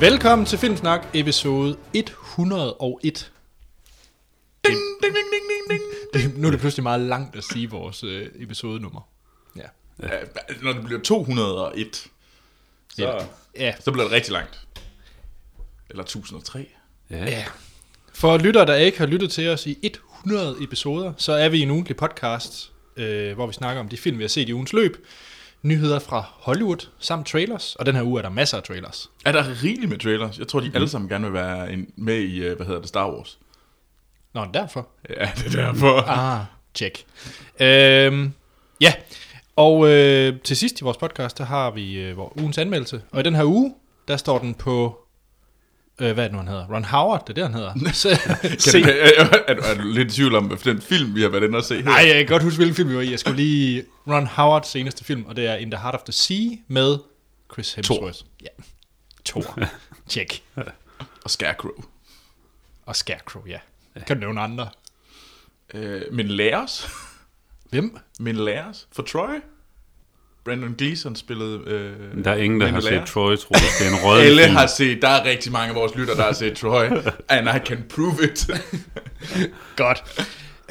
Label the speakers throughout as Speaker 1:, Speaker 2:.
Speaker 1: Velkommen til Filmsnak, episode 101. Ding, ding, ding, ding, ding, ding. Det, nu er det pludselig meget langt at sige vores øh, episodenummer. Ja.
Speaker 2: Ja, Øh, når det bliver 201, så,
Speaker 1: Ja. Ja.
Speaker 2: så bliver det rigtig langt. Eller 1003.
Speaker 1: ja. For lyttere, der ikke har lyttet til os i 100 episoder, så er vi i en ugentlig podcast, øh, hvor vi snakker om de film, vi har set i ugens løb, nyheder fra Hollywood samt trailers. Og den her uge er der masser af trailers.
Speaker 2: Er der rigeligt med trailers? Jeg tror,
Speaker 1: Mhm.
Speaker 2: de alle sammen gerne vil være en, med i, øh, hvad hedder det, Star Wars.
Speaker 1: Nå, derfor.
Speaker 2: Ja, det er derfor.
Speaker 1: Ah, check. Øhm, ja, og øh, til sidst i vores podcast, der har vi øh, vores ugens anmeldelse. Og i den her uge, der står den på, øh, hvad er det nu, han hedder? Ron Howard, det er det, han hedder. Se,
Speaker 2: Kan
Speaker 1: se.
Speaker 2: du, er, er, du, er du lidt i tvivl om, hvad for den film, vi har været inde og se her?
Speaker 1: Nej, jeg kan godt huske, hvilken film vi var i. Jeg skulle lige Ron Howards seneste film, og det er In the Heart of the Sea med Chris Hemsworth. Thor. Ja, Thor. Check.
Speaker 2: Og Scarecrow.
Speaker 1: Og Scarecrow, ja. Kan du nævne andre?
Speaker 2: Øh, men lad os.
Speaker 1: Hvem?
Speaker 2: Men lad os. For Troy. Brandon Gleeson spillede... Øh,
Speaker 3: Der er ingen, der
Speaker 2: Men
Speaker 3: har
Speaker 2: lærer.
Speaker 3: set Troy, tror jeg. Det er en rød
Speaker 2: alle
Speaker 3: film.
Speaker 2: har set, der er rigtig mange af vores lytter, der har set Troy, and I can prove it.
Speaker 1: Godt.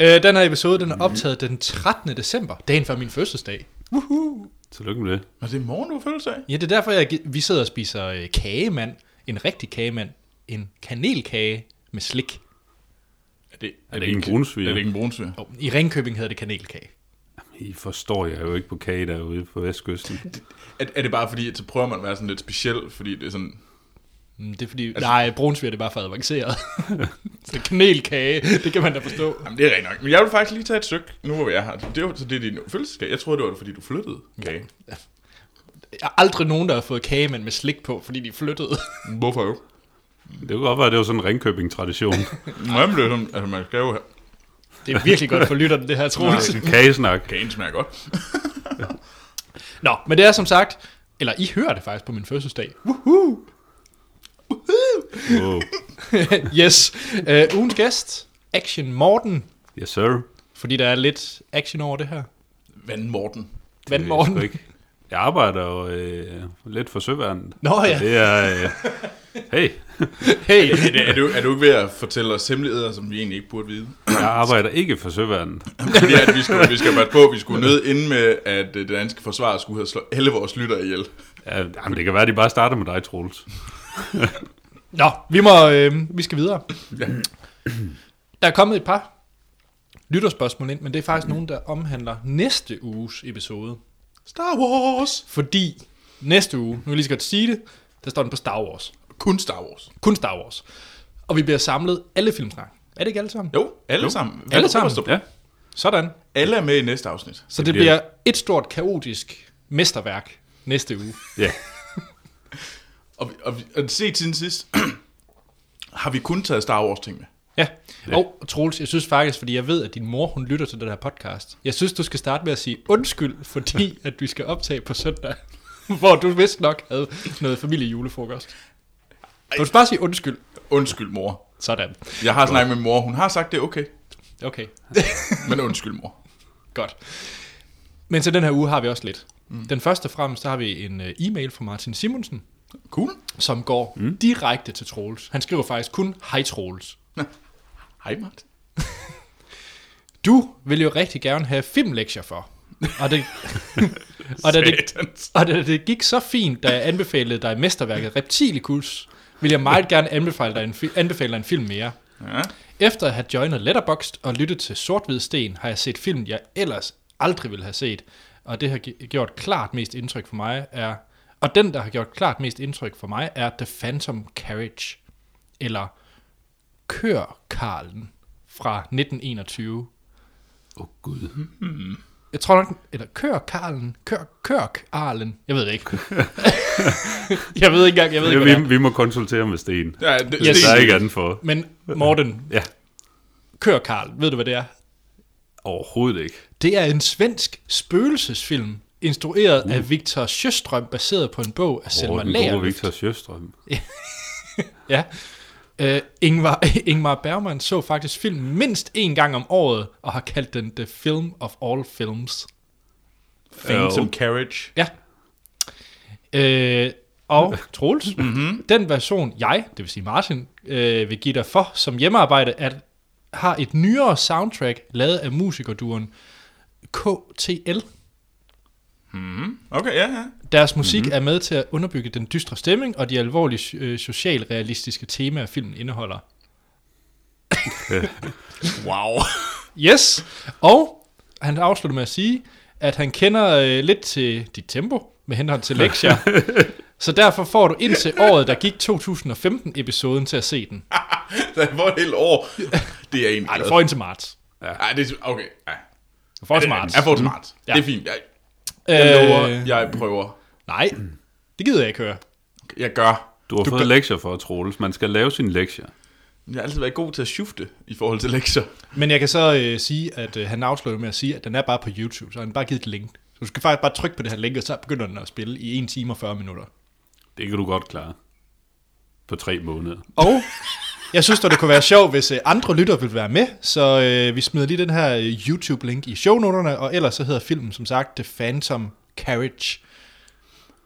Speaker 1: Øh, den her episode, den er optaget den 13. december, dagen før min fødselsdag.
Speaker 3: Tillykke med det.
Speaker 2: Og det er morgen, du har fødselsdag?
Speaker 1: Ja, det er derfor, jeg, gi- vi sidder og spiser øh, kagemand. En rigtig kagemand. En kanelkage med slik.
Speaker 2: Er det, er
Speaker 3: det ikke en brunsviger?
Speaker 2: Er det ikke en brunsviger?
Speaker 1: Og I Ringkøbing hedder det kanelkage.
Speaker 3: I forstår jeg jo ikke på kage derude på Vestkysten.
Speaker 2: Er, er det bare fordi, at så prøver man at være sådan lidt speciel, fordi det er sådan...
Speaker 1: Mm, Det er fordi, altså, nej, brunsviger det er bare for avanceret. så kanelkage, det kan man da forstå.
Speaker 2: Jamen, det er rent nok. Men jeg vil faktisk lige tage et stykke, nu hvor vi er her. Det er jo så det er din fødselsdag. Jeg troede, det var fordi, du flyttede. Okay.
Speaker 1: Jeg har aldrig nogen, der har fået kagemand med slik på, fordi de flyttede.
Speaker 2: Hvorfor jo?
Speaker 3: Det kunne godt være, at det var sådan en Ringkøbing-tradition.
Speaker 2: Nå, jamen, det er sådan, altså, man skal jo have...
Speaker 1: det er virkelig godt for lytterne, det her, Troels.
Speaker 3: Kagesnak.
Speaker 2: Kagen smager godt.
Speaker 1: Nå, men det er som sagt, eller I hører det faktisk på min fødselsdag. Woohoo!
Speaker 3: Oh.
Speaker 1: yes. Uh, ugens gæst, Action Morten.
Speaker 3: Yes, sir.
Speaker 1: Fordi der er lidt action over det her.
Speaker 2: Vand Morten.
Speaker 1: Vand
Speaker 3: Det er
Speaker 1: Morten.
Speaker 3: sgu ikke. Jeg arbejder jo øh, lidt for søværnet.
Speaker 1: Nå ja,
Speaker 3: Det er... Øh, hey,
Speaker 1: hey.
Speaker 2: Er, det, er, du, er du ikke ved at fortælle os hemmeligheder, som vi egentlig ikke burde vide?
Speaker 3: jeg arbejder ikke for søværnet.
Speaker 2: Fordi at vi skal, vi skal passe på, at vi skulle nød inden med, at øh, det danske forsvar skulle have slå alle vores lytter ihjel.
Speaker 3: Ja, jamen, det kan være, at de bare starter med dig, Troels.
Speaker 1: Nå, vi, må, øh, vi skal videre. Der er kommet et par lytterspørgsmål ind, men det er faktisk nogen, der omhandler næste uges episode.
Speaker 2: Star Wars!
Speaker 1: Fordi næste uge, nu kan jeg lige så godt sige det, der står den på Star Wars.
Speaker 2: Kun Star Wars.
Speaker 1: Kun Star Wars. Og vi bliver samlet alle filmsnak. Er det ikke alle sammen?
Speaker 2: Jo, alle jo. sammen.
Speaker 1: Alle sammen.
Speaker 2: Alle,
Speaker 3: Ja,
Speaker 1: Sådan.
Speaker 2: alle er med i næste afsnit.
Speaker 1: Så det,
Speaker 3: Det
Speaker 1: bliver...
Speaker 3: bliver-
Speaker 1: et stort kaotisk mesterværk næste uge.
Speaker 3: ja.
Speaker 2: Og, vi- og, vi- og set siden sidst, har vi kun taget Star Wars ting med.
Speaker 1: Ja. Og Troels, jeg synes faktisk, fordi jeg ved, at din mor hun lytter til den her podcast. Jeg synes, du skal starte med at sige undskyld, fordi at vi skal optage på søndag, hvor du vist nok havde noget familiejulefrokost. Du skal bare sige undskyld.
Speaker 2: Undskyld, mor.
Speaker 1: Sådan.
Speaker 2: Jeg har snakket med mor, hun har sagt det er okay.
Speaker 1: Okay,
Speaker 2: Men undskyld, mor.
Speaker 1: godt. Men til den her uge har vi også lidt. Mm. Den første og fremmest, der har vi en øh, e-mail fra Martin Simonsen,
Speaker 2: Cool.
Speaker 1: som går mm. direkte til Troels. Han skriver faktisk kun, hej Troels.
Speaker 2: Hej, Martin.
Speaker 1: Du vil jo rigtig gerne have filmlektier for. Og det, og, da det, og da det gik så fint, da jeg anbefalede dig mesterværket Reptilicus, vil jeg meget gerne anbefale dig en, fi- anbefale dig en film mere.
Speaker 2: Ja.
Speaker 1: Efter at have joinet Letterboxd og lyttet til Sort-Hvid Sten, har jeg set film, jeg ellers aldrig ville have set. Og det har gi- gjort klart mest indtryk for mig er... Og den, der har gjort klart mest indtryk for mig, er The Phantom Carriage. Eller Kørkarlen fra 1921.
Speaker 3: Åh, oh, Gud.
Speaker 1: Jeg tror nok, eller kør Karlen, kør, kør Arlen. Jeg ved det ikke. jeg ved ikke engang, jeg ved ikke, hvad det
Speaker 3: Vi, vi må konsultere med Sten.
Speaker 2: Ja, det,
Speaker 1: Yes.
Speaker 2: det,
Speaker 3: Der er ikke andet for.
Speaker 1: er. Men Morten,
Speaker 3: Ja,
Speaker 1: kør Karl, ved du hvad det er?
Speaker 3: overhovedet ikke.
Speaker 1: Det er en svensk spøgelsesfilm, instrueret uh. af Victor Sjøstrøm, baseret på en bog af
Speaker 3: Over
Speaker 1: Selma
Speaker 3: den gode
Speaker 1: Lagerlöf.
Speaker 3: Victor Sjøstrøm.
Speaker 1: Ja. Uh, Ingmar, Ingmar Bergman så faktisk filmen mindst en gang om året, og har kaldt den The Film of All Films.
Speaker 2: Phantom
Speaker 3: Jo.
Speaker 2: Carriage.
Speaker 1: Ja. Øh, og Troels. mm-hmm. Den version, jeg, det vil sige Martin, øh, vil give dig for som hjemmearbejde, at har et nyere soundtrack lavet af musikerduren KTL.
Speaker 2: Okay, ja, ja.
Speaker 1: Deres musik mm-hmm. er med til at underbygge den dystre stemning og de alvorlige øh, socialrealistiske temaer, filmen indeholder.
Speaker 2: Wow.
Speaker 1: Yes, og han afslutter med at sige, at han kender øh, lidt til dit tempo med henhold til lektier. Så derfor får du indtil året, der gik 2015-episoden til at se den.
Speaker 2: Der var et helt år. Det er egentlig...
Speaker 1: Nej, du får indtil marts.
Speaker 2: Ej, det er... Okay, ja.
Speaker 1: Du får indtil marts.
Speaker 2: Jeg får det smart.
Speaker 1: Ja.
Speaker 2: Ja. Det er fint. Jeg, jeg lover,
Speaker 1: Øh,
Speaker 2: jeg prøver.
Speaker 1: nej, det gider jeg ikke høre.
Speaker 2: Jeg gør.
Speaker 3: Du har du fået
Speaker 2: gør-
Speaker 3: kan... lektier for, Troels. Man skal lave sine lektier.
Speaker 2: Jeg har altid været god til at shifte i forhold til lektier.
Speaker 1: Men jeg kan så øh, sige, at øh, han afslutter med at sige, at den er bare på YouTube, så han har bare givet et link. Så du skal faktisk bare trykke på det her link, og så begynder den at spille i 1 time og 40 minutter.
Speaker 3: Det kan du godt klare. På tre måneder.
Speaker 1: Og jeg synes, at det kunne være sjovt, hvis øh, andre lyttere vil være med, så øh, vi smider lige den her øh, YouTube-link i shownoterne, og ellers så hedder filmen som sagt The Phantom Carriage,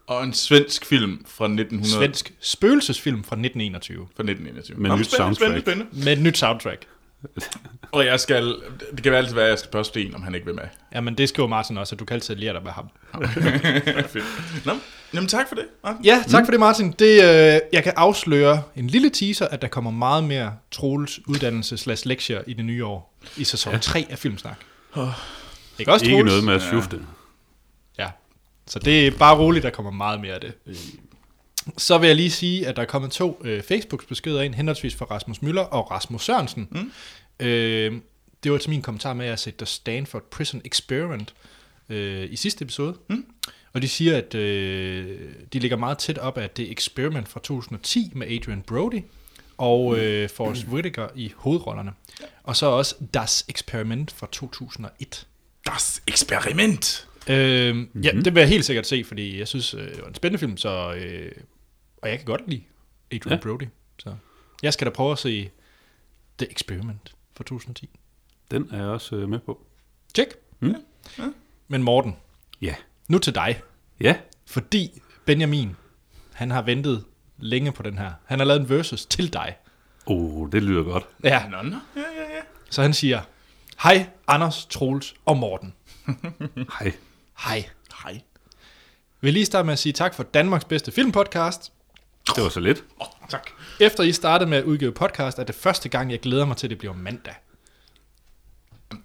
Speaker 2: Og en svensk film fra 1900.
Speaker 1: svensk spøgelsesfilm fra 1921,
Speaker 2: Fra 1921.
Speaker 3: Med
Speaker 2: Nå,
Speaker 3: nyt
Speaker 2: spændende, spændende,
Speaker 3: soundtrack.
Speaker 2: spændende.
Speaker 1: med et nyt soundtrack.
Speaker 2: Og jeg skal... Det kan altid være, at jeg skal spørge Sten, om han ikke vil med.
Speaker 1: Jamen, det skriver Martin også, at du kan altid lære dig med ham.
Speaker 2: Fedt. Nå, jamen tak for det. Martin.
Speaker 1: Ja, tak mm. for det, Martin. Det, øh, jeg kan afsløre en lille teaser, at der kommer meget mere Troels uddannelse slash lektier i det nye år, i sæson ja. 3 af Filmsnak. Ikke også,
Speaker 3: Ikke
Speaker 1: Troels?
Speaker 3: noget med at skifte. Ja.
Speaker 1: Ja. Så det er bare roligt, der kommer meget mere af det. Så vil jeg lige sige, at der er kommet to øh, Facebook-beskeder ind, henholdsvis fra Rasmus Møller og Rasmus Sørensen. Mm. Øh, det var til min kommentar med, at jeg har set The Stanford Prison Experiment øh, i sidste episode. Mm. Og de siger, at øh, de ligger meget tæt op af det experiment fra 2010 med Adrian Brody og øh, Forrest Whitaker i hovedrollerne. Og så også Das Experiment fra 2001.
Speaker 2: Das Experiment.
Speaker 1: Øh, mm-hmm. Ja, det vil jeg helt sikkert se, fordi jeg synes, øh, det var en spændende film, så, øh, og jeg kan godt lide Adrian ja.
Speaker 3: Ja.
Speaker 1: Brody. Så. Jeg skal da prøve at se The Experiment fra 2010.
Speaker 3: Den er jeg også øh, med på.
Speaker 1: Tjek. Mm. Ja. Men Morten,
Speaker 3: Ja.
Speaker 1: nu til dig.
Speaker 3: Ja.
Speaker 1: Fordi Benjamin, han har ventet længe på den her. Han har lavet en versus til dig.
Speaker 3: Oh, det lyder godt.
Speaker 1: Ja.
Speaker 2: Nå, nå. Ja, ja, ja.
Speaker 1: Så han siger, hej Anders, Troels og Morten.
Speaker 3: Hej.
Speaker 1: Hej.
Speaker 2: Hej.
Speaker 1: Jeg vil lige starte med at sige tak for Danmarks bedste filmpodcast.
Speaker 3: Det var så lidt.
Speaker 2: Oh, tak.
Speaker 1: Efter I startede med at udgive podcast, er det første gang, jeg glæder mig til, at det bliver mandag.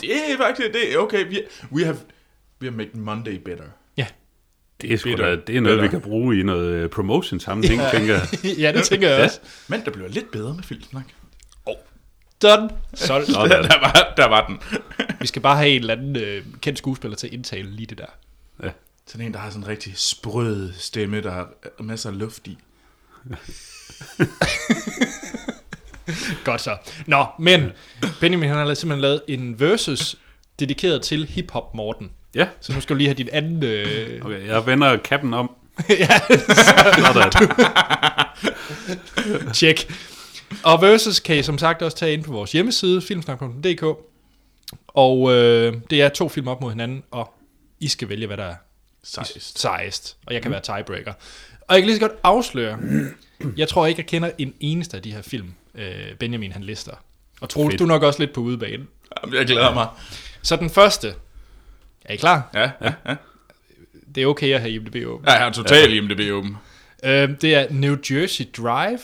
Speaker 2: Det er faktisk det. er Okay, vi we have we have made Monday better.
Speaker 1: Ja,
Speaker 3: Det er, sgu
Speaker 2: Bitter.
Speaker 3: da, det er noget, vi
Speaker 2: Bitter.
Speaker 3: kan bruge i noget øh, promotion sammenhæng, tænker jeg.
Speaker 1: ja det tænker jeg også.
Speaker 2: Men der bliver lidt bedre med filmsnak.
Speaker 1: Done. Solgt.
Speaker 3: Nå, da.
Speaker 2: Der var, der var den.
Speaker 1: Vi skal bare have en eller anden øh, kendt skuespiller til at indtale lige det der.
Speaker 3: Ja.
Speaker 2: Sådan en, der har sådan en rigtig sprød stemme, der har øh, masser af luft i.
Speaker 1: Godt så. Nå, men Benjamin han har simpelthen lavet en versus dedikeret til hiphop Morten.
Speaker 3: ja.
Speaker 1: Så nu skal du lige have din anden... Øh...
Speaker 3: Okay, jeg vender kappen om.
Speaker 1: ja,
Speaker 3: Sådan.
Speaker 1: Tjek. Og versus kan I som sagt også tage ind på vores hjemmeside, filmsnak.dk. Og øh, det er to film op mod hinanden, og I skal vælge, hvad der er
Speaker 2: Sejst.
Speaker 1: sejest. Og jeg kan være tiebreaker. Og jeg kan lige så godt afsløre, jeg tror ikke, jeg kender en eneste af de her film, øh, Benjamin han lister. Og Troels,
Speaker 3: Fedt.
Speaker 1: du er nok også lidt på udebane.
Speaker 2: Jamen, Jeg glæder mig.
Speaker 1: Så den første. Er I klar?
Speaker 2: Ja, ja, ja.
Speaker 1: Det er okay at have IMDb åben.
Speaker 2: Ja, jeg har totalt IMDb åben.
Speaker 1: Øh, det er New Jersey Drive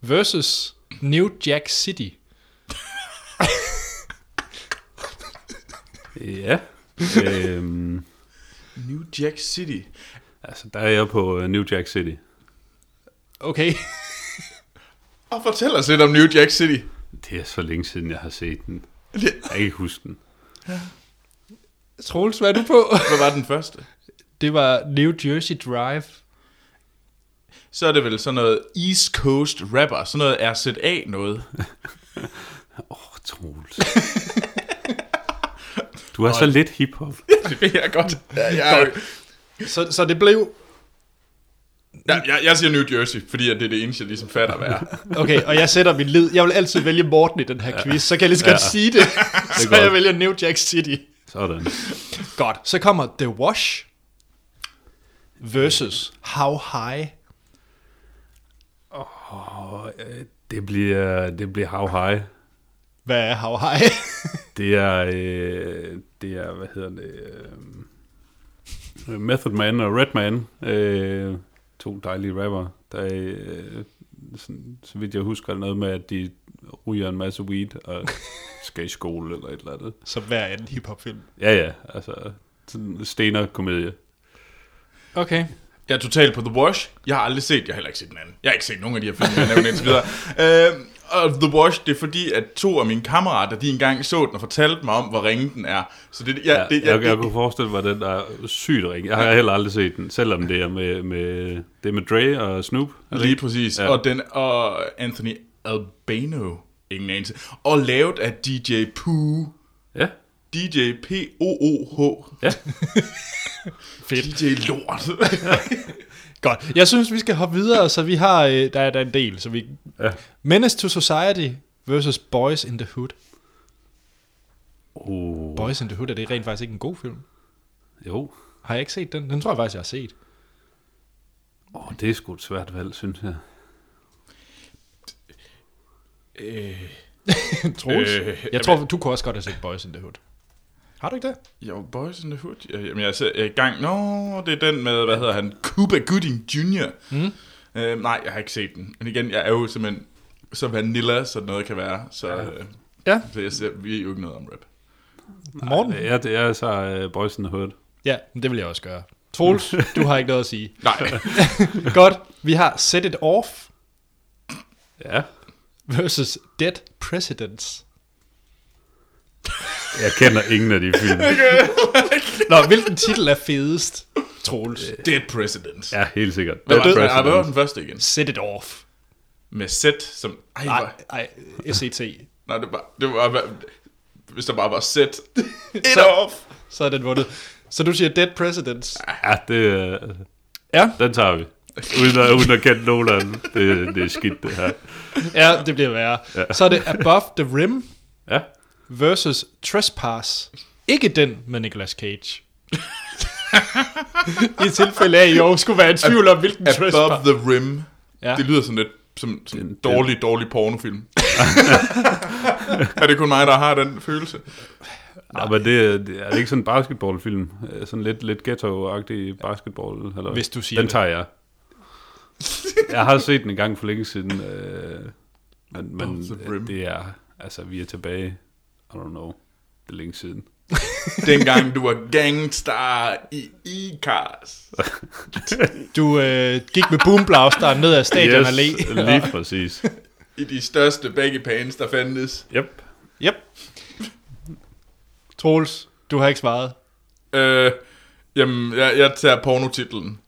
Speaker 1: versus New Jack City.
Speaker 3: Ja. Øhm,
Speaker 2: New Jack City.
Speaker 3: altså, der er jeg på øh, New Jack City.
Speaker 1: Okay.
Speaker 2: Og fortæl os lidt om New Jack City.
Speaker 3: Det er så længe siden, jeg har set den.
Speaker 2: Det-
Speaker 3: Jeg kan ikke huske den.
Speaker 1: Troels, hvad er du på?
Speaker 2: Hvad var den første?
Speaker 1: Det var New Jersey Drive.
Speaker 2: Så er det vel sådan noget East Coast rapper, sådan noget RZA noget.
Speaker 3: Åh, oh, Troels. Du har så lidt hiphop.
Speaker 2: Det ved jeg godt. Ja, jeg,
Speaker 1: Så, så det blev...
Speaker 2: jeg, jeg, jeg siger New Jersey, fordi at det er det eneste, jeg ligesom fatter, hvad er.
Speaker 1: Okay, og jeg sætter min lid. Jeg vil altid vælge Morten i den her quiz, så kan jeg lige så godt
Speaker 3: Ja.
Speaker 1: sige det. så
Speaker 3: godt.
Speaker 1: jeg vælger New Jack City.
Speaker 3: Sådan.
Speaker 1: Godt. Så kommer The Wash versus How High.
Speaker 3: Og, øh, det bliver, det bliver How High.
Speaker 1: Hvad er How High?
Speaker 3: Det er, øh, det er hvad hedder det, øh, Method Man og Redman, øh, to dejlige rapper, der øh, sådan, så vidt jeg husker, er det noget med, at de ryger en masse weed og skal i skole eller et eller andet.
Speaker 1: Som hver anden hiphopfilm.
Speaker 3: Ja, ja, altså sådan stener komedie.
Speaker 1: Okay.
Speaker 2: Jeg er totalt på The Wash. Jeg har aldrig set, jeg har heller ikke set den anden. Jeg har ikke set nogen af de her film, jeg har nævnt indtil videre. Øhm, og The Wash, det er fordi, at to af mine kammerater, de engang så den og fortalte mig om, hvor ringe den er. Så det, ja,
Speaker 3: Ja,
Speaker 2: ja, det, ja,
Speaker 3: jeg, jeg
Speaker 2: det,
Speaker 3: kunne forestille mig, at den er sygt ring. Jeg har heller aldrig set den, selvom det er med, med, det er med Dre og Snoop. er det
Speaker 2: Lige
Speaker 3: ikke?
Speaker 2: præcis. Altså,
Speaker 3: Ja.
Speaker 2: Ja. Og, den, og Anthony Albano, ingen anelse. Og lavet af DJ Pooh.
Speaker 3: Ja,
Speaker 2: DJ P-O-O-H.
Speaker 3: ja.
Speaker 1: Fedt.
Speaker 2: DJ Lort.
Speaker 1: Godt. Jeg synes, vi skal hoppe videre, så vi har... Øh, der, er, der er en del, så vi...
Speaker 3: Ja.
Speaker 1: Menace to Society versus Boys in the Hood.
Speaker 3: Oh,
Speaker 1: Boys in the Hood, er det rent faktisk ikke en god film?
Speaker 3: jo,
Speaker 1: Har jeg ikke set den? Den tror jeg faktisk, jeg har set.
Speaker 3: oh, det er sgu et svært valg, synes jeg.
Speaker 2: øh,
Speaker 1: Troels?
Speaker 2: Øh,
Speaker 1: Øh, jeg tror, du kunne også godt have set Boys in the Hood. Har du ikke det?
Speaker 2: jo, Boys in the Hood. Ja, Jamen, jeg er, selv- jeg er i gang. Nå, det er den med, hvad hedder han? Cuba Gooding Jr.
Speaker 1: Mm.
Speaker 2: Øh, nej, jeg har ikke set den. Men igen, jeg er jo simpelthen så vanilla, så noget kan være. Så, øh,
Speaker 1: Ja.
Speaker 2: så jeg ser, vi er jo ikke noget om rap.
Speaker 1: Morten?
Speaker 3: Ja, det er så uh, Boys in the Hood.
Speaker 1: Ja, men det vil jeg også gøre. Troels, du har ikke noget at sige.
Speaker 2: Nej.
Speaker 1: Godt, vi har Set It Off
Speaker 3: Ja.
Speaker 1: versus Dead Presidents.
Speaker 3: Jeg kender ingen af de film.
Speaker 1: Nå, hvilken titel er fedest, Troels?
Speaker 2: Dead President. Ja.
Speaker 3: Ja, helt sikkert.
Speaker 2: Hvad var,
Speaker 3: Dead
Speaker 2: hvad, hvad var
Speaker 3: Presidents.
Speaker 2: den første igen?
Speaker 1: Set It Off.
Speaker 2: Med set som... Ej, hvor-
Speaker 1: Nej, nej, SET.
Speaker 2: Nej, det var, det var, hvad- hvis der bare var set. It
Speaker 1: Så-
Speaker 2: off.
Speaker 1: Så er den vundet. Så du siger Dead Presidents.
Speaker 3: Ja, det, øh,
Speaker 1: Ja,
Speaker 3: den tager vi. Uden at, uden at kende nogen af dem. Det, det er skidt, det her.
Speaker 1: ja det bliver værre. Ja. Så er det Above the Rim
Speaker 3: Ja.
Speaker 1: versus Trespass. Ikke den med Nicolas Cage. I tilfælde af, at jeg skulle være i tvivl om, hvilken
Speaker 2: Above
Speaker 1: Trespass.
Speaker 2: the rim.
Speaker 1: Ja.
Speaker 2: Ja. Det lyder sådan lidt som, som en
Speaker 3: Den-
Speaker 2: dårlig, dårlig pornofilm. er det kun mig, der har den følelse?
Speaker 3: Ja, men det, det er det ikke sådan en basketballfilm. Øh, Sådan lidt, lidt ghetto-agtig basketball. Eller?
Speaker 1: Hvis du siger
Speaker 3: Den
Speaker 1: det.
Speaker 3: tager jeg. Jeg har set den en gang for længe siden. Øh, men men
Speaker 2: Above the rim.
Speaker 3: det er... Altså, vi er tilbage. I don't know. Det er længe siden.
Speaker 2: Dengang du var gangster i E-Cars.
Speaker 1: Du øh, gik med boomblasteren ned ad Stadion yes. Allé.
Speaker 3: lige præcis.
Speaker 2: I de største baggy pants, der fandtes.
Speaker 3: Yep.
Speaker 1: Yep. Troels, du har ikke svaret.
Speaker 2: Øh, jamen, jeg, jeg tager pornotitlen.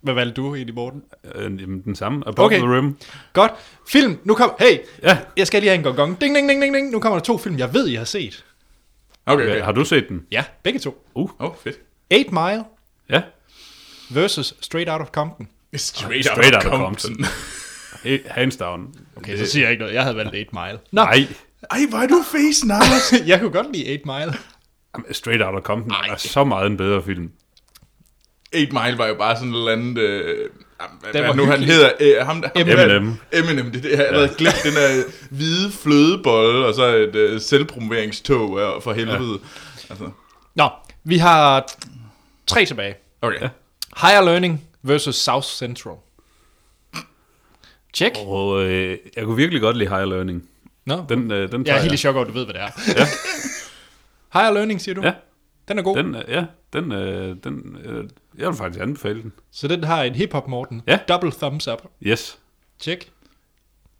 Speaker 1: Hvad valgte du egentlig, Morten?
Speaker 3: Øh, jamen, den samme. Above
Speaker 1: Okay.
Speaker 3: okay. the Rim.
Speaker 1: Godt. Film, nu kom... Hey,
Speaker 3: Ja.
Speaker 1: jeg skal lige have en gong gong. Ding, ding, ding, ding, ding. Nu kommer der to film, jeg ved, I har set.
Speaker 2: Okay,
Speaker 3: Okay.
Speaker 2: okay.
Speaker 3: Har du set den?
Speaker 1: Ja, begge to.
Speaker 2: Åh, oh, fedt.
Speaker 1: 8 Mile
Speaker 3: Ja.
Speaker 1: versus Straight Out of Compton.
Speaker 2: Straight,
Speaker 3: Straight
Speaker 2: out
Speaker 3: Outta
Speaker 2: of
Speaker 3: Compton.
Speaker 2: Compton.
Speaker 3: He- E, Hands down.
Speaker 1: Okay, så siger jeg ikke noget. Jeg havde valgt 8 Mile. Nå,
Speaker 3: Nej.
Speaker 2: Ej, hvor er du face, Anders?
Speaker 1: jeg kunne godt lide 8 Mile.
Speaker 3: Jamen, Straight Outta Compton er så meget en bedre film.
Speaker 2: 8 Mile var jo bare sådan et eller andet... Øh, jamen, hvad
Speaker 1: Den var
Speaker 2: er det nu han
Speaker 1: hyggelig.
Speaker 2: hedder? Øh, ham, der- ham,
Speaker 3: Eminem.
Speaker 2: der- Eminem, det er det. Jeg har allerede glemt den der hvide flødebolle, og så et øh, selvpromoveringstog øh, for helvede. Ja. Altså,
Speaker 1: Nå, vi har tre tilbage.
Speaker 2: okay. Ja.
Speaker 1: Higher Learning versus South Central. Check.
Speaker 3: Og øh, jeg kunne virkelig godt lide Higher Learning.
Speaker 1: Nå,
Speaker 3: Den, øh, den
Speaker 1: jeg
Speaker 3: tager
Speaker 1: er helt i chok over, at du ved, hvad det er.
Speaker 3: Ja.
Speaker 1: Higher Learning, siger du?
Speaker 3: Ja,
Speaker 1: Den er god.
Speaker 3: den, øh, ja, den, øh, den, øh, jeg vil faktisk anbefale den.
Speaker 1: Så den har en hiphop Morten.
Speaker 3: Ja.
Speaker 1: Double thumbs up.
Speaker 3: Yes.
Speaker 1: Check.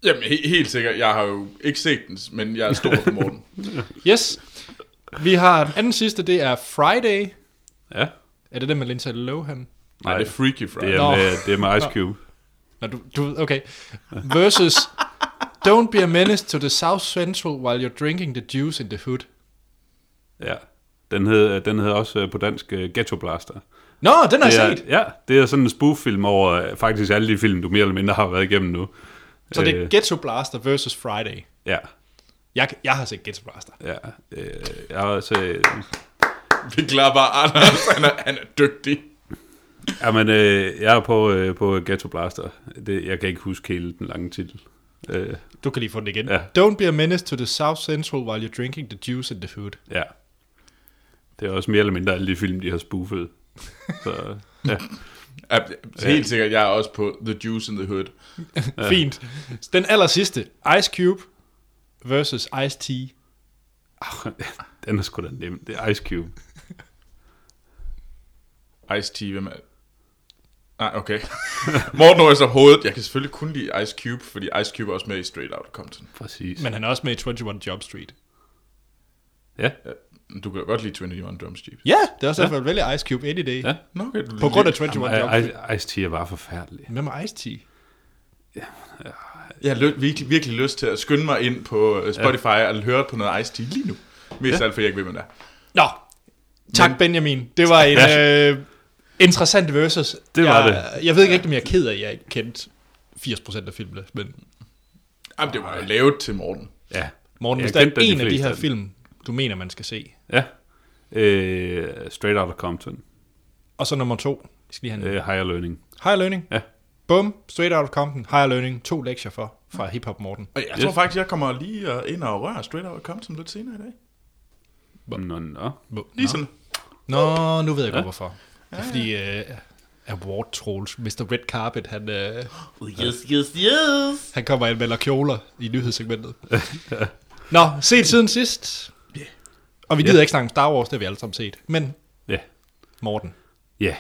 Speaker 2: Jamen, he- helt sikkert. Jeg har jo ikke set den, men jeg er stor på morgen.
Speaker 1: Yes. Vi har den anden sidste, det er Friday.
Speaker 3: Ja.
Speaker 1: Er det den med Lindsay Lohan?
Speaker 2: Nej, det er Freaky Friday.
Speaker 3: det er,
Speaker 1: Nå.
Speaker 3: med, det er med Ice Cube.
Speaker 1: Nå, du, du, okay. Versus Don't be a menace to the South Central while you're drinking the juice in the hood.
Speaker 3: Ja. Den hed, øh, den hed også øh, på dansk øh, Ghetto Blaster.
Speaker 1: Nå, den har
Speaker 3: Det
Speaker 1: jeg
Speaker 3: er,
Speaker 1: set.
Speaker 3: ja, det er sådan en spoof-film over øh, faktisk alle de film, du mere eller mindre har været igennem nu.
Speaker 1: Så det er
Speaker 3: Øh,
Speaker 1: Ghetto Blaster versus Friday.
Speaker 3: Ja,
Speaker 1: Jeg, jeg har set Ghetto Blaster.
Speaker 3: ja. Øh, jeg har også, øh,
Speaker 2: Vi klarer bare Anders, han er, han er dygtig.
Speaker 3: Jamen, øh, jeg er på, øh, på Ghetto Blaster. Det, jeg kan ikke huske hele den lange titel. Øh,
Speaker 1: Du kan lige få den igen.
Speaker 3: Ja.
Speaker 1: Don't be a menace to the South Central while you're drinking the juice and the food.
Speaker 3: ja. Det er også mere eller mindre alle de film, de har spoofet. Så, ja.
Speaker 2: Ja, altså, helt sikkert, jeg er også på The Juice in the Hood.
Speaker 1: Ja. Fint. Den aller sidste. Ice Cube versus Ice T.
Speaker 3: Den er sgu da nem. Det er Ice Cube.
Speaker 2: Ice-T, hvem er... Nej, okay. Morten ryster på hovedet. Jeg kan selvfølgelig kun lide Ice Cube, fordi Ice Cube er også med i Straight Outta Compton.
Speaker 3: Præcis.
Speaker 1: Men han er også med i 21 Jump Street.
Speaker 3: Ja.
Speaker 2: Ja, Du kan jo godt lide 21 Drum Street.
Speaker 1: Ja, det er også derfor, jeg vælger Ice Cube any day.
Speaker 3: Ja.
Speaker 2: Nå, okay, du
Speaker 1: På grund af
Speaker 2: Twitch.
Speaker 1: 21 Jump
Speaker 3: Jamen,
Speaker 1: Street.
Speaker 3: I- I- Ice-T er bare forfærdelig.
Speaker 1: Hvem er Ice T?
Speaker 2: Jeg har lø- virkelig, virkelig lyst til at skynde mig ind på øh, Spotify ja. og høre på noget Ice-T lige nu. Mest ja. alt, fordi jeg ikke ved, hvem det er.
Speaker 1: Nå, tak
Speaker 2: Men-
Speaker 1: Benjamin. Det var en øh, interessant versus.
Speaker 3: Det var
Speaker 1: jeg, det. Jeg ved ikke rigtig, om jeg er ked af, at jeg ikke kendte 80% af filmene. Men
Speaker 2: Jamen, det var jo lavet til Morten.
Speaker 3: Ja.
Speaker 1: Morten,
Speaker 3: Jeg
Speaker 1: hvis der er
Speaker 3: kendte da de
Speaker 1: en af de
Speaker 3: fleste
Speaker 1: her
Speaker 3: af dem.
Speaker 1: film, du mener, man skal se.
Speaker 3: Ja. Øh, straight Outta Compton.
Speaker 1: Mm. Og så nummer to. Jeg skal lige have en.
Speaker 3: Øh, higher Learning.
Speaker 1: Higher Learning.
Speaker 3: Ja.
Speaker 1: Bum, Straight Out of Compton, Higher Learning. To lektier for fra Hip Hop Morten.
Speaker 2: Og jeg yes. tror faktisk, jeg kommer lige øh, ind og rører Straight Outta Compton lidt senere i dag.
Speaker 3: Nå, nå.
Speaker 2: Lige sådan.
Speaker 1: Nå, nu ved jeg godt, hvorfor. Det er fordi uh, Award Trolls, Mr. Red Carpet, han, uh,
Speaker 2: Yes, yes, yes.
Speaker 1: han kommer og anmelder kjoler i nyhedssegmentet. Nå, set siden sidst. Og vi gider ikke snakke om Star Wars, det har vi alle sammen set. Men
Speaker 3: Ja.
Speaker 1: Morten,
Speaker 3: Ja.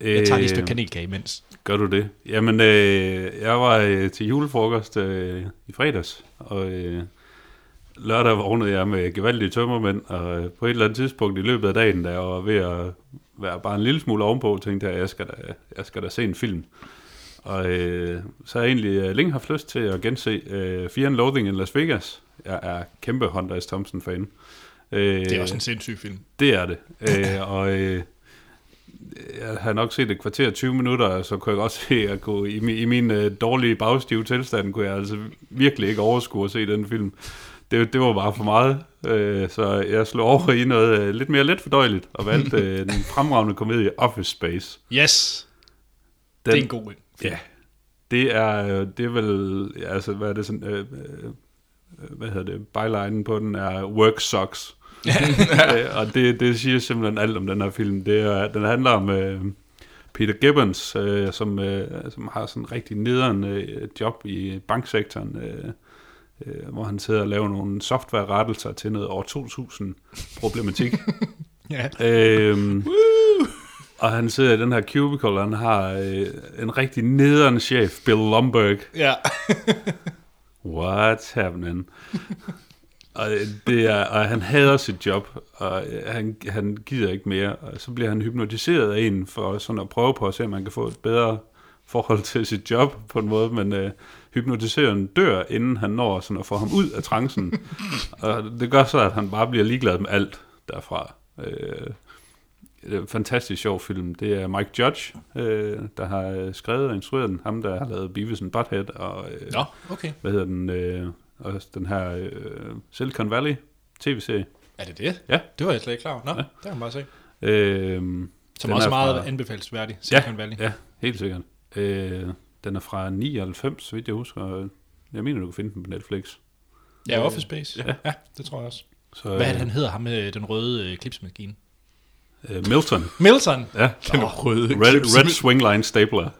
Speaker 3: Øh,
Speaker 1: jeg tager lige et stykke kanelkage imens.
Speaker 3: Gør du det? Jamen, øh, jeg var øh, til julefrokost øh, i fredags, og øh, lørdag vågnede jeg med gevaldige tømmermænd, og øh, på et eller andet tidspunkt i løbet af dagen, da jeg var ved at være bare en lille smule ovenpå, tænkte jeg, at jeg skal da, jeg skal da se en film. Og øh, så har jeg egentlig øh, længe haft lyst til at gense øh, Fear and Loathing in Las Vegas. Jeg er kæmpe Hunter S. Thompson-fan. Øh,
Speaker 1: Det er også en sindssyg film.
Speaker 3: det er det. Øh, og øh, jeg har nok set et kvarter 20 minutter, og så kunne jeg godt se, at gå, i, min, i min øh, dårlige bagstive tilstand, kunne jeg altså virkelig ikke overskue at se den film. Det, det var bare for meget, øh, så jeg slog over i noget øh, lidt mere let fordøjeligt, og valgte øh, den fremragende komedie Office Space.
Speaker 1: Yes,
Speaker 3: Den,
Speaker 1: det er en god film.
Speaker 3: Ja, det er, øh, det er vel, ja, altså hvad er det sådan, øh, øh, hvad hedder det, bylinen på den er work sucks. øh, og det, det siger simpelthen alt om den her film. Det er, den handler om øh, Peter Gibbons, øh, som, øh, som har sådan en rigtig nederen øh, job i banksektoren, øh, øh, hvor han sidder og laver nogle software-rettelser til noget år 2000-problematik.
Speaker 1: Ja.
Speaker 3: Øhm, og han sidder i den her cubicle, og han har øh, en rigtig nederen chef, Bill Lomberg.
Speaker 1: ja.
Speaker 3: What's happening? og, øh, det er, og han hader sit job, og øh, han, han gider ikke mere. Og så bliver han hypnotiseret af en for sådan at prøve på at se, om man kan få et bedre forhold til sit job på en måde, men øh, hypnotiseren dør, inden han når sådan at få ham ud af trancen. og det gør så, at han bare bliver ligeglad med alt derfra. Øh, det er en fantastisk sjov film. Det er Mike Judge, øh, der har øh, skrevet og instrueret den. Ham, der har lavet Beavis and Butthead og øh,
Speaker 1: Nå, okay.
Speaker 3: hvad hedder den, øh, også den her øh, Silicon Valley tv-serie.
Speaker 1: Er det det?
Speaker 3: Ja.
Speaker 1: Det var jeg slet ikke klar over. Nå, ja.
Speaker 3: Ja.
Speaker 1: det kan man bare se.
Speaker 3: Øh,
Speaker 1: Som også
Speaker 3: den er
Speaker 1: er meget
Speaker 3: fra-
Speaker 1: anbefalesværdig, Silicon Valley.
Speaker 3: Ja, helt sikkert. Øh, den er fra 99, så vidt jeg husker. Jeg mener, du kan finde den på Netflix.
Speaker 1: Ja, Office Space. Ja. ja, det tror jeg også.
Speaker 3: Så,
Speaker 1: Hvad er det, han hedder, ham med den røde øh, klipsmaskine?
Speaker 3: Øh, Milton.
Speaker 1: Milton!
Speaker 3: Ja.
Speaker 2: Den røde
Speaker 3: Red, Red
Speaker 2: klipsmid-
Speaker 3: Swing Line Stapler.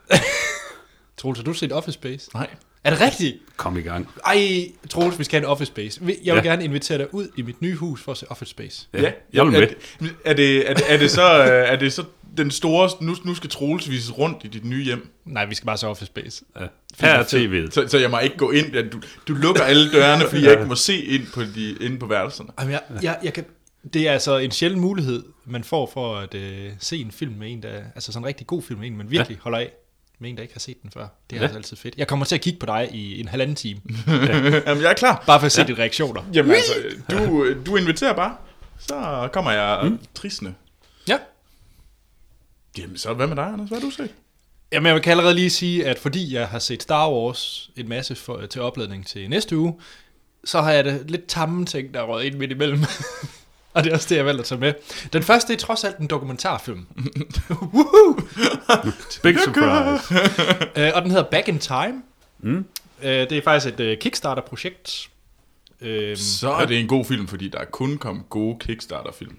Speaker 1: Troels, har du set Office Space?
Speaker 2: Nej.
Speaker 1: Er det rigtigt?
Speaker 3: Kom i gang.
Speaker 1: Ej, Troels, vi skal have en Office Space. Vi- Jeg vil ja.
Speaker 3: Ja.
Speaker 1: gerne invitere dig ud i mit nye hus for at se Office Space.
Speaker 3: Ja, jeg vil
Speaker 2: er,
Speaker 3: med.
Speaker 2: det- er, det, er, det, er det så øh, er det så den store nu, nu skal Troels vises rundt i dit nye hjem.
Speaker 1: Nej, vi skal bare se Office Space.
Speaker 3: Ja. Her er tv'et.
Speaker 2: Så, så jeg må ikke gå ind. Ja, Du, du lukker alle dørene, fordi jeg ikke må se ind på de inde på værelserne.
Speaker 1: Jamen, jeg, jeg, jeg kan... Det er altså en sjælden mulighed, man får for at øh, se en film med en, der... Altså sådan en rigtig god film med en, man virkelig ja. holder af. Med en, der ikke har set den før. Det er ja.
Speaker 3: Ja.
Speaker 1: altså altid fedt. Jeg kommer til at kigge på dig i en halvanden time.
Speaker 2: Jamen, jeg er klar.
Speaker 1: Bare for at se ja. dine reaktioner.
Speaker 2: Jamen altså, du, du inviterer bare. Så kommer jeg mm. tristende.
Speaker 1: Ja.
Speaker 2: Jamen så, hvad med dig, Anders? Hvad har du set?
Speaker 1: Jamen, jeg kan allerede lige sige, at fordi jeg har set Star Wars en masse for, til opladning til næste uge, så har jeg da lidt tamme ting, der er røget ind midt imellem. og det er også det, jeg valgte at tage med. Den første det er trods alt en dokumentarfilm,
Speaker 3: Big surprise.
Speaker 1: øh, og den hedder Back in Time. Mm. Øh, det er faktisk et øh, Kickstarter-projekt. Øh,
Speaker 2: Så er det en god film, fordi der er kun kommet gode Kickstarter-film.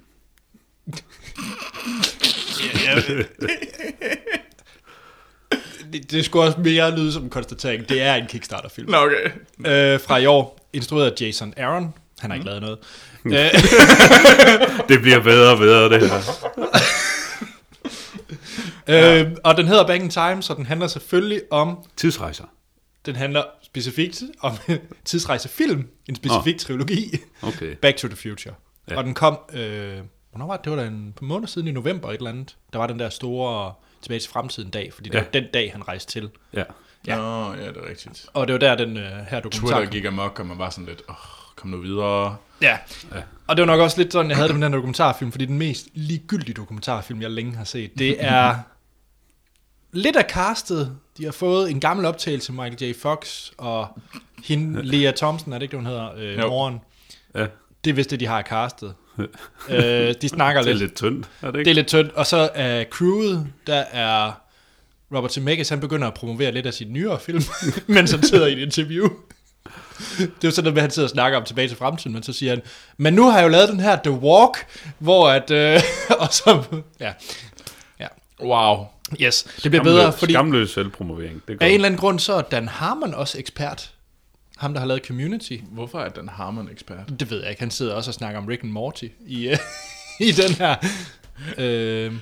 Speaker 1: det, det skulle også mere lyde som en konstatering. Det er en Kickstarter-film.
Speaker 2: Nå, okay.
Speaker 1: Øh, fra i år, instrueret af Jason Aaron. Han har ikke lavet noget. Øh,
Speaker 3: Det bliver bedre og bedre, det her.
Speaker 1: Øh, og den hedder Back in Time, så den handler selvfølgelig om,
Speaker 3: Tidsrejser.
Speaker 1: den handler specifikt om en tidsrejsefilm, en specifik oh. trilogi,
Speaker 3: Okay.
Speaker 1: Back to the Future.
Speaker 3: Ja.
Speaker 1: Ja. Og den kom, øh, hvornår var det? Det var da en par måneder siden i november et eller andet. Der var den der store tilbage til fremtiden dag, fordi det
Speaker 3: Ja.
Speaker 1: ja. var den dag, han rejste til.
Speaker 3: Ja.
Speaker 2: Ja.
Speaker 1: Ja.
Speaker 2: Nå, ja, det er rigtigt.
Speaker 1: Og det var der, den øh, her dokumentar
Speaker 2: Twitter gik amok, og man var sådan lidt, åh, oh, kom nu videre.
Speaker 1: Ja. ja. Og det var nok også lidt sådan, jeg havde det med den her dokumentarfilm, fordi den mest ligegyldige dokumentarfilm, jeg længe har set, det er lidt af castet. De har fået en gammel optagelse med Michael J. Fox og hende, Lea Thompson, er det ikke det, hun hedder? Øh,
Speaker 2: Jo.
Speaker 1: moren.
Speaker 3: Ja.
Speaker 1: Det er vist det, de har af castet. øh, de snakker
Speaker 3: Det er
Speaker 1: lidt.
Speaker 3: lidt tyndt, er det
Speaker 1: Det
Speaker 3: ikke?
Speaker 1: er lidt tyndt. Og så er uh, crewet, der er Robert Zemeckis, han begynder at promovere lidt af sin nyere film, mens han sidder i et interview. Det er jo sådan noget med, at han sidder og snakker om tilbage til fremtiden, men så siger han, men nu har jeg jo lavet den her The Walk, hvor at, øh, og så, ja,
Speaker 2: Wow.
Speaker 1: yes, det bliver bedre, fordi
Speaker 3: Skamløs selvpromovering.
Speaker 1: af
Speaker 3: Det er
Speaker 1: en
Speaker 3: godt.
Speaker 1: eller anden grund, så er Dan Harmon også ekspert, ham der har lavet Community.
Speaker 2: Hvorfor er Dan Harmon ekspert?
Speaker 1: Det ved jeg ikke, han sidder også og snakker om Rick and Morty i, øh, i den her. Øh,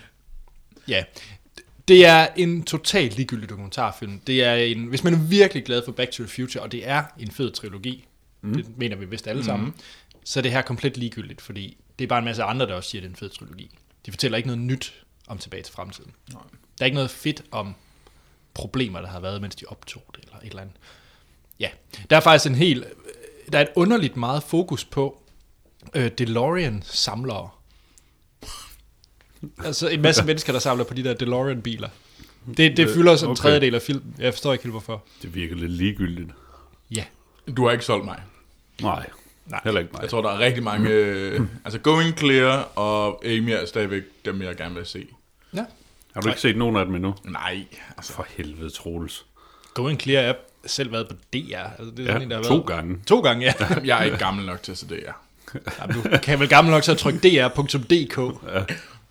Speaker 1: ja, det er en totalt ligegyldig dokumentarfilm. Det er en, hvis man er virkelig glad for Back to the Future, og det er en fed trilogi, mm. det mener vi vist alle sammen, så er det her komplet ligegyldigt, fordi det er bare en masse andre, der også siger, at det er en fed trilogi. De fortæller ikke noget nyt om Tilbage til Fremtiden.
Speaker 2: Nej.
Speaker 1: Der er ikke noget fedt om problemer, der har været, mens de optog det, eller et eller andet. Ja, der er faktisk en helt... Der er et underligt meget fokus på øh, DeLorean-samlere. Altså en masse mennesker, der samler på de der DeLorean-biler. Det, det
Speaker 3: Øh,
Speaker 1: fylder sådan en
Speaker 3: okay.
Speaker 1: tredjedel af filmen. Jeg forstår ikke helt, hvorfor.
Speaker 3: Det virker lidt ligegyldigt.
Speaker 1: Ja.
Speaker 2: Du har ikke solgt mig.
Speaker 3: Nej.
Speaker 1: Nej.
Speaker 3: Heller ikke mig.
Speaker 2: Jeg tror, der er rigtig mange... øh, altså, Going Clear og Amy er stadigvæk dem, jeg gerne vil se.
Speaker 1: ja.
Speaker 3: Har du ikke set nogen af dem endnu?
Speaker 2: Nej, altså...
Speaker 3: For helvede, Troels.
Speaker 1: Going Clear er selv været på DR. Altså, det er sådan en, der
Speaker 3: Ja,
Speaker 1: har
Speaker 3: to
Speaker 1: været.
Speaker 3: gange.
Speaker 1: To gange, ja.
Speaker 2: Jeg er ikke gammel nok til at se det, ja.
Speaker 1: Jamen, du kan vel gammel nok så trykke dr.dk. Ja.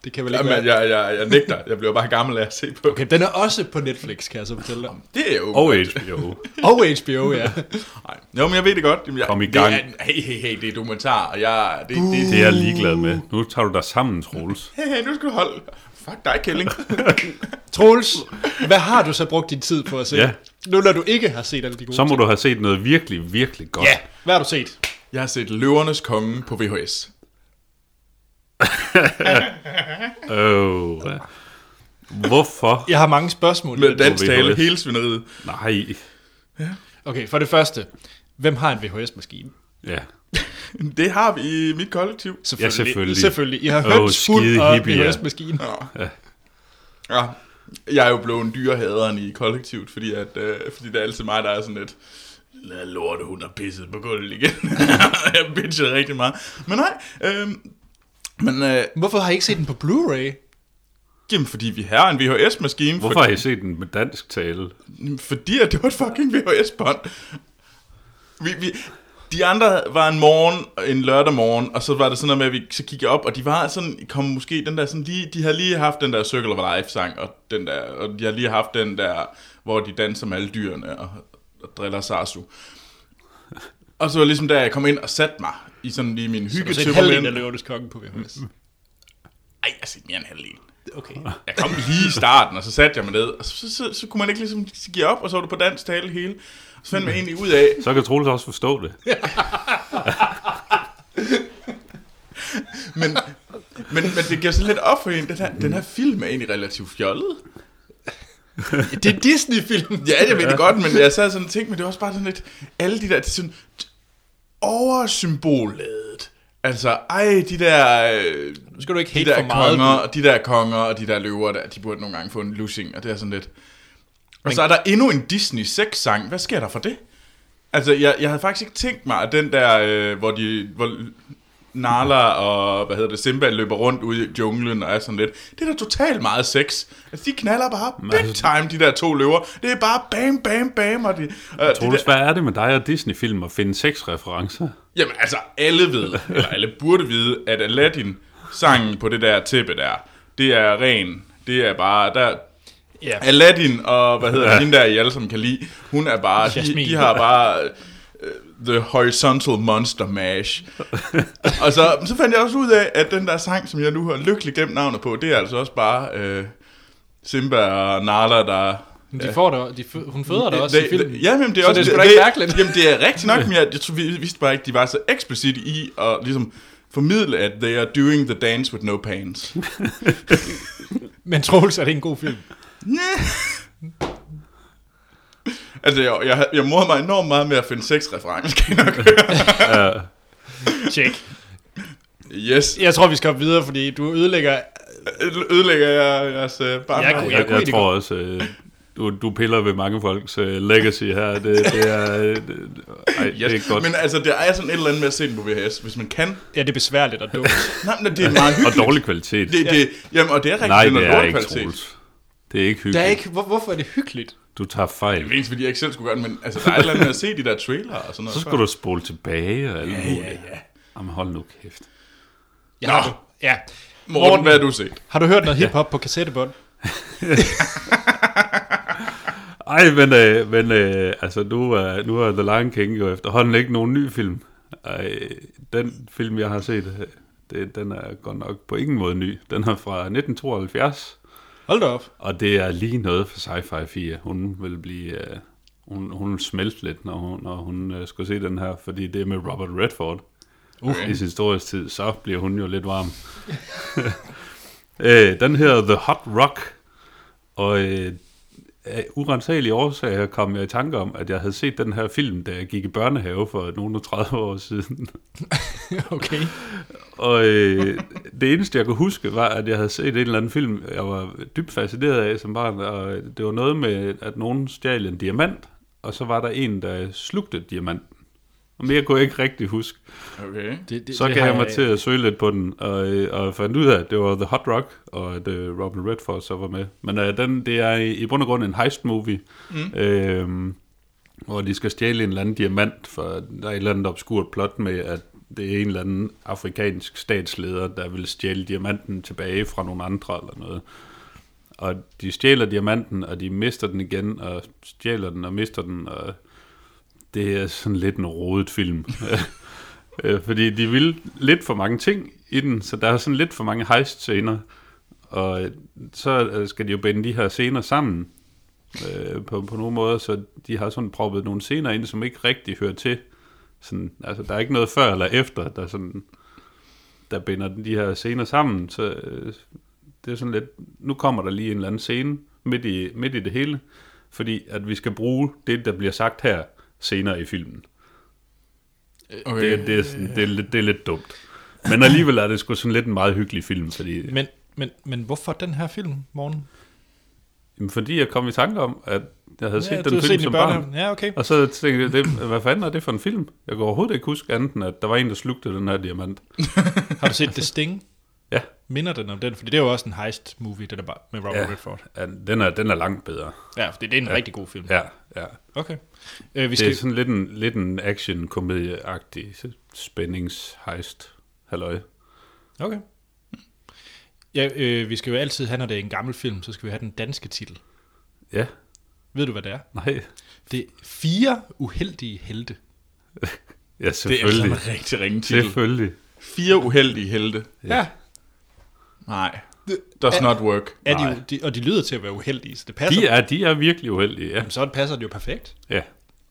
Speaker 1: Det kan vel ikke
Speaker 2: Jamen,
Speaker 1: være.
Speaker 2: jeg, jeg, jeg nægter. Jeg bliver bare gammel af at se på.
Speaker 1: Okay, den er også på Netflix, kan jeg så fortælle dig.
Speaker 2: Det er jo...
Speaker 3: Og HBO.
Speaker 1: Og HBO, ja.
Speaker 2: Nej. Jo, men jeg ved det godt. Jamen, jeg,
Speaker 3: Kom i gang.
Speaker 2: Det er, hey, hey, hey, det er dokumentar, og jeg... Det, det,
Speaker 3: Det er jeg ligeglad med. Nu tager du dig sammen, Troels.
Speaker 2: Hey, hey, nu skal du holde... Fuck dig, Kælling.
Speaker 1: Troels, hvad har du så brugt din tid på at se?
Speaker 3: Ja.
Speaker 1: Ja. Nu når du ikke har set alle de gode
Speaker 3: Så må
Speaker 1: ting.
Speaker 3: du have set noget virkelig, virkelig godt.
Speaker 1: Ja, hvad har du set?
Speaker 2: jeg har set Løvernes Konge på VHS.
Speaker 3: Oh. Hvorfor?
Speaker 1: Jeg har mange spørgsmål.
Speaker 2: Med dansk
Speaker 3: På
Speaker 2: tale,
Speaker 3: VHS.
Speaker 2: hele svineriet.
Speaker 3: Nej.
Speaker 1: Okay, for det første. Hvem har en VHS-maskine?
Speaker 3: Ja.
Speaker 2: Det har vi i mit kollektiv.
Speaker 1: Selvfølgelig.
Speaker 3: selvfølgelig.
Speaker 1: Selvfølgelig. I har
Speaker 3: Åh,
Speaker 1: hørt oh,
Speaker 3: skide
Speaker 1: fuld og
Speaker 3: hippier.
Speaker 1: VHS-maskine.
Speaker 2: Ja. ja. Jeg er jo blevet en dyrehaderen i kollektivet, fordi, at, øh, fordi det er altid mig, der er sådan lidt... Lad lort, hun har pisset på gulvet igen. jeg bitchede rigtig meget. Men nej, øh, men øh,
Speaker 1: Hvorfor har I ikke set den på Blu-ray?
Speaker 2: jamen, fordi vi har en VHS-maskine.
Speaker 3: Hvorfor har I set den med dansk tale?
Speaker 2: Fordi, fordi at det var et fucking VHS-bånd. Vi, vi, de andre var en morgen, en lørdag morgen, og så var det sådan noget med, at vi så kiggede op, og de var sådan, kom måske den der sådan lige, de havde lige haft den der Circle of Life-sang, og, den der, og de har lige haft den der, hvor de danser med alle dyrene og, og driller Sarsu. Og så var ligesom da jeg kom ind og satte mig i sådan lige
Speaker 1: Du
Speaker 2: min
Speaker 1: har set halvdelen af
Speaker 2: hyggetømmerlænd.
Speaker 1: Løvernes Konge på VHS.
Speaker 2: Ej, jeg har set mere end halvdelen.
Speaker 1: Okay.
Speaker 2: Jeg kom lige i starten, og så satte jeg mig ned, og så, så, så, så kunne man ikke ligesom give op, og så var det på dansk tale hele. Og så fandt man egentlig ud af,
Speaker 3: Så kan Troels også forstå det.
Speaker 2: men, men, men det giver sådan lidt op for en, den her, den her film er egentlig relativt fjollet.
Speaker 1: Det er Disney-film.
Speaker 2: Ja, jeg ved det godt, men jeg sad sådan og tænkte, men det var også bare sådan lidt, alle de der, det er sådan t- oversymbolladet. Altså, ej, de der... øh,
Speaker 1: Nu skal du ikke
Speaker 2: de
Speaker 1: hate
Speaker 2: der
Speaker 1: for meget.
Speaker 2: konger, og de der konger, og de der løver der, de burde nogle gange få en lussing, og det er sådan lidt... Og så er der endnu en Disney sex-sang. Hvad sker der for det? Altså, jeg, jeg havde faktisk ikke tænkt mig, at den der, øh, hvor de... Hvor, Nala og, hvad hedder det, Simba løber rundt ude i junglen og er sådan lidt. Det er da totalt meget sex. Altså, de knaller bare big
Speaker 1: altså-
Speaker 2: time, de der to løver. Det er bare bam, bam, bam. Og de, og de
Speaker 3: Troels,
Speaker 2: der,
Speaker 3: hvad er det med dig og Disney-film at finde seks referencer?
Speaker 2: jamen, altså, alle ved, eller alle burde vide, at Aladdin-sangen på det der tæppe der, det er ren. Det er bare, der,
Speaker 1: Ja.
Speaker 2: Aladdin og, hvad hedder ja. hende der, I alle som kan lide, hun er bare, de,
Speaker 1: Jasmine.
Speaker 2: de har bare øh, The Horizontal Monster Mash. og så, så fandt jeg også ud af, at den der sang, som jeg nu har lykkeligt glemt navnet på, det er altså også bare øh, Simba og Nala, der...
Speaker 1: Men de får det, de, fø- hun føder det også i filmen.
Speaker 2: Ja, men det er
Speaker 1: så
Speaker 2: også...
Speaker 1: det er sgu da ikke mærkeligt.
Speaker 2: Jamen, det er rigtigt nok, men jeg, jeg tror, vi vidste bare ikke, de var så eksplicit i at ligesom formidle, at they are doing the dance with no pants.
Speaker 1: Men Troels, er det en god film?
Speaker 2: altså, jeg, jeg, jeg morede mig enormt meget med at finde sexreferencer, kan I nok
Speaker 3: Ja.
Speaker 1: Check.
Speaker 2: Yes.
Speaker 1: Jeg tror, vi skal hoppe videre, fordi du ødelægger...
Speaker 2: Ø- Ødelægger jeg jeres øh, barn?
Speaker 1: Jeg kunne-
Speaker 3: Jeg, jeg
Speaker 1: egentlig
Speaker 3: tror også, øh, du, du piller ved mange folks øh, legacy her. Det, det er... Øh, det- ej, det er ikke godt.
Speaker 2: Men altså, der er sådan et eller andet med at se den på VHS, hvis man kan.
Speaker 1: Ja, det er besværligt og dumt.
Speaker 2: Nej, men det er meget
Speaker 3: Og
Speaker 2: hyggeligt.
Speaker 3: dårlig kvalitet.
Speaker 2: Det, det, jamen, og det er rigtig
Speaker 3: Nej,
Speaker 2: den
Speaker 3: det er
Speaker 2: dårlig
Speaker 3: ikke,
Speaker 2: kvalitet.
Speaker 3: Troels. Det er ikke
Speaker 1: Der er
Speaker 3: hyggeligt.
Speaker 1: ikke, hvor, hvorfor er det hyggeligt?
Speaker 3: Du tager
Speaker 2: Det
Speaker 3: fejl.
Speaker 2: er ikke, fordi jeg ikke selv skulle gøre det, men altså, der er et eller andet med at se de der trailer og sådan noget.
Speaker 3: Så skulle du spole tilbage og alt muligt. Ja, ja, ja. Jamen hold nu kæft.
Speaker 1: Jeg
Speaker 2: Nå.
Speaker 1: har det. Ja.
Speaker 2: Morten, Morten, hvad har du set?
Speaker 1: Har du hørt noget hiphop på kassettebånd?
Speaker 3: Ej, men, øh, men øh, altså, nu er, nu er The Lion King jo efterhånden ikke nogen ny film. Ej, den film, jeg har set, øh, det, den er godt nok på ingen måde ny. Den er fra 1972,
Speaker 1: Hold da op.
Speaker 3: og det er lige noget for Sci-Fi 4. Hun vil blive... Øh, hun, hun vil smelte lidt, når hun, når hun øh, skulle se den her, fordi det er med Robert Redford.
Speaker 2: Okay.
Speaker 3: i sin storhedstid, så bliver hun jo lidt varm. øh, den hedder The Hot Rock, og øh, af urensagelige årsager kom jeg i tanke om, at jeg havde set den her film, da jeg gik i børnehave for nogle 30 år siden.
Speaker 1: Okay.
Speaker 3: Og øh, det eneste, jeg kunne huske, var, at jeg havde set en eller anden film, jeg var dybt fascineret af som barn, og det var noget med, at nogen stjal en diamant, og så var der en, der slugte diamanten. Og mere kunne jeg ikke rigtig huske.
Speaker 2: Okay.
Speaker 1: Det, det,
Speaker 3: Så
Speaker 1: det
Speaker 3: gav
Speaker 1: har
Speaker 3: jeg mig til at søge lidt på den, og, øh, og fandt ud af, at det var The Hot Rock, og at øh, Robin Redford så var med. Men øh, den, det er i, i bund og grund en heist-movie, mm. øh, hvor de skal stjæle en eller anden diamant, for der er et eller andet obskurt plot med, at det er en eller anden afrikansk statsleder, der vil stjæle diamanten tilbage fra nogle andre eller noget. Og de stjæler diamanten, og de mister den igen, og stjæler den og mister den, og det er sådan lidt en rodet film. Øh, fordi de ville lidt for mange ting i den, så der er sådan lidt for mange heist-scener. Og øh, så øh, skal de jo binde de her scener sammen øh, på, på nogle måder, så de har sådan proppet nogle scener ind, som ikke rigtig hører til. Sådan, altså, der er ikke noget før eller efter, der, sådan, der binder de her scener sammen. Så øh, det er sådan lidt, nu kommer der lige en eller anden scene midt i, midt i det hele, fordi at vi skal bruge det, der bliver sagt her senere i filmen.
Speaker 2: okay.
Speaker 3: Det, det, er sådan, det, er, lidt- det er lidt dumt. Men alligevel er det sgu sådan lidt en meget hyggelig film, fordi,
Speaker 1: Men, men, men hvorfor den her film, Morten?
Speaker 3: jamen, fordi jeg kom i tanke om, at jeg havde set
Speaker 1: ja,
Speaker 3: den
Speaker 1: du har
Speaker 3: film
Speaker 1: set den i
Speaker 3: som barn.
Speaker 1: børnehaven. Ja, okay.
Speaker 3: Og så tænkte jeg, det, hvad fanden er det for en film? Jeg kan overhovedet ikke huske andet end, at der var en, der slugte den her diamant.
Speaker 1: Har du set The Sting?
Speaker 3: Ja.
Speaker 1: Minder den om den? Fordi det er jo også en heist-movie, den er bare med Robert
Speaker 3: Ja.
Speaker 1: ja. Redford.
Speaker 3: Ja, Den er, den er langt bedre.
Speaker 1: Ja, fordi det er en ja. rigtig god film.
Speaker 3: Ja, ja.
Speaker 1: Okay. Øh, vi
Speaker 3: Det
Speaker 1: skal,
Speaker 3: er sådan lidt en, lidt en action-komedie-agtig spændings-heist. Halløj.
Speaker 1: Okay. Ja, øh, vi skal jo altid have, når det er en gammel film, så skal vi have den danske titel.
Speaker 3: Ja,
Speaker 1: Ved du, hvad det er?
Speaker 3: nej.
Speaker 1: Det er Fire uheldige helte.
Speaker 3: Ja,
Speaker 2: det er altså
Speaker 3: selvfølgelig.
Speaker 2: en rigtig ringe titel.
Speaker 3: Selvfølgelig.
Speaker 2: Fire uheldige helte.
Speaker 1: Ja. ja.
Speaker 2: Nej. Does not work.
Speaker 1: Er
Speaker 3: Nej.
Speaker 1: de, jo- de, og de lyder til at være uheldige, så det passer.
Speaker 3: De er, de er virkelig uheldige, ja.
Speaker 1: Jamen, så passer det jo perfekt.
Speaker 3: ja.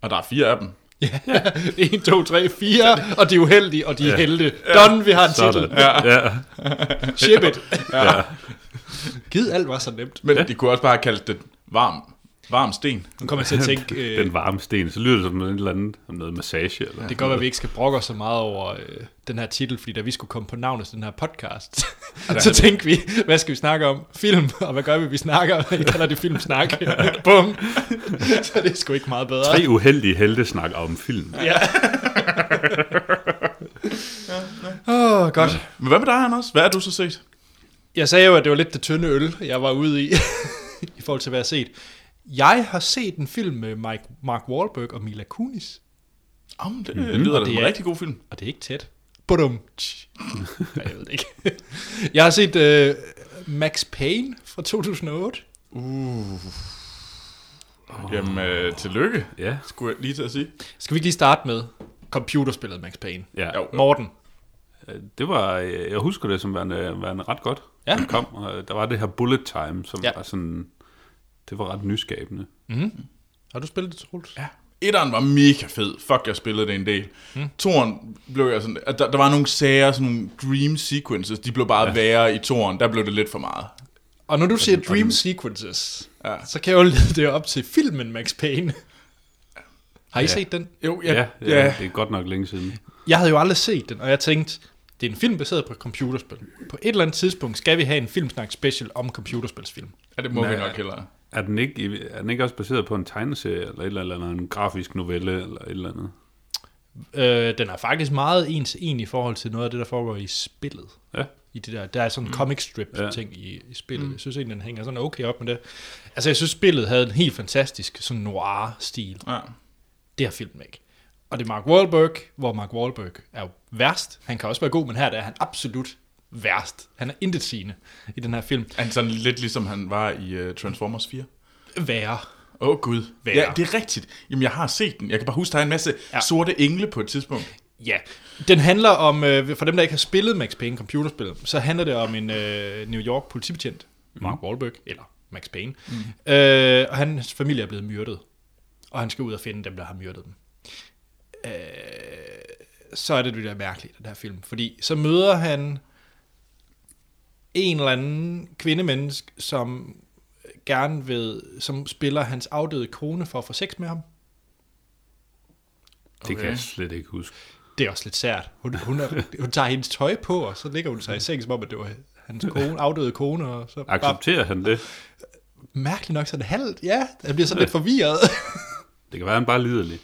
Speaker 2: Og der er fire af dem.
Speaker 1: 1, 2, 3, 4, og de er uheldige, og de er ja. helte. Done, vi har en
Speaker 3: Sådan.
Speaker 1: titel.
Speaker 3: Ja. ja.
Speaker 1: Ship it. Gid alt var så nemt.
Speaker 2: Men de kunne også bare have kaldt det varm, varm sten.
Speaker 1: Nu kommer jeg til at tænke, øh,
Speaker 3: den varme sten, så lyder det som en eller anden, som noget massage. Eller?
Speaker 1: det kan godt være, at vi ikke skal brokke os så meget over øh, den her titel, fordi da vi skulle komme på navnet til den her podcast, så tænkte vi, hvad skal vi snakke om? Film, og hvad gør vi? Vi snakker, vi kalder det filmsnak. Bum. så det er sgu ikke meget bedre.
Speaker 3: Tre uheldige helte snakker om film.
Speaker 1: Ja. Åh, oh, godt.
Speaker 2: Men hvad med dig, Anders? Hvad har du så set?
Speaker 1: Jeg sagde jo, at det var lidt det tynde øl, jeg var ude i, i forhold til, hvad jeg har set. Jeg har set en film med Mike, Mark Wahlberg og Mila Kunis,
Speaker 2: Oh, det mm-hmm. lyder da
Speaker 1: Og
Speaker 2: som
Speaker 1: det
Speaker 2: en
Speaker 1: er-
Speaker 2: rigtig god film.
Speaker 1: og det er ikke tæt. Badum. Nej, jeg ved det ikke. Jeg har set øh, Max Payne fra 2008.
Speaker 2: Jamen, øh, tillykke,
Speaker 3: Ja.
Speaker 2: skulle jeg lige til at sige.
Speaker 1: Skal vi ikke lige starte med computerspillet Max Payne?
Speaker 3: ja.
Speaker 2: Jo.
Speaker 1: Morten.
Speaker 3: Det var, øh, jeg husker det som værende, værende ret godt.
Speaker 1: Ja.
Speaker 3: Den kom, og øh, der var det her bullet time, som
Speaker 1: Ja.
Speaker 3: ja. var sådan, det var ret nyskabende.
Speaker 1: Har du spillet det, Troels? Ja.
Speaker 2: Etteren var mega fed. Fuck, jeg spillede det en del. Mm. Toren blev jeg sådan... at Der, der var nogle sager, sådan nogle dream sequences. De blev bare ja. værre i toren. Der blev det lidt for meget.
Speaker 1: Og når du siger Dream Sequences,
Speaker 2: Ja.
Speaker 1: ja. så kan jeg jo lede det op til filmen Max Payne. Har I ja.
Speaker 3: Ja.
Speaker 1: set den?
Speaker 2: Jo,
Speaker 3: Ja, ja, ja,
Speaker 2: ja.
Speaker 3: det er godt nok længe siden.
Speaker 1: Jeg havde jo aldrig set den, og jeg tænkte, det er en film baseret på et computerspil. På et eller andet tidspunkt skal vi have en filmsnak special om computerspilsfilm.
Speaker 2: ja det må vi
Speaker 3: Nej.
Speaker 2: nok hellere.
Speaker 3: Er den, ikke, er den ikke også baseret på en tegneserie, eller et eller andet, eller en grafisk novelle, eller et eller andet?
Speaker 1: Øh, den er faktisk meget ens til en i forhold til noget af det, der foregår i spillet.
Speaker 3: Ja.
Speaker 1: I det der, der er sådan en comic strip
Speaker 3: Ja.
Speaker 1: ting i, i spillet. Jeg synes egentlig, den hænger sådan okay op med det. Altså, jeg synes, spillet havde en helt fantastisk sådan noir-stil.
Speaker 2: Ja.
Speaker 1: Det har filmen ikke. Og det er Mark Wahlberg, hvor Mark Wahlberg er jo værst. Han kan også være god, men her der er han absolut værst. Han er intet sigende i den her film.
Speaker 2: Han er sådan lidt ligesom han var i uh, Transformers 4.
Speaker 1: Værre.
Speaker 2: Åh oh, gud.
Speaker 1: Værre.
Speaker 2: Ja, det er rigtigt. Jamen, jeg har set den. Jeg kan bare huske, der er en masse ja.
Speaker 1: Ja.
Speaker 2: sorte engle på et tidspunkt.
Speaker 1: Ja, den handler om, øh, for dem der ikke har spillet Max Payne computerspillet, så handler det om en øh, New York politibetjent, Mark Wahlberg, eller Max Payne, mm. øh, og hans familie er blevet myrdet, og han skal ud og finde dem, der har myrdet dem. Øh, så er det det der mærkeligt, den her film, fordi så møder han en eller anden kvindemenneske, som gerne vil, som spiller hans afdøde kone for at få sex med ham.
Speaker 3: Det okay. kan
Speaker 2: Okay.
Speaker 3: jeg slet ikke huske.
Speaker 1: Det er også lidt sært. Hun, hun, er, hun tager hendes tøj på, og så ligger hun sig i sengen, som om at det var hans kone, afdøde kone. Og så bare,
Speaker 3: Accepterer han det?
Speaker 1: mærkeligt nok sådan halvt. Ja, jeg bliver sådan lidt forvirret.
Speaker 3: Det kan være, han bare er liderlig.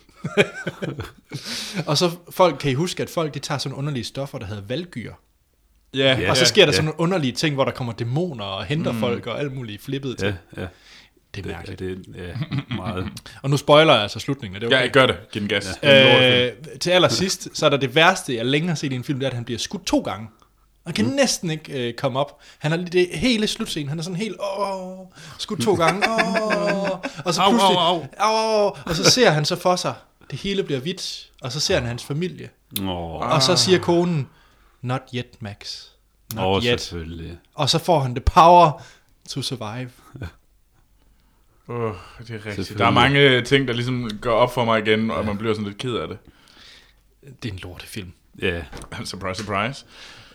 Speaker 1: og så folk, kan I huske, at folk de tager sådan underlige stoffer, der hedder valgyr.
Speaker 2: Ja,
Speaker 1: Ja, og så sker der
Speaker 3: ja.
Speaker 1: sådan nogle underlige ting, hvor der kommer dæmoner og henter mm. folk og alle mulige flippede ting. Ja,
Speaker 3: Ja, ja.
Speaker 1: det er
Speaker 3: Det,
Speaker 1: mærkeligt.
Speaker 3: det er ja, meget.
Speaker 1: Og nu spoiler jeg altså slutningen, og det er
Speaker 2: Ja,
Speaker 1: okay.
Speaker 2: jeg gør det. Giv den gas. Øh,
Speaker 1: Øh, til allersidst, så er der det værste, jeg længe har set i en film, det er, at han bliver skudt to gange. Han kan mm. næsten ikke øh, komme op. Han er lige- det hele slutscenen, han er sådan helt, åh, skudt to gange, åh, og så
Speaker 3: Au, au,
Speaker 1: pludselig,
Speaker 3: au.
Speaker 1: au, og så ser han så for sig, det hele bliver hvidt, og så ser han hans familie,
Speaker 3: Åh,
Speaker 1: og så
Speaker 3: Ah.
Speaker 1: siger konen, not yet, Max, not
Speaker 3: oh,
Speaker 1: yet,
Speaker 3: selvfølgelig.
Speaker 1: og så får han the power to survive.
Speaker 2: oh, det er rigtigt.
Speaker 3: Selvfølgelig.
Speaker 2: Der er mange ting, der ligesom går op for mig igen, og man bliver sådan lidt ked af det.
Speaker 1: Det er en lortefilm.
Speaker 3: Ja,
Speaker 2: Surprise, surprise.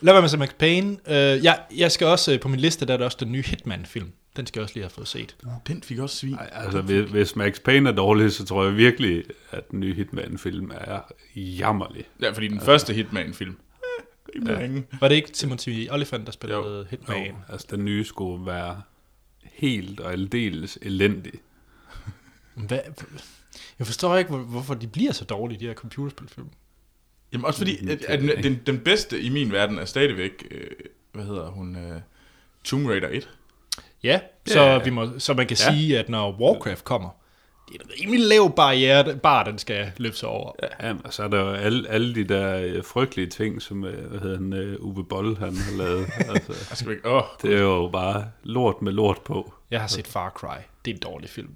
Speaker 1: Lad være med så Max Payne. Øh, jeg, jeg skal også, øh, på min liste, der er der også den nye Hitman-film. Den skal jeg også lige have fået set.
Speaker 2: Den fik også svin.
Speaker 3: Ej, altså hvis, hvis Max Payne er dårlig, så tror jeg virkelig, at den nye Hitman-film er jammerlig.
Speaker 2: Ja, fordi den første Hitman-film. Eh, rimelig ringe.
Speaker 1: Var det ikke Timothy Olyphant, der spillede
Speaker 2: Jo.
Speaker 1: Hitman?
Speaker 3: Jo, altså den nye skulle være helt og aldeles elendig.
Speaker 1: Hvad? Jeg forstår ikke, hvor- hvorfor de bliver så dårlige, de her computerspilfilm.
Speaker 2: Jamen også fordi, at, at den, den, den bedste i min verden er stadigvæk, øh, hvad hedder hun, øh, Tomb Raider 1.
Speaker 1: Ja, så,
Speaker 3: Ja.
Speaker 1: Vi må, så man kan
Speaker 3: Ja.
Speaker 1: ja. sige, at når Warcraft kommer, det er en rimelig lav barriere, bar den skal løfte sig over. Ja.
Speaker 3: Ja, og så altså, er der jo alle, alle de der øh, frygtelige ting, som øh, hvad hedder han, øh, Uwe Boll han har lavet. altså,
Speaker 2: Jeg skal ikke, åh.
Speaker 3: det er jo bare lort med lort på.
Speaker 1: Jeg har set Far Cry. Det er en dårlig film.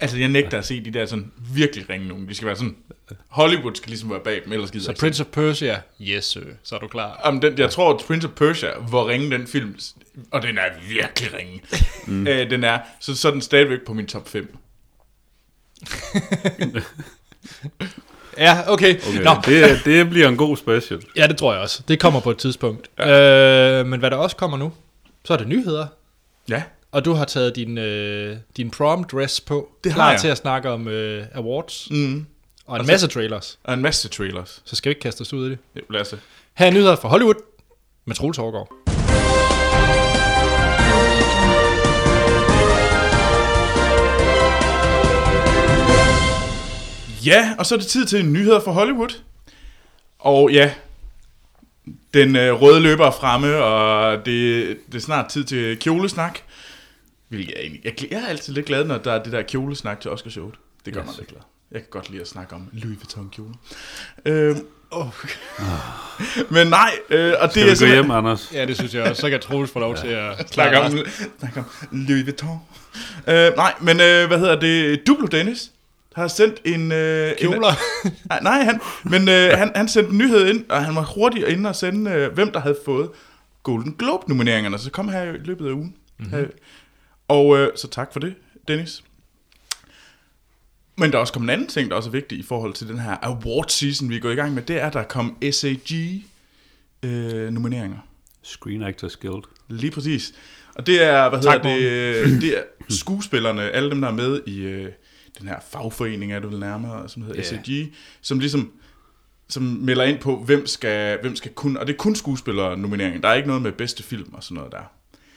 Speaker 2: Altså, jeg nægter at se de der sådan virkelig ringe nogen. De skal være sådan, Hollywood skal ligesom være bag dem, ellers gider jeg
Speaker 1: Så
Speaker 2: ikke.
Speaker 1: Prince of Persia, yes sir, så er du klar.
Speaker 2: Jamen, den, jeg tror, at Prince of Persia, hvor ringe den film, og den er virkelig ringe, mm. øh, den er, så, så er den stadigvæk på min top 5.
Speaker 1: Ja, okay.
Speaker 3: Okay,
Speaker 1: okay. Nå,
Speaker 3: det, det bliver en god special.
Speaker 1: ja, det tror jeg også. Det kommer på et tidspunkt. Ja. Øh, men hvad der også kommer nu, så er det nyheder.
Speaker 2: Ja.
Speaker 1: Og du har taget din, øh, din prom dress på.
Speaker 2: Det har
Speaker 1: klar
Speaker 2: jeg.
Speaker 1: til at snakke om øh, awards.
Speaker 2: Mm.
Speaker 1: Og en masse trailers.
Speaker 2: Og en masse trailers.
Speaker 1: Så skal vi ikke kaste os ud i det.
Speaker 2: Ja, Lad os se.
Speaker 1: Her er nyheder fra Hollywood med Troels Hårgaard.
Speaker 2: Ja, og så er det tid til nyheder fra Hollywood. Og ja, Den øh, røde løber er fremme, og det, det er snart tid til kjolesnak. Hvilket jeg, egentlig, jeg, glæ- jeg er altid lidt glad, når der er det der kjolesnak til Oscar Showet. Det gør yes. mig lidt glad. Jeg kan godt lide at snakke om Louis Vuitton kjoler. Øh, oh. Men nej, øh, og det
Speaker 3: Skal
Speaker 2: er
Speaker 3: vi gå
Speaker 2: simpelthen-
Speaker 3: hjem, Anders?
Speaker 1: Ja, det synes jeg også. Så kan Troels få lov til at
Speaker 2: Snakker om, snakker om Louis Vuitton. Øh, nej, men øh, hvad hedder det? Duplo Dennis har sendt en... Øh,
Speaker 1: Kjoler.
Speaker 2: En, nej, nej, han, men øh, han, han sendte en nyhed ind, og han var hurtig inde og sende, øh, hvem der havde fået Golden Globe-nomineringerne. Så kom her i løbet af ugen. Mm-hmm. Øh, og øh, så tak for det, Dennis. Men der er også kommet en anden ting, der også er vigtig i forhold til den her award season, vi er gået i gang med. Det er, at der kom øh, SAG-nomineringer.
Speaker 3: Screen Actors Guild.
Speaker 2: Lige præcis. Og det er, hvad
Speaker 1: Tak,
Speaker 2: hedder det, det er skuespillerne, alle dem, der er med i øh, den her fagforening, er det vel nærmere, som hedder
Speaker 3: Ja.
Speaker 2: yeah. SAG, som ligesom som melder ind på, hvem skal, hvem skal kun, og det er kun skuespillernomineringen, der er ikke noget med bedste film og sådan noget der.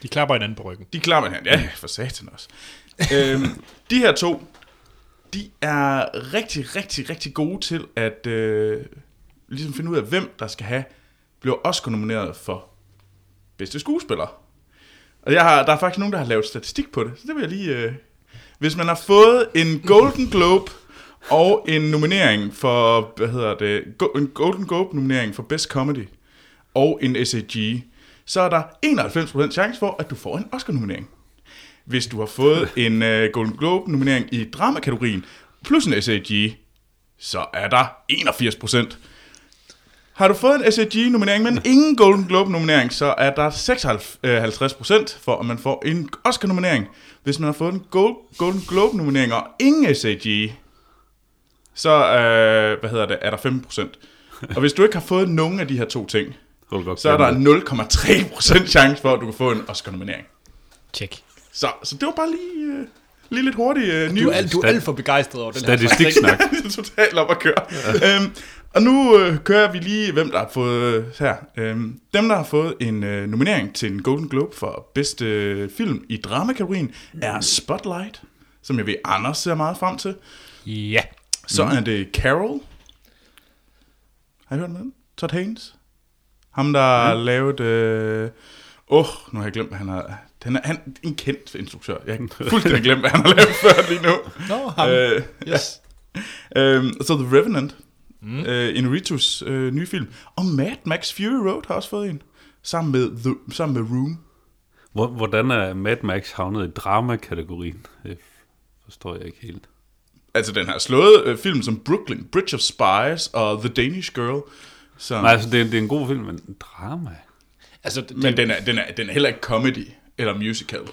Speaker 1: De klapper hinanden på ryggen.
Speaker 2: De klarer man her, ja, for satan også. øhm, de her to, de er rigtig, rigtig, rigtig gode til at øh, ligesom finde ud af, hvem der skal have, bliver Oscar nomineret for bedste skuespiller. Og Altså, jeg har, der er faktisk nogen, der har lavet statistik på det, så det vil jeg lige... Øh. Hvis man har fået en Golden Globe og en nominering for, hvad hedder det, Go- en Golden Globe-nominering for Best Comedy og en SAG, så er der 91% chance for, at du får en Oscar-nominering. Hvis du har fået en øh, Golden Globe-nominering i dramakategorien plus en SAG, så er der 81%. Har du fået en SAG-nominering, men ingen Golden Globe-nominering, så er der 56% for, at man får en Oscar-nominering. Hvis man har fået en Gold- Golden Globe-nominering og ingen SAG, så øh, hvad hedder det, er der 15%. Og hvis du ikke har fået nogen af de her to ting,
Speaker 3: Holger
Speaker 2: så er der
Speaker 3: Klemmer.
Speaker 2: 0,3% chance for, at du kan få en Oscar-nominering.
Speaker 1: Tjek.
Speaker 2: Så, så det var bare lige, øh, lige lidt hurtigt øh, news.
Speaker 1: Du er, alt, du er
Speaker 3: Stat-
Speaker 1: alt for begejstret over den her slags ting.
Speaker 3: Statistiksnak.
Speaker 2: det er totalt op at køre. øhm, og nu øh, kører vi lige, hvem der har fået øh, her. Øhm, dem, der har fået en øh, nominering til en Golden Globe for bedste øh, film i dramakategorien, er Spotlight, som jeg ved, Anders ser meget frem til.
Speaker 1: Ja.
Speaker 2: Så er det Carol. Har I hørt om den? Todd Haynes. Ham, der har mm. lavet... Åh, øh... oh, nu har jeg glemt, hvad han har... Han er, han er en kendt instruktør. Jeg har fuldstændig glemt, hvad han har lavet før lige nu.
Speaker 1: Nå, ham.
Speaker 2: Øh,
Speaker 1: yes.
Speaker 2: øhm, og så The Revenant. Mm. Øh, Inuritus øh, nye film. Og Mad Max Fury Road har også fået en. Sammen med, The, sammen med Room.
Speaker 3: Hvor- Hvordan er Mad Max havnet i drama-kategorien? Det forstår jeg ikke helt.
Speaker 2: Altså, den har slået øh, film som Brooklyn, Bridge of Spies og The Danish Girl. Som,
Speaker 3: Nej, altså, det er, det er en god film, men drama?
Speaker 1: Altså, det,
Speaker 2: Men den er, den, er, den er heller ikke comedy eller musical.
Speaker 1: men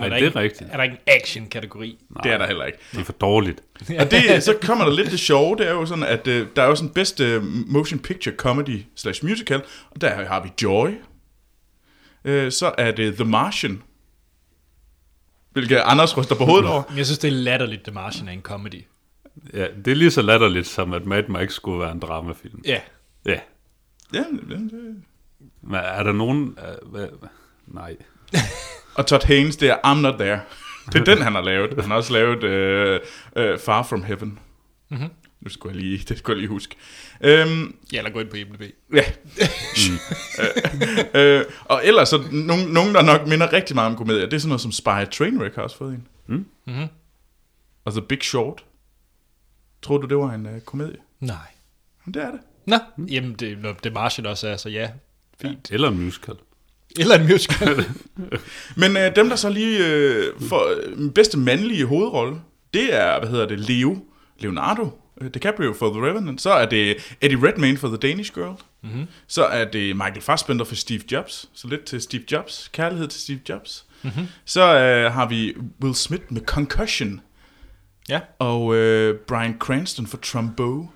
Speaker 3: Nej,
Speaker 1: der
Speaker 3: det er
Speaker 1: ikke-
Speaker 3: rigtigt.
Speaker 1: Er der ikke en action-kategori?
Speaker 3: Nej,
Speaker 2: Det er der heller ikke.
Speaker 3: Det er for dårligt.
Speaker 2: Og det, så kommer der lidt det sjove, det er jo sådan, at øh, der er jo sådan bedste øh, motion picture comedy slash musical, og der har vi Joy. Øh, så er det The Martian, hvilket Anders ryster på hovedet over.
Speaker 1: Men Jeg synes, det er latterligt, The Martian er en comedy.
Speaker 3: Ja, det er lige så latterligt, som at Mad Max skulle være en dramafilm.
Speaker 1: Ja.
Speaker 3: Ja.
Speaker 2: Ja, det, det.
Speaker 3: Men er der nogen... Uh, hvad? Nej.
Speaker 2: Og Todd Haynes, det er I'm Not There. Det er den, han har lavet. Han har også lavet øh, øh, Far From Heaven. Mm-hmm. Nu skulle jeg lige, det skulle jeg lige huske. Øhm,
Speaker 1: Ja, eller gå ind på IMDb.
Speaker 2: Ja. Mm. øh, og ellers, så nogen, nogen, der nok minder rigtig meget om komedier, det er sådan noget som Spy Trainwreck har også fået en. Mm.
Speaker 1: Mhm.
Speaker 2: Og The Big Short. Tror du, det var en øh, komedie?
Speaker 1: Nej.
Speaker 2: Men det er det.
Speaker 1: Nå, jamen, det, når The Martian også er, så ja. Fint.
Speaker 3: Eller en musical.
Speaker 1: Eller en musical.
Speaker 2: Men øh, dem, der så lige øh, får øh, bedste mandlige hovedrolle, det er, hvad hedder det, Leo, Leonardo øh, DiCaprio for The Revenant. Så er det Eddie Redmayne for The Danish Girl. Mm-hmm. Så er det Michael Fassbender for Steve Jobs. Så lidt til Steve Jobs. Kærlighed til Steve Jobs. Mm-hmm. Så øh, har vi Will Smith med Concussion.
Speaker 1: ja.
Speaker 2: Og øh, Brian Cranston for Trumbo.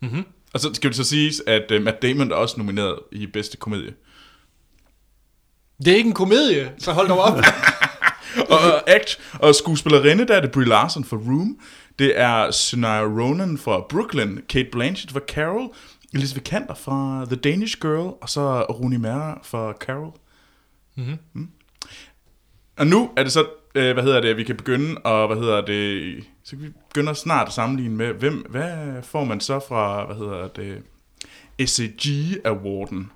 Speaker 2: Mm-hmm. Og så skal det så siges, at øh, Matt Damon er også nomineret i bedste komedie.
Speaker 1: Det er ikke en komedie, så hold dog op.
Speaker 2: og, og act og skuespillerinde, der er det Brie Larson for Room, det er Shania Ronan fra Brooklyn, Kate Blanchett fra Carol, Elizabeth Kanter fra The Danish Girl, og så Rooney Mara fra Carol. Mm-hmm. Mm. Og nu er det så, øh, hvad hedder det, vi kan begynde, og hvad hedder det, så kan vi begynde at snart sammenligne med, hvem, hvad får man så fra, hvad hedder det, SAG-awarden.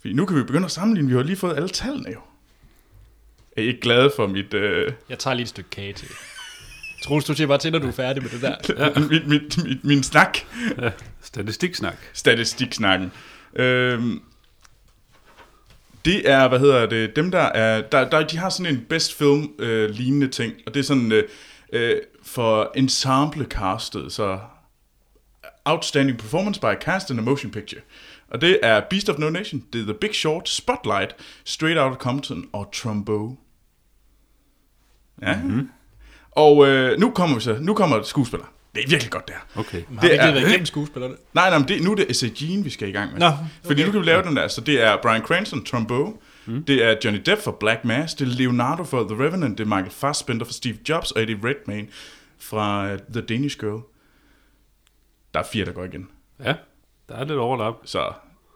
Speaker 2: Fordi nu kan vi begynde at sammenligne, vi har lige fået alle tallene jo. Er I ikke glade for mit, øh,
Speaker 1: Jeg tager lige et stykke kage til. Troels, du siger bare til, når du er færdig med det der.
Speaker 2: mit, mit, mit, min snak?
Speaker 3: Statistiksnak.
Speaker 2: statistiksnakken. Øhm, det er, hvad hedder det, dem der er, der, der, de har sådan en best film øh, lignende ting, og det er sådan øh, øh, for ensemble castet, så Outstanding Performance by Cast in a Motion Picture. Og det er Beast of No Nation, det er The Big Short, Spotlight, Straight Outta Compton og Trumbo. Ja. Mm-hmm. Og øh, nu kommer vi så, nu kommer skuespiller. Det er virkelig godt, det her.
Speaker 3: Okay.
Speaker 1: Har vi
Speaker 2: Det
Speaker 1: ikke
Speaker 2: er-
Speaker 1: lige været igennem skuespillerne?
Speaker 2: Nej, nej, men det, nu er det SAG'en, vi skal i gang med.
Speaker 1: Nå, okay.
Speaker 2: Fordi nu kan vi lave den der. Så det er Brian Cranston, Trumbo. Mm. Det er Johnny Depp for Black Mass. Det er Leonardo for The Revenant. Det er Michael Fassbender for Steve Jobs. Og Eddie Redmayne fra øh, The Danish Girl. Der er fire, der går igen.
Speaker 3: Ja, der er lidt overlap.
Speaker 2: Så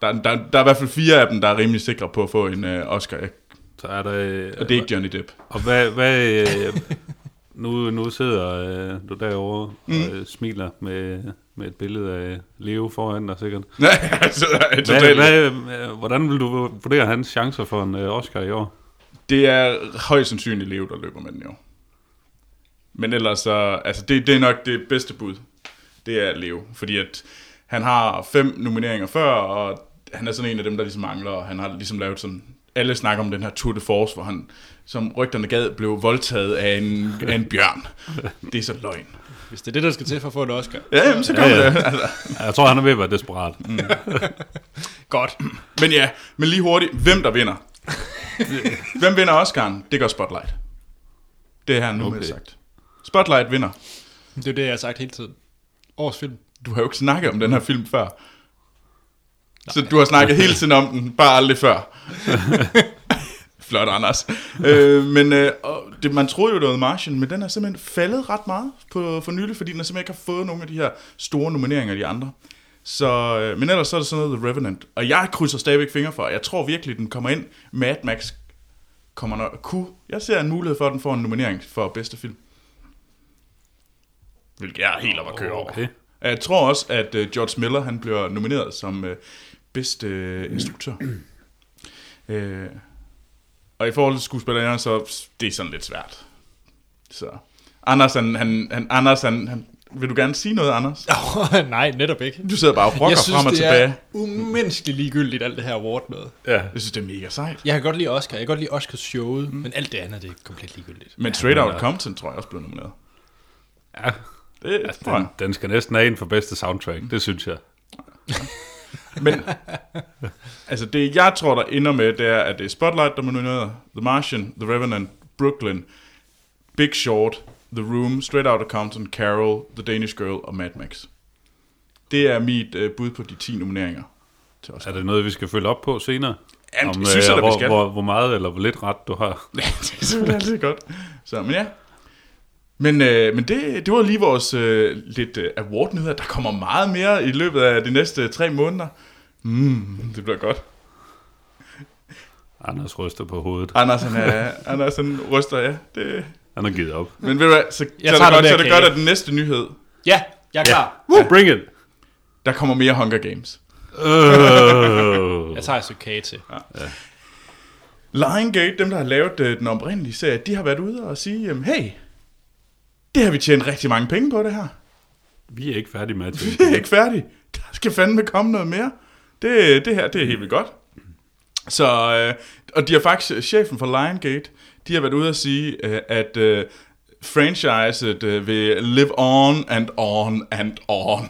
Speaker 2: der, der, der er i hvert fald fire af dem, der er rimelig sikre på at få en øh, Oscar. Jeg-
Speaker 3: Så er der... øh,
Speaker 2: Og det er ikke Johnny Depp.
Speaker 3: Og hvad... hvad øh, nu, nu sidder øh, du derovre og
Speaker 2: Mm.
Speaker 3: øh, smiler med, med et billede af Leo foran dig sikkert.
Speaker 2: Nej, altså,
Speaker 3: Hvad,
Speaker 2: totalt.
Speaker 3: hvad, øh, hvordan vil du vurdere hans chancer for en øh, Oscar i år?
Speaker 2: Det er højst sandsynligt Leo, der løber med den jo. Men ellers så, altså det, det er nok det bedste bud. Det er Leo, fordi at han har fem nomineringer før, og han er sådan en af dem, der ligesom mangler, og han har ligesom lavet sådan, alle snakker om den her Tour de Force, hvor han, som rygterne gad, blev voldtaget af en, af en bjørn. Det er så løgn.
Speaker 1: Hvis det er det, der skal til for at få en Oscar.
Speaker 2: Ja, jamen, så kommer ja,
Speaker 3: Ja, ja.
Speaker 2: ja. det. Altså.
Speaker 3: Jeg tror, han er ved at være desperat.
Speaker 1: Godt.
Speaker 2: Men ja, men lige hurtigt, hvem der vinder? hvem vinder Oscar'en? Det gør Spotlight. Det er her nu okay.
Speaker 3: Okay.
Speaker 2: sagt. Spotlight vinder.
Speaker 1: Det er jo det, jeg har sagt hele tiden. Årets film.
Speaker 2: du har jo ikke snakket om den her film før. Så du har snakket hele tiden om den, bare aldrig før. Flot, Anders. Øh, men øh, og det, man troede jo, det var The Martian, men den er simpelthen faldet ret meget på, for nylig, fordi den har simpelthen ikke har fået nogen af de her store nomineringer af de andre. Så, øh, men ellers så er det sådan noget The Revenant. Og jeg krydser stadigvæk fingre for, jeg tror virkelig, den kommer ind. Mad Max kommer nok kunne. Jeg ser en mulighed for, at den får en nominering for bedste film. Hvilket jeg er helt op at køre over.
Speaker 3: Okay.
Speaker 2: Og Jeg tror også, at øh, George Miller han bliver nomineret som øh, bedste øh, instruktør. Øh, og i forhold til skuespillerne, så det er sådan lidt svært. Så Anders, han, han, han, Anders han, han, vil du gerne sige noget, Anders?
Speaker 1: Oh, nej, netop ikke.
Speaker 2: Du sidder bare og rocker
Speaker 1: jeg synes,
Speaker 2: frem og
Speaker 1: det
Speaker 2: tilbage.
Speaker 1: er umenneskeligt ligegyldigt, alt det her award noget.
Speaker 3: Ja.
Speaker 2: Jeg synes, det er mega sejt.
Speaker 1: Jeg kan godt lide Oscar, jeg kan godt lide Oscars showet, mm. men alt det andet, det er komplet ligegyldigt.
Speaker 2: Men Straight
Speaker 3: men,
Speaker 2: Out
Speaker 3: øh,
Speaker 2: Compton tror jeg også blev nomineret.
Speaker 3: ja.
Speaker 2: Det altså, tror jeg.
Speaker 3: Den, den skal næsten have en for bedste soundtrack, det synes jeg.
Speaker 2: Men altså det, jeg tror, der ender med, det er, at det er Spotlight, der er nomineret, The Martian, The Revenant, Brooklyn, Big Short, The Room, Straight Outta Compton, Carol, The Danish Girl og Mad Max. Det er mit øh, bud på de 10 nomineringer. Til os.
Speaker 3: Er det noget, vi skal følge op på senere?
Speaker 2: Ja, det synes jeg da, vi
Speaker 3: øh, hvor,
Speaker 2: skal.
Speaker 3: hvor, hvor meget eller hvor lidt ret du har.
Speaker 2: det er selvfølgelig altid godt. Så, men ja. Men, øh, men det, det var lige vores øh, lidt øh, award-nyheder. Der kommer meget mere i løbet af de næste tre måneder. Mm, det bliver godt.
Speaker 3: Anders ryster på hovedet.
Speaker 2: Anders, han, er, Anders, han øh, ryster, ja. Det,
Speaker 3: Han har givet op.
Speaker 2: Men ved du hvad, så,
Speaker 1: Jeg
Speaker 2: så, er
Speaker 1: tager
Speaker 2: det
Speaker 1: den
Speaker 2: godt,
Speaker 1: der
Speaker 2: så er det
Speaker 1: kage.
Speaker 2: godt, at den næste nyhed,
Speaker 1: Ja, jeg er klar.
Speaker 3: Woo! Bring it!
Speaker 2: der kommer mere Hunger Games.
Speaker 3: Øh.
Speaker 1: Jeg tager altså et stykke kage til.
Speaker 2: Lion Gate, dem der har lavet øh, den oprindelige serie, de har været ude og sige, øhm, hey, det har vi tjent rigtig mange penge på det her.
Speaker 3: vi er ikke færdige med at
Speaker 2: Vi er
Speaker 3: tænke.
Speaker 2: ikke færdige. Der skal fandme komme noget mere. Det, det her, det er helt vildt godt. Så, øh, og de har faktisk, chefen for Lion Gate, de har været ude og sige, øh, at øh, franchiset øh, vil live on and on and on.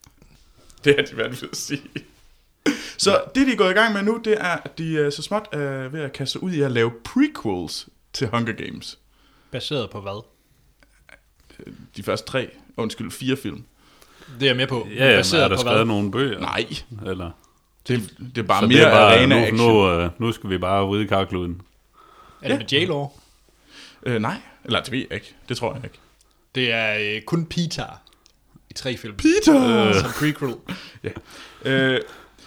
Speaker 2: Det har de været ved at sige. Så det, de er gået i gang med nu, det er, at de er så småt øh, ved at kaste sig ud i at lave prequels til Hunger Games.
Speaker 1: Baseret på hvad?
Speaker 2: De første tre, undskyld, fire film.
Speaker 1: Det er jeg med på.
Speaker 3: Ja, ja, men
Speaker 1: Baseret
Speaker 3: er der
Speaker 1: på
Speaker 3: skrevet
Speaker 1: hvad?
Speaker 3: nogle bøger?
Speaker 2: Nej,
Speaker 3: Eller?
Speaker 2: det, det er bare
Speaker 3: Så
Speaker 2: mere
Speaker 3: det er bare,
Speaker 2: arena-action.
Speaker 3: nu, nu, øh, nu skal vi bare vride karkluden.
Speaker 1: Er det med J-Law?
Speaker 2: Øh, nej, eller det ved jeg ikke. Det tror jeg ikke.
Speaker 1: Det er øh, kun Peter i tre film.
Speaker 2: Peter!
Speaker 1: Som prequel.
Speaker 2: Øh,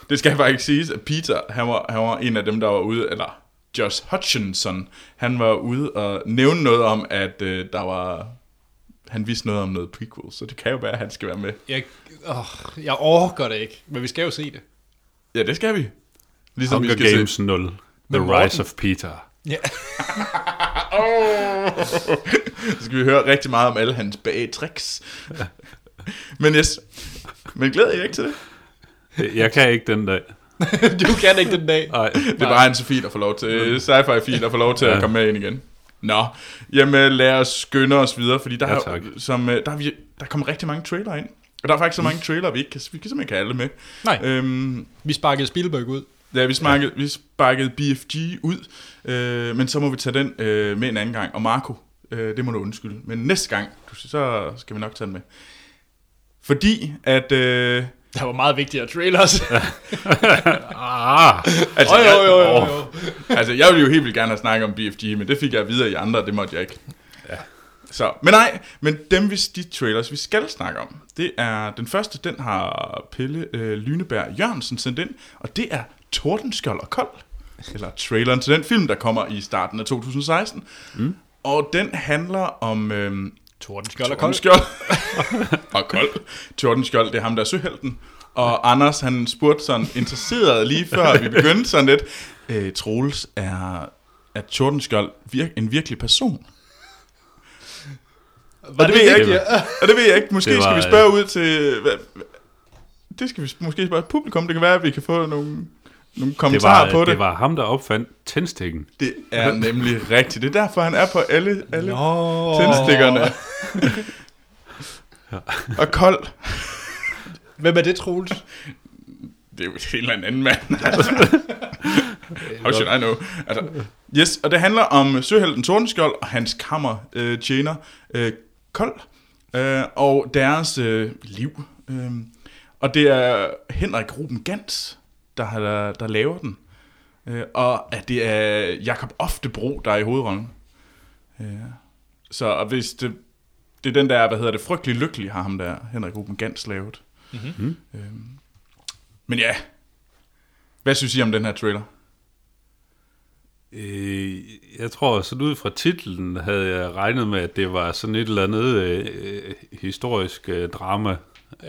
Speaker 2: det skal bare ikke siges, at Peter, han var, han var en af dem, der var ude, eller Josh Hutchinson, han var ude og nævne noget om, at øh, der var, han vidste noget om noget prequel, så det kan jo være, at han skal være med.
Speaker 1: Jeg, åh, jeg orker det ikke, men vi skal jo se det.
Speaker 2: Ja, det skal vi. Ligesom
Speaker 3: Hunger
Speaker 2: vi skal
Speaker 3: Games
Speaker 2: se.
Speaker 3: 0. The
Speaker 1: Morten.
Speaker 3: Rise of Peter.
Speaker 1: Ja.
Speaker 2: Så skal vi høre rigtig meget om alle hans bage tricks. Men yes. Men glæder jeg ikke til det.
Speaker 3: Øh, Jeg kan ikke den dag.
Speaker 1: du kan ikke den dag.
Speaker 3: Nej.
Speaker 2: Det er bare en Sofie, der får lov
Speaker 1: Mm.
Speaker 2: til, sci-fi fil, der får lov til at
Speaker 3: Ja.
Speaker 2: komme med ind igen. Nå, jamen øh, lad os skynde os videre, fordi der,
Speaker 3: Ja,
Speaker 2: ja,
Speaker 3: tak.
Speaker 2: er, som, øh, der, er, vi- der kommer rigtig mange trailer ind. Og der er faktisk så mange trailer, vi, ikke kan, vi kan simpelthen ikke have alle med.
Speaker 1: Mm. Nej.
Speaker 2: Øhm,
Speaker 1: Vi sparkede Spielberg ud.
Speaker 2: Ja, vi sparkede, ja. vi sparkede BFG ud, øh, men så må vi tage den øh, med en anden gang. Og Marco, øh, det må du undskylde. Men næste gang, du- så skal vi nok tage den med. Fordi at... Øh,
Speaker 1: Der var meget vigtigere trailers.
Speaker 3: Ah,
Speaker 2: altså,
Speaker 1: Oj, oj, oj, oj,
Speaker 2: Jeg,
Speaker 1: oj.
Speaker 2: altså, jeg ville jo helt vildt gerne have snakket om BFG, men det fik jeg videre i andre, og det måtte jeg ikke. Ja. Så, men nej, men dem, hvis de trailers, vi skal snakke om, det er den første, den har Pelle øh, Lyneberg Jørgensen sendt ind, og det er Tordenskjold og Kold, eller traileren til den film, der kommer i starten af 2016. Mm. Og den handler om... Øh,
Speaker 1: Tordenskjold og kold.
Speaker 2: Tordenskjold. og kold. Tordenskjold, det er ham, der er søhelten. Og Anders, han spurgte sådan interesseret lige før vi begyndte sådan lidt. Øh, Troels, er, er Tordenskjold vir- en virkelig person?
Speaker 1: Var
Speaker 2: det ved jeg
Speaker 1: vigtigt?
Speaker 2: Og det ved jeg ikke. Måske
Speaker 3: Det
Speaker 2: var,
Speaker 3: var,
Speaker 2: skal vi spørge ud til... Hvad, det skal vi s- måske spørge publikum. Det kan være, at vi kan få nogle, nogle
Speaker 3: det,
Speaker 2: kommentarer
Speaker 3: var, øh,
Speaker 2: på det.
Speaker 3: det. det var ham, der opfandt tændstikken.
Speaker 2: det er nemlig rigtigt. Det er derfor, han er på alle, alle
Speaker 1: Nå.
Speaker 2: tændstikkerne. og kold.
Speaker 1: Hvem er det, Troels?
Speaker 2: det er jo en helt anden mand. Altså. How should I know? Altså, yes, og det handler om søhelten Tordenskjold og hans kammer øh, tjener øh, Kold øh, og deres øh, liv. Øh, og det er Henrik Ruben Gans, der, har- der, der laver den. Øh, og at det er Jakob Oftebro, der er i hovedrollen. Øh, så og hvis det, det er den der, hvad hedder det, frygtelig lykkelig har ham der, Henrik Ruben Gans lavet.
Speaker 1: Mhm.
Speaker 2: Øh, men ja, hvad synes I om den her trailer?
Speaker 3: Øh, jeg tror, sådan ud fra titlen havde jeg regnet med, at det var sådan et eller andet øh, øh, historisk øh, drama.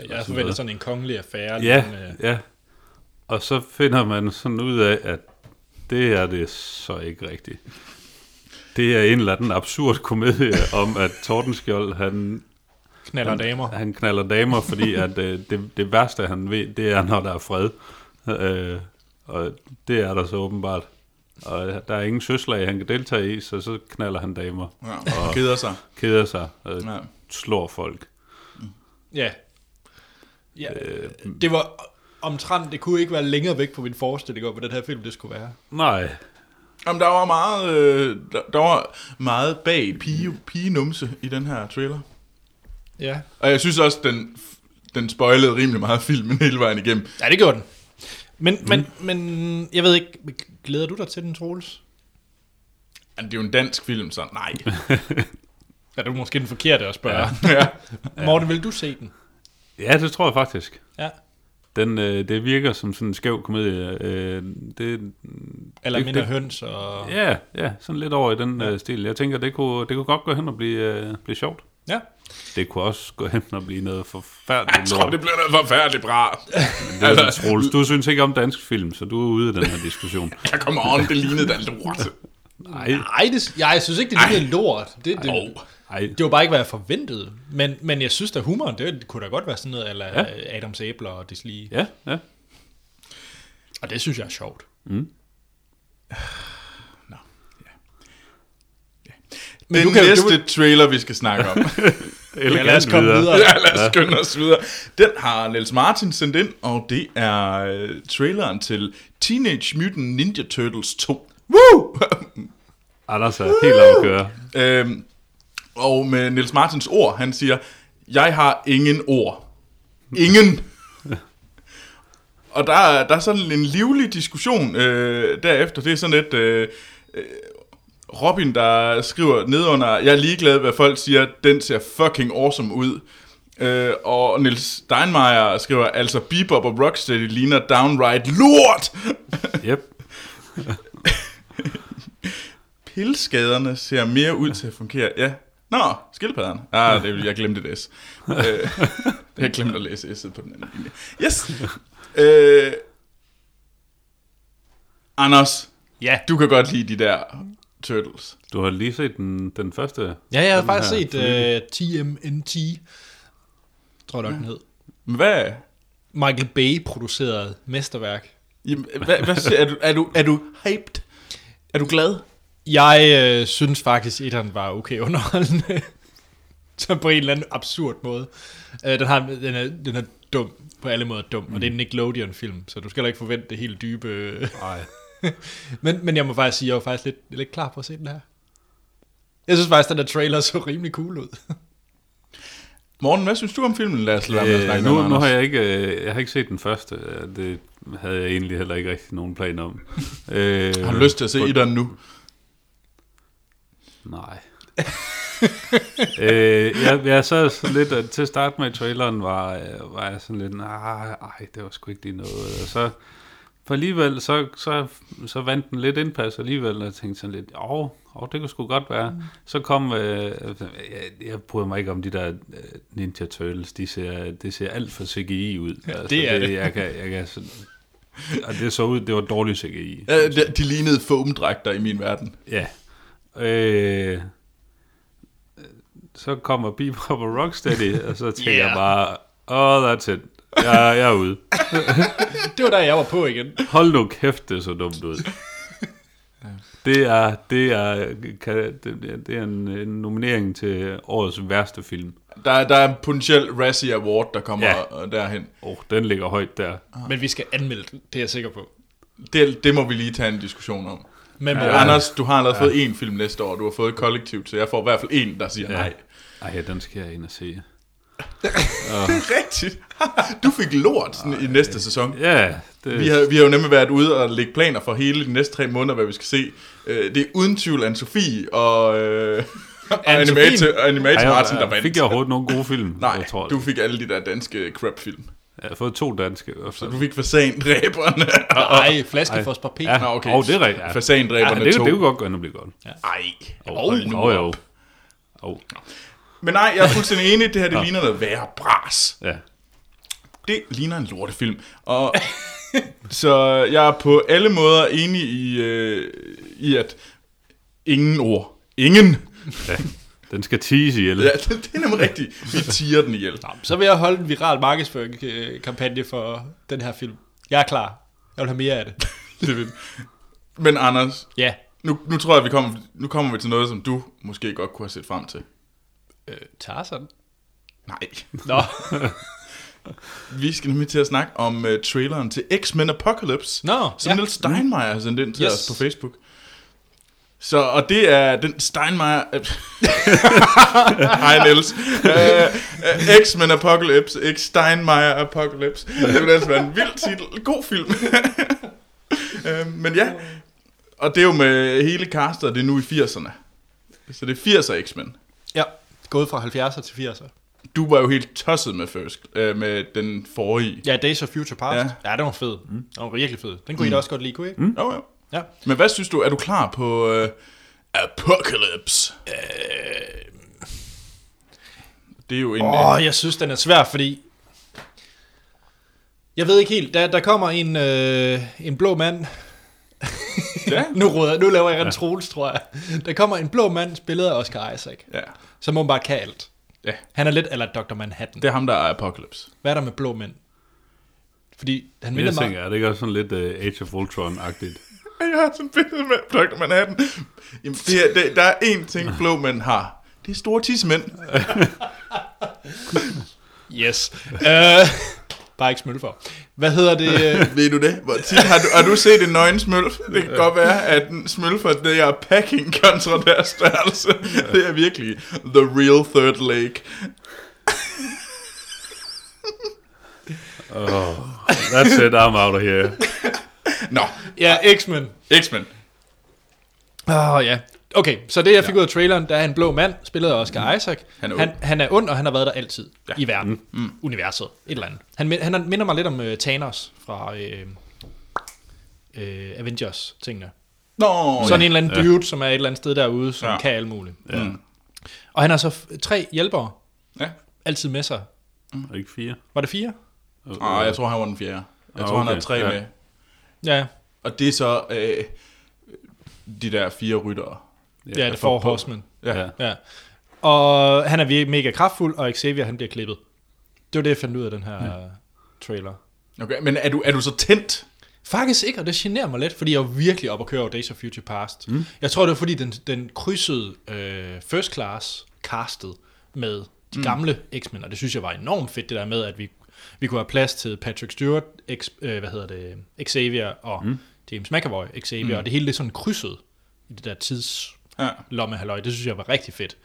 Speaker 1: Jeg forventer sådan en kongelig affære.
Speaker 3: Ja,
Speaker 1: men, øh,
Speaker 3: ja. Og så finder man sådan ud af, at det er det så ikke rigtigt. Det er en eller anden absurd komedie om, at Tordenskjold, han,
Speaker 1: Knaller damer.
Speaker 3: han knaller damer, fordi at, øh, det, det værste, han ved, det er, når der er fred. Øh, og det er der så åbenbart. Og der er ingen søslag, han kan deltage i, så så knaller han damer.
Speaker 2: Ja, og keder sig.
Speaker 3: Keder sig, øh,
Speaker 2: Ja.
Speaker 3: slår folk.
Speaker 1: Ja. ja. Øh, det var omtrent, det kunne ikke være længere væk på min forestilling om, hvad den her film det skulle være.
Speaker 3: Nej,
Speaker 2: Jamen, der var meget, øh, der, der var meget bag pige, pigenumse i den her trailer.
Speaker 1: Ja.
Speaker 2: Og jeg synes også, den, den spoilede rimelig meget filmen hele vejen igennem.
Speaker 1: Ja, det gjorde den. Men, mm. men, men jeg ved ikke, glæder du dig til den, Troels?
Speaker 2: Jamen, det er jo en dansk film, så nej.
Speaker 1: Ja, det er måske den forkerte at spørge.
Speaker 2: ja.
Speaker 1: Ja. Morten, vil du se den?
Speaker 3: ja, det tror jeg faktisk.
Speaker 1: Ja.
Speaker 3: Den, øh, det virker som sådan en skæv komedie. Øh, det,
Speaker 1: Eller
Speaker 3: Det-
Speaker 1: mindre
Speaker 3: det-
Speaker 1: høns og...
Speaker 3: ja, ja, sådan lidt over i den øh, stil. Jeg tænker, det kunne, det kunne godt gå hen og blive, øh, blive sjovt.
Speaker 1: Ja.
Speaker 3: Det kunne også gå hen og blive noget
Speaker 2: Jeg
Speaker 3: forfærdeligt
Speaker 2: tror,
Speaker 3: lort.
Speaker 2: det bliver noget forfærdeligt bra.
Speaker 3: Det
Speaker 2: Altså,
Speaker 3: er sådan, Troels, du synes ikke om dansk film, så du er ude af den her diskussion.
Speaker 2: Jeg kommer on, det lignede da lort.
Speaker 3: Nej,
Speaker 1: Ej, det, jeg synes ikke, det er lidt lort. Det, det,
Speaker 2: Jo.
Speaker 3: nej.
Speaker 1: det var bare ikke, hvad jeg forventede. Men, men jeg synes, at humoren, det kunne da godt være sådan noget, eller ja.
Speaker 3: Ja.
Speaker 1: Adams æbler og deslige. Ja.
Speaker 3: Ja, ja.
Speaker 1: Og det synes jeg er sjovt.
Speaker 2: Nå, ja. Ja.
Speaker 1: Men
Speaker 2: Den
Speaker 1: du kan jo-
Speaker 2: næste
Speaker 1: du
Speaker 2: trailer, vi skal snakke om.
Speaker 1: Ja, lad os komme videre.
Speaker 2: Ja, lad os skynde os videre. Den har Niels Martin sendt ind, og det er øh, traileren til Teenage Mutant Ninja Turtles 2. Woo!
Speaker 3: Anders er helt op at køre.
Speaker 2: øhm, og med Niels Martins ord, han siger, jeg har ingen ord. Ingen. og der, er- der er sådan en livlig diskussion øh, derefter. Det er sådan lidt... Øh, øh, Robin, der skriver nedunder, jeg er ligeglad, hvad folk siger, den ser fucking awesome ud. Øh, og Nils Steinmeier skriver, altså Bebop og Rocksteady ligner downright lort!
Speaker 3: Yep.
Speaker 2: Pilskaderne ser mere ud til at fungere. Ja. Nå, skildpadderne. Ah, det, er- jeg glemte et S. Øh, jeg glemte at læse S'et på den anden linje. Yes. Øh, Anders,
Speaker 1: Ja.
Speaker 2: du kan godt lide de der turtles.
Speaker 3: Du har lige set den, den første.
Speaker 1: Ja, jeg har
Speaker 3: Den
Speaker 1: faktisk
Speaker 3: her
Speaker 1: set
Speaker 3: forløb.
Speaker 1: uh, TMNT, tror jeg nok, den hed.
Speaker 2: Men hvad,
Speaker 1: Michael Bay produceret mesterværk.
Speaker 2: jamen, hvad, hvad siger, er, du, er, du, er du hyped? Er du glad?
Speaker 1: Jeg øh, synes faktisk, at etteren var okay underholdende. Så på en eller anden absurd måde. Øh, den, har, den, er, den er dum, på alle måder dum, mm. og det er en Nickelodeon-film, så du skal heller ikke forvente det helt dybe. øh.
Speaker 3: Nej.
Speaker 1: Men, men jeg må faktisk sige, at jeg var faktisk lidt, lidt klar på at se den her. Jeg synes faktisk, at den der trailer så rimelig cool ud.
Speaker 2: Morten, hvad synes du om filmen? Lad os lade være med at
Speaker 3: Øh,
Speaker 2: snakke om,
Speaker 3: nu, nu
Speaker 2: Anders.
Speaker 3: har jeg ikke, øh, jeg har ikke set den første. Øh, Det havde jeg egentlig heller ikke rigtig nogen plan om. Øh,
Speaker 2: Har du lyst til at se
Speaker 3: på-
Speaker 2: etteren nu?
Speaker 3: Nej. øh, jeg, jeg sad sådan lidt, at til at starte med i traileren, var, øh, var jeg sådan lidt, nej, ej, det var sgu ikke lige noget. Og så, for alligevel, så, så, så vandt den lidt indpas alligevel, og jeg tænkte sådan lidt, åh, oh, oh, det kunne sgu godt være. Mm. Så kom, øh, jeg, jeg bryder mig ikke om de der øh, Ninja Turtles, de ser, det ser alt for CGI ud. Ja,
Speaker 1: det er det.
Speaker 3: Jeg kan, jeg kan sådan, og det så ud, det var dårligt CGI.
Speaker 2: Ja, Øh, de- de lignede foamdragter i min verden.
Speaker 3: Ja. Øh, så kommer Bebop og Rocksteady, og så tænker yeah.
Speaker 1: Yeah.
Speaker 3: jeg bare, oh, that's it. Jeg, jeg er ude.
Speaker 1: Det var der, jeg var på igen.
Speaker 3: Hold nu kæft, det så dumt ud. Det er, det er, kan, det, er- det er en, en nominering til årets værste film.
Speaker 2: Der, er- der er en potentiel Razzie Award, der kommer
Speaker 3: Ja.
Speaker 2: ja. derhen.
Speaker 3: Åh, oh, den ligger højt der.
Speaker 1: Men vi skal anmelde den, det er jeg sikker på.
Speaker 2: Det, det må vi lige tage en diskussion om.
Speaker 1: Men øh,
Speaker 2: Ja. Anders, du har allerede fået én film næste år, du har fået et kollektivt, så jeg får i hvert fald en, der siger ja. nej.
Speaker 3: Ej, den skal jeg ind og se.
Speaker 2: Det er rigtigt. Du fik lort sådan, i næste sæson.
Speaker 3: Ja, det,
Speaker 2: Vi har, vi har jo nemlig været ude og lægge planer for hele de næste tre måneder, hvad vi skal se. Øh, Det er uden tvivl Anne-Sophie og, øh, og Animate, Animate Martin, der vandt.
Speaker 3: Fik jeg overhovedet nogle gode film?
Speaker 2: Nej,
Speaker 3: jeg tror,
Speaker 2: du fik alle de der danske crap-film.
Speaker 3: Jeg har fået to danske. Og så
Speaker 2: Du fik Fasan-dræberne.
Speaker 1: Nej, flaske for spar
Speaker 3: Ja,
Speaker 1: ja.
Speaker 2: Nå, okay.
Speaker 3: Åh, det er rigtigt. Ja. Ja,
Speaker 2: Fasandræberne
Speaker 3: det,
Speaker 2: to.
Speaker 3: det kunne godt gå ind og blive godt. Ja.
Speaker 2: Ej.
Speaker 3: hold nu jo. Oh,
Speaker 2: Men nej, jeg er fuldstændig enig. Det her, det ligner noget værre bras.
Speaker 3: ja.
Speaker 2: Det ligner en lortefilm. Og så jeg er på alle måder enig i, øh, i at ingen ord. Ingen.
Speaker 3: ja. Den skal tease ihjel.
Speaker 2: Ja,
Speaker 3: Ja.
Speaker 2: det er nemlig rigtigt. Vi tiger den ihjel.
Speaker 1: Så vil jeg holde en viral markedsføringskampagne for den her film. Jeg er klar. Jeg vil have mere af det.
Speaker 2: Det er vildt. Men Anders,
Speaker 1: Ja.
Speaker 2: nu, nu tror jeg, vi kommer, nu kommer vi til noget, som du måske godt kunne have set frem til.
Speaker 1: Øh, Tarzan?
Speaker 2: Nej.
Speaker 1: Nå.
Speaker 2: Vi skal nemlig til at snakke om uh, traileren til X-Men Apocalypse.
Speaker 1: Nå,
Speaker 2: Som
Speaker 1: ja.
Speaker 2: ja. Niels Steinmeier har sendt ind til
Speaker 1: Yes.
Speaker 2: yes. os på Facebook. Så, og det er den Steinmeier... Hej Niels. Uh, uh, X-Men Apocalypse, X Steinmeier Apocalypse. Det ville altså være en vild titel. God film. uh, men ja, og det er jo med hele castet, og det er nu i 80'erne. Så det er 80'er X-Men.
Speaker 1: Ja, gået fra 70'er til 80'er.
Speaker 2: Du var jo helt tosset med, first, uh, med den forrige.
Speaker 1: Ja, Days of Future Past. Ja, ja den var fed. Mm. Den var virkelig fed. Den kunne mm. I da også godt lide, kunne I ikke? Mm.
Speaker 2: Jo, jo.
Speaker 1: Ja.
Speaker 2: Men hvad synes du, er du klar på øh, Apocalypse? Øh... Det er jo en...
Speaker 1: Åh,
Speaker 2: Oh,
Speaker 1: oh, jeg synes, den er svær, fordi... Jeg ved ikke helt. Der, der kommer en, øh, en blå mand.
Speaker 2: ja.
Speaker 1: Nu, råder, nu laver jeg en ja. trols, tror jeg. Der kommer en blå mand, spillet af Oscar Isaac.
Speaker 2: ja.
Speaker 1: Som åbenbart kan alt.
Speaker 2: Ja,
Speaker 1: Han er lidt eller Dr. Manhattan.
Speaker 2: det er ham, der er Apocalypse.
Speaker 1: Hvad er der med blå mænd? Fordi han
Speaker 3: Men jeg
Speaker 1: minder mig...
Speaker 3: tænker, er det ikke også sådan lidt uh, Age of Ultron-agtigt?
Speaker 2: Jeg har sådan et billede med Dr. Manhattan. Jamen, det, her, det, der er én ting, blå mænd har. Det er store tissemænd.
Speaker 1: Yes. Øh, bare ikke smøl for. Hvad hedder det? øh,
Speaker 2: Ved du det? Hvor tit har, du, har du set en nøgen smølf? Det kan godt være, at en smølf er det, jeg er packing kontra deres størrelse. Det er virkelig the real third leg.
Speaker 3: Oh, that's it, I'm out of here.
Speaker 2: Nå,
Speaker 1: ja, X-Men.
Speaker 2: X-Men.
Speaker 1: Åh, oh, ja. Okay, så det jeg fik ja. ud af traileren, der er en blå mand, spillet af Oscar mm. Isaac.
Speaker 2: Han er
Speaker 1: han,
Speaker 2: ond.
Speaker 1: han er ond, og han har været der altid. Ja. I verden. Mm. Universet. Et eller andet. Han, min- han er- minder mig lidt om uh, Thanos fra øh, øh, Avengers-tingene.
Speaker 2: Nå,
Speaker 1: Sådan en eller anden dude, som er et eller andet sted derude, som ja.
Speaker 2: Ja.
Speaker 1: kan alt muligt. Mm.
Speaker 2: ja.
Speaker 1: Og han har så f- tre hjælpere
Speaker 2: ja.
Speaker 1: altid med sig.
Speaker 3: Og ikke fire?
Speaker 1: Var det fire?
Speaker 3: Uh,
Speaker 2: Ah, jeg tror, han var den fjerde. Jeg
Speaker 3: Ah,
Speaker 2: tror, han
Speaker 3: okay.
Speaker 2: har tre
Speaker 3: Ja.
Speaker 2: med.
Speaker 1: Ja,
Speaker 2: Og det er så øh, de der fire ryttere.
Speaker 1: Ja, det får Horseman.
Speaker 2: Ja.
Speaker 3: Ja.
Speaker 1: Ja. Og han er vir- mega kraftfuld, og Xavier han bliver klippet. Det var det, jeg fandt ud af den her ja. trailer.
Speaker 2: Okay, men er du, er du så tændt?
Speaker 1: Faktisk ikke, og det generer mig lidt, fordi jeg var virkelig op og køre over Days of Future Past. Mm. Jeg tror, det var fordi, den, den krydsede øh, First Class castet med de mm. gamle X-Men, og det synes jeg var enormt fedt, det der med, at vi, vi kunne have plads til Patrick Stewart, X, øh, hvad hedder det, Xavier og mm. James McAvoy, Xavier, mm. og det hele det sådan krydsede i det der tids
Speaker 2: Ja.
Speaker 1: lomme halløj. Det synes jeg var rigtig fedt.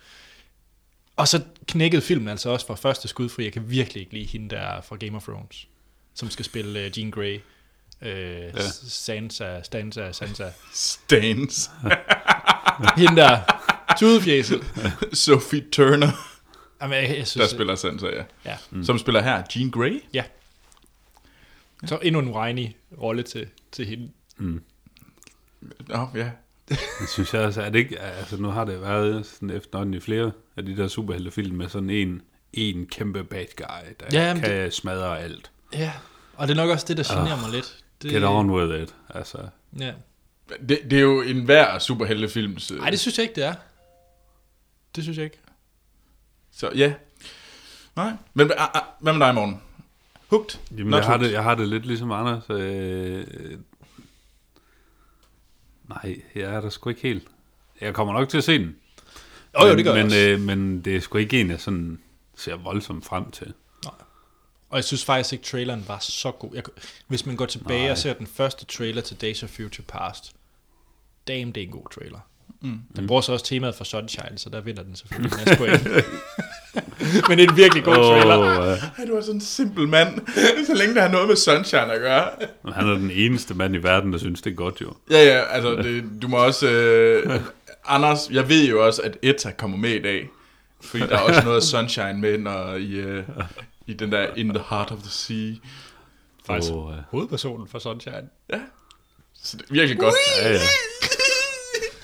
Speaker 1: Og så knækkede filmen altså også fra første skud, for jeg kan virkelig ikke lide hende der fra Game of Thrones, som skal spille uh, Jean Grey. Uh, ja. Sansa, Stanza, Sansa.
Speaker 2: Stans.
Speaker 1: Hende der, tudefjæset.
Speaker 2: Sophie Turner,
Speaker 1: Jamen, jeg, jeg
Speaker 2: der
Speaker 1: synes, øh,
Speaker 2: spiller Sansa, ja.
Speaker 1: Ja.
Speaker 2: Mm. Som spiller her, Jean Grey.
Speaker 1: ja. Så endnu en whiny rolle til, til hende.
Speaker 2: Nå, ja.
Speaker 3: Jeg synes jeg altså, er det ikke, altså nu har det været sådan efterhånden i flere af de der superheltefilm med sådan en, en kæmpe bad guy, der
Speaker 1: Ja, men
Speaker 3: kan det... smadre alt.
Speaker 1: Ja, og det er nok også det, der generer mig lidt. Det,
Speaker 3: Get on with it. Altså,
Speaker 1: Ja.
Speaker 2: Det, det er jo en hver superheltefilms... øh,
Speaker 1: Ej, det synes jeg ikke, det er. Det synes jeg ikke.
Speaker 2: Så ja. Nej. Men ah, ah, hvad med dig, Morten? Hugt?
Speaker 3: Jamen, jeg har, det, jeg har det lidt ligesom Anders. Øh, øh, nej, jeg er der sgu ikke helt. Jeg kommer nok til at se den.
Speaker 1: Jo, jo,
Speaker 3: Men-
Speaker 1: det gør jeg
Speaker 3: men,
Speaker 1: også.
Speaker 3: øh, men det er sgu ikke en, jeg sådan ser voldsomt frem til.
Speaker 1: Og jeg synes faktisk ikke, traileren var så god. Jeg, kunne- hvis man går tilbage Nej. og ser den første trailer til Days of Future Past, damn, det er en god trailer. Mm. Den bruger så også temaet for Sunshine, så der vinder den selvfølgelig en masse point. Men det er en virkelig god oh. trailer.
Speaker 3: Åh, øh,
Speaker 2: Ej, du er sådan en simpel mand, så længe der har noget med Sunshine at gøre.
Speaker 3: men han er den eneste mand i verden, der synes, det er godt jo.
Speaker 2: Ja, ja, altså, det, du må også... Øh, Anders, jeg ved jo også, at Etta kommer med i dag, fordi der er også noget af Sunshine med, når i, øh, i den der In the Heart of the Sea.
Speaker 1: Faktisk
Speaker 3: Åh, ja.
Speaker 1: hovedpersonen for Sunshine.
Speaker 2: Så det er virkelig godt.
Speaker 3: Ja, ja.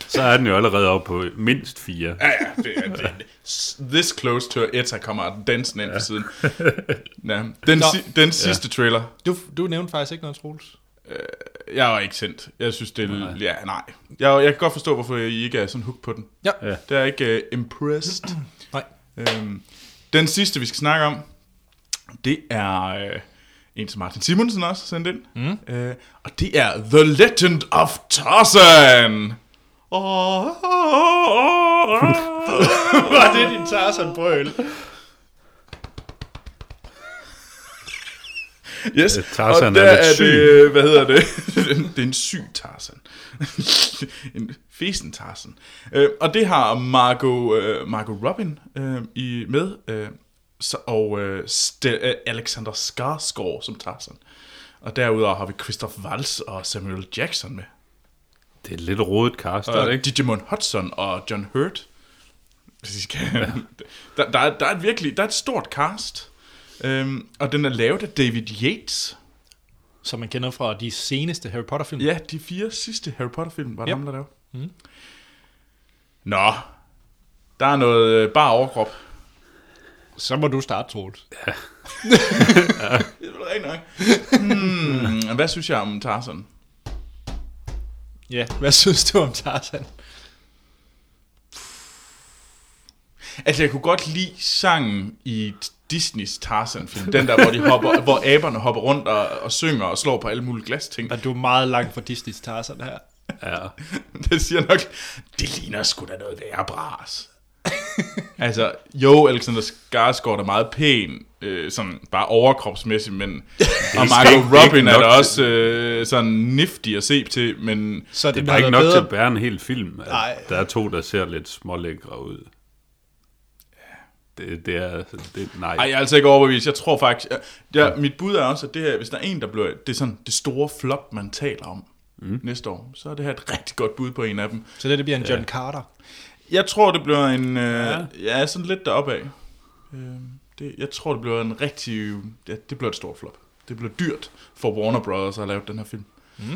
Speaker 3: Så er den jo allerede oppe på mindst fire.
Speaker 2: Ja, ja, det er det. This close to Etta kommer dansen ind på siden. Ja. Den,
Speaker 1: Nå.
Speaker 2: si- den sidste trailer,
Speaker 1: Du, du nævnte faktisk ikke noget, Troels.
Speaker 2: Jeg var ikke sendt. Jeg synes, det er... Nej. Ja, nej. Jeg, jeg kan godt forstå, hvorfor I ikke er sådan hooked på den.
Speaker 1: Ja.
Speaker 3: Ja.
Speaker 2: Det er ikke uh, impressed.
Speaker 1: Nej.
Speaker 2: øhm, den sidste, vi skal snakke om, det er øh, en, som Martin Simonsen også har sendt ind. Mm. Øh, og det er The Legend of Tarzan. Oh,
Speaker 1: Var det din Tarzan brøl?
Speaker 2: Yes.
Speaker 3: Øh, Tarzan
Speaker 2: og
Speaker 3: er
Speaker 2: der
Speaker 3: lidt
Speaker 2: er
Speaker 3: syg.
Speaker 2: det, øh, hvad hedder det? det er en syg Tarzan. en fesen Tarzan. Øh, og det har Margot, øh, Margot Robin øh, i, med, øh, så, og øh, Ste- øh, Alexander Skarsgård som Tarzan. Og derudover har vi Christoph Waltz og Samuel Jackson med.
Speaker 3: Det er et lidt rodet cast, er det
Speaker 2: Og
Speaker 3: ikke?
Speaker 2: Digimon Hudson og John Hurt. Hvis I skal. der, der, er, der er et virkelig, der er et stort cast. Øhm, og den er lavet af David Yates.
Speaker 1: Som man kender fra de seneste Harry Potter-film.
Speaker 2: Ja, de fire sidste Harry Potter-film var det
Speaker 1: Yep.
Speaker 2: yep. ham, der lavede. Mm. Nå, der er noget øh, bare overkrop.
Speaker 1: Så må du starte, Troels.
Speaker 2: Det er vel rigtig nok. Hmm, hvad synes jeg om Tarzan?
Speaker 1: Ja. Hvad synes du om Tarzan?
Speaker 2: Altså, jeg kunne godt lide sangen i t- Disneys Tarzan-film. Den der, hvor, de hopper, hvor aberne hopper rundt og, og synger og slår på alle mulige glasting.
Speaker 1: Og du er meget langt fra Disney's Tarzan her.
Speaker 3: Ja.
Speaker 2: Det siger nok, det ligner sgu da noget værre bras. altså, jo, Alexander Skarsgård er meget pæn, øh, sådan bare overkropsmæssigt, men og
Speaker 3: ikke- det
Speaker 2: Margot
Speaker 3: er
Speaker 2: Robin
Speaker 3: ikke
Speaker 2: er
Speaker 3: nok
Speaker 2: da
Speaker 3: til-
Speaker 2: også øh, sådan nifty at se til, men
Speaker 1: Så
Speaker 3: Det er
Speaker 1: den
Speaker 3: bare
Speaker 1: havde
Speaker 3: ikke nok
Speaker 1: været bedre-
Speaker 3: bedre. til at bære en hel film. Altså,
Speaker 1: Nej.
Speaker 3: Der er to, der ser lidt smålækre ud. Det, det er... Det, nej.
Speaker 2: ej, jeg er altså ikke overbevist. Jeg tror faktisk, jeg, jeg, mit bud er også, at det her, hvis der er en, der bliver, det er sådan det store flop, man taler om
Speaker 3: Mhm.
Speaker 2: mm. næste år, så er det her et rigtig godt bud på en af dem.
Speaker 1: Så det, det bliver en John ja. Carter.
Speaker 2: Jeg tror, det bliver en... Øh, ja. ja, sådan lidt deroppe af. Øh, det, jeg tror, det bliver en rigtig... Ja, det bliver et stort flop. Det bliver dyrt for Warner Brothers at lave den her film.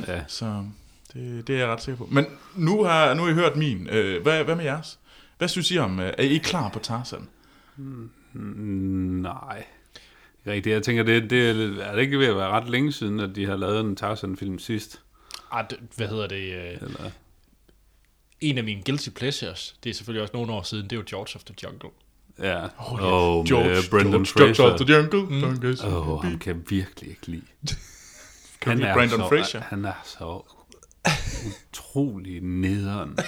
Speaker 3: Ja.
Speaker 2: Så det, det er jeg ret sikker på. Men nu har, nu har I hørt min. Øh, hvad, hvad med jeres? Hvad synes I om... Øh, er I klar på Tarzan?
Speaker 3: Nej. Rigtigt. Jeg tænker, det, det er, er det ikke ved at være ret længe siden, at de har lavet en Tarzan-film sidst?
Speaker 1: ah, det- hvad hedder det, øh,
Speaker 3: Eller,
Speaker 1: en af mine guilty pleasures, det er selvfølgelig også nogle år siden, det er jo George of the Jungle.
Speaker 3: ja.
Speaker 2: Åh,
Speaker 3: Oh,
Speaker 2: ja.
Speaker 3: yeah. George, med Brendan
Speaker 2: George,
Speaker 3: Fraser.
Speaker 2: George the Jungle. Mm.
Speaker 3: Åh, oh, ham kan jeg virkelig ikke lide.
Speaker 2: Kan du lide Brendan
Speaker 3: så,
Speaker 2: Fraser?
Speaker 3: Han er så utrolig nederen.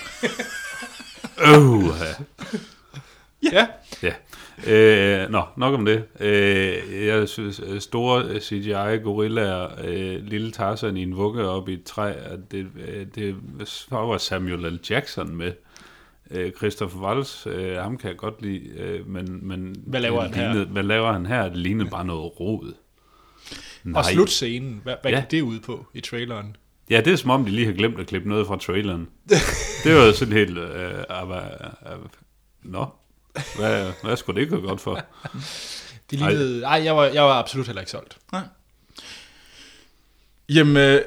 Speaker 3: Øv, ja.
Speaker 1: Ja.
Speaker 3: Ja. Øh, nå, nok om det. Øh, jeg synes, øh, store CGI-gorillaer, øh, lille Tarzan i en vugge op i et træ, at det, øh, det så var Samuel L. Jackson med. Øh, Christopher Waltz, øh, ham kan jeg godt lide, øh, men, men
Speaker 1: Hvad laver
Speaker 3: det
Speaker 1: han her?
Speaker 3: lignede, Hvad laver han her? Det lignede bare noget rod. Nej.
Speaker 1: Og slutscenen, hvad, hvad
Speaker 3: Ja.
Speaker 1: ja. gik det ud på i traileren?
Speaker 3: Ja, det er som om, de lige har glemt at klippe noget fra traileren. det var jo sådan helt... Øh, abba, abba. Nå, hvad, hvad skulle det gå godt for?
Speaker 1: Det
Speaker 3: Ej.
Speaker 1: lignede, ej, jeg var, jeg var absolut heller ikke solgt.
Speaker 2: Nej. Jamen, øh,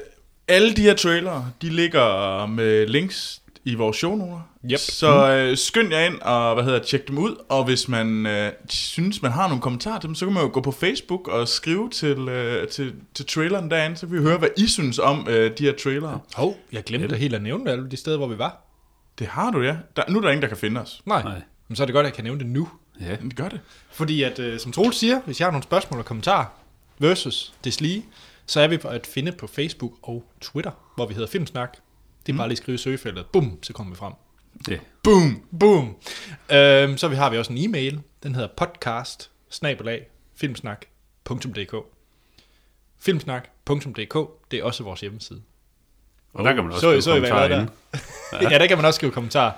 Speaker 2: alle de her trailere, de ligger med links i vores shownoter.
Speaker 1: Yep.
Speaker 2: Så øh, skynd jer ind og hvad hedder, tjek dem ud, og hvis man øh, synes, man har nogle kommentarer til dem, så kan man jo gå på Facebook og skrive til, øh, til, til traileren derinde, så kan vi høre, hvad I synes om øh, de her trailere.
Speaker 1: Hov, jeg glemte ja. helt at nævne alle de steder, hvor vi var.
Speaker 2: Det har du, ja. Der, nu er der ingen, der kan finde os.
Speaker 1: Nej.
Speaker 3: Nej.
Speaker 1: Nej. Men så er det godt, at jeg kan nævne det nu.
Speaker 3: Ja.
Speaker 2: Men Gør det.
Speaker 1: Fordi at, øh, som Troels siger, hvis jeg har nogle spørgsmål og kommentarer versus deslige, så er vi på at finde på Facebook og Twitter, hvor vi hedder Filmsnak. Det er mm. bare lige at skrive i søgefeltet. Bum, så kommer vi frem.
Speaker 3: ja.
Speaker 1: Boom, boom. Øhm, så vi har vi også en e-mail. Den hedder podcast filmsnak.dk filmsnak.dk Det er også vores hjemmeside.
Speaker 3: Og der kan man også
Speaker 1: så-
Speaker 3: skrive
Speaker 1: så I, hvad jeg
Speaker 3: kommentarer
Speaker 1: lavede
Speaker 3: ind.
Speaker 1: Ja. ja, der kan man også skrive kommentarer.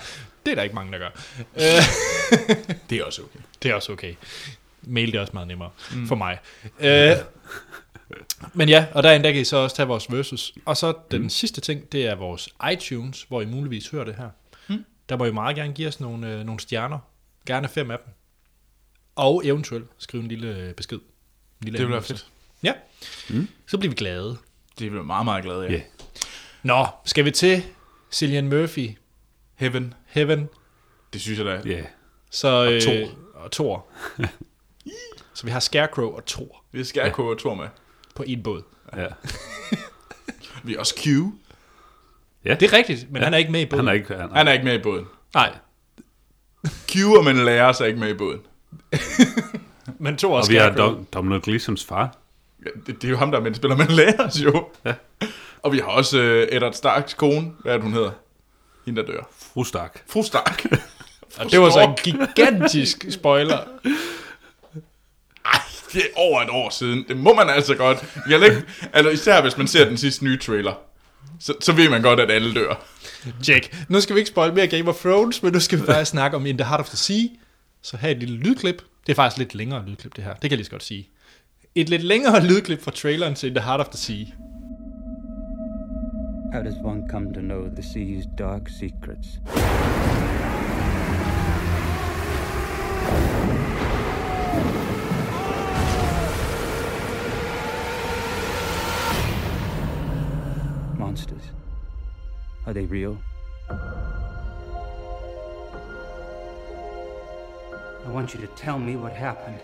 Speaker 1: Det er der ikke mange, der gør. Øh,
Speaker 2: Det er også okay.
Speaker 1: det er også okay. Mail det er også meget nemmere mm. for mig. Øh, men ja, og derinde der kan I så også tage vores versus. Og så den mm. sidste ting, det er vores iTunes, hvor I muligvis hører det her. Mm. Der må I meget gerne give os nogle, øh, nogle stjerner. Gerne fem af dem. Og eventuelt skrive en lille øh, besked. En lille
Speaker 2: Det ville være
Speaker 1: anmeldelse.
Speaker 2: fedt.
Speaker 1: Ja. Mm. Så bliver vi glade.
Speaker 2: Det bliver meget, meget glad, ja.
Speaker 3: Ja.
Speaker 2: Yeah.
Speaker 1: Nå, skal vi til Cillian Murphy,
Speaker 2: Heaven.
Speaker 1: Heaven,
Speaker 2: Det synes jeg da.
Speaker 3: Ja.
Speaker 1: så, og øh,
Speaker 2: Thor.
Speaker 1: Og Thor. så vi har Scarecrow og Thor
Speaker 2: Vi skal have yeah. Thor med.
Speaker 1: på en båd.
Speaker 3: ja.
Speaker 2: Vi er også Q.
Speaker 1: Det er rigtigt, men ja. han er ikke med i båden.
Speaker 3: Han er ikke... Han er,
Speaker 2: Han er ikke med i båden.
Speaker 1: Nej,
Speaker 2: Q og man lærer sig ikke med i båden.
Speaker 1: men to
Speaker 3: og
Speaker 1: også
Speaker 3: vi har
Speaker 1: Scarecrow.
Speaker 3: Dom, Domino Gleesons far.
Speaker 2: Ja, det, det er jo ham, der er med spiller, man lærer os jo. Ja. Og vi har også øh, Edward Starks kone. Hvad er det, hun hedder? Hende, der dør.
Speaker 3: Fru Stark.
Speaker 2: Fru Stark.
Speaker 1: Og det var så en gigantisk spoiler.
Speaker 2: Ej, det er over et år siden. Det må man altså godt. Jeg læg, altså, især hvis man ser den sidste nye trailer. Så, så ved man godt, at alle dør.
Speaker 1: Jack, nu skal vi ikke spoil mere Game of Thrones, men nu skal vi faktisk snakke om In the Heart of the Sea. Så her et lille lydklip. Det er faktisk lidt længere lydklip, det her. Det kan jeg lige så godt sige. Et lidt længere lydklip fra traileren til In the Heart of the Sea.
Speaker 4: How does one come to know the sea's dark secrets? Monsters. Are they real? I want you to tell me what happened.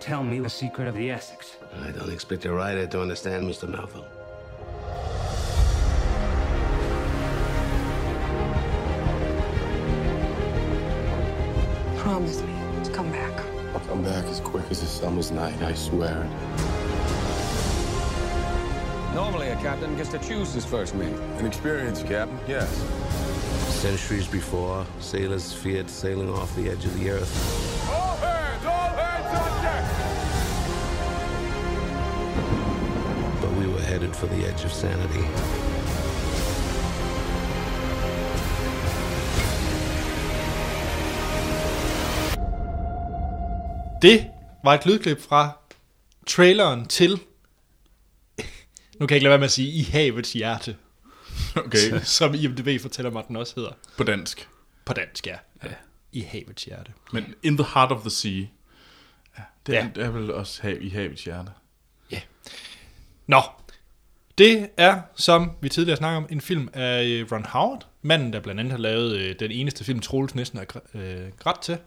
Speaker 4: Tell me the secret of the Essex.
Speaker 5: I don't expect a writer to understand, Mr. Melville.
Speaker 6: Promise me to come back.
Speaker 5: I'll come back as quick as a summer's night, I swear it.
Speaker 7: Normally, a captain gets to choose his first mate.
Speaker 8: An experienced captain, yes.
Speaker 5: Centuries before, sailors feared sailing off the edge of the earth.
Speaker 8: All hands, all hands on deck!
Speaker 5: But we were headed for the edge of sanity.
Speaker 1: Det var et lydklip fra traileren til... Nu kan jeg ikke lade være med at sige, I havets hjerte,
Speaker 2: Okay,
Speaker 1: som IMDB fortæller mig, den også hedder.
Speaker 2: på dansk.
Speaker 1: På dansk, ja. I havets hjerte.
Speaker 2: Men In the Heart of the Sea. Ja, det, er,
Speaker 1: Ja.
Speaker 2: det er vel også hav, i havets hjerte.
Speaker 1: Nå, det er, som vi tidligere snakkede om, en film af øh, Ron Howard, manden, der blandt andet har lavet øh, den eneste film, Troels næsten er gr- øh, grædt til,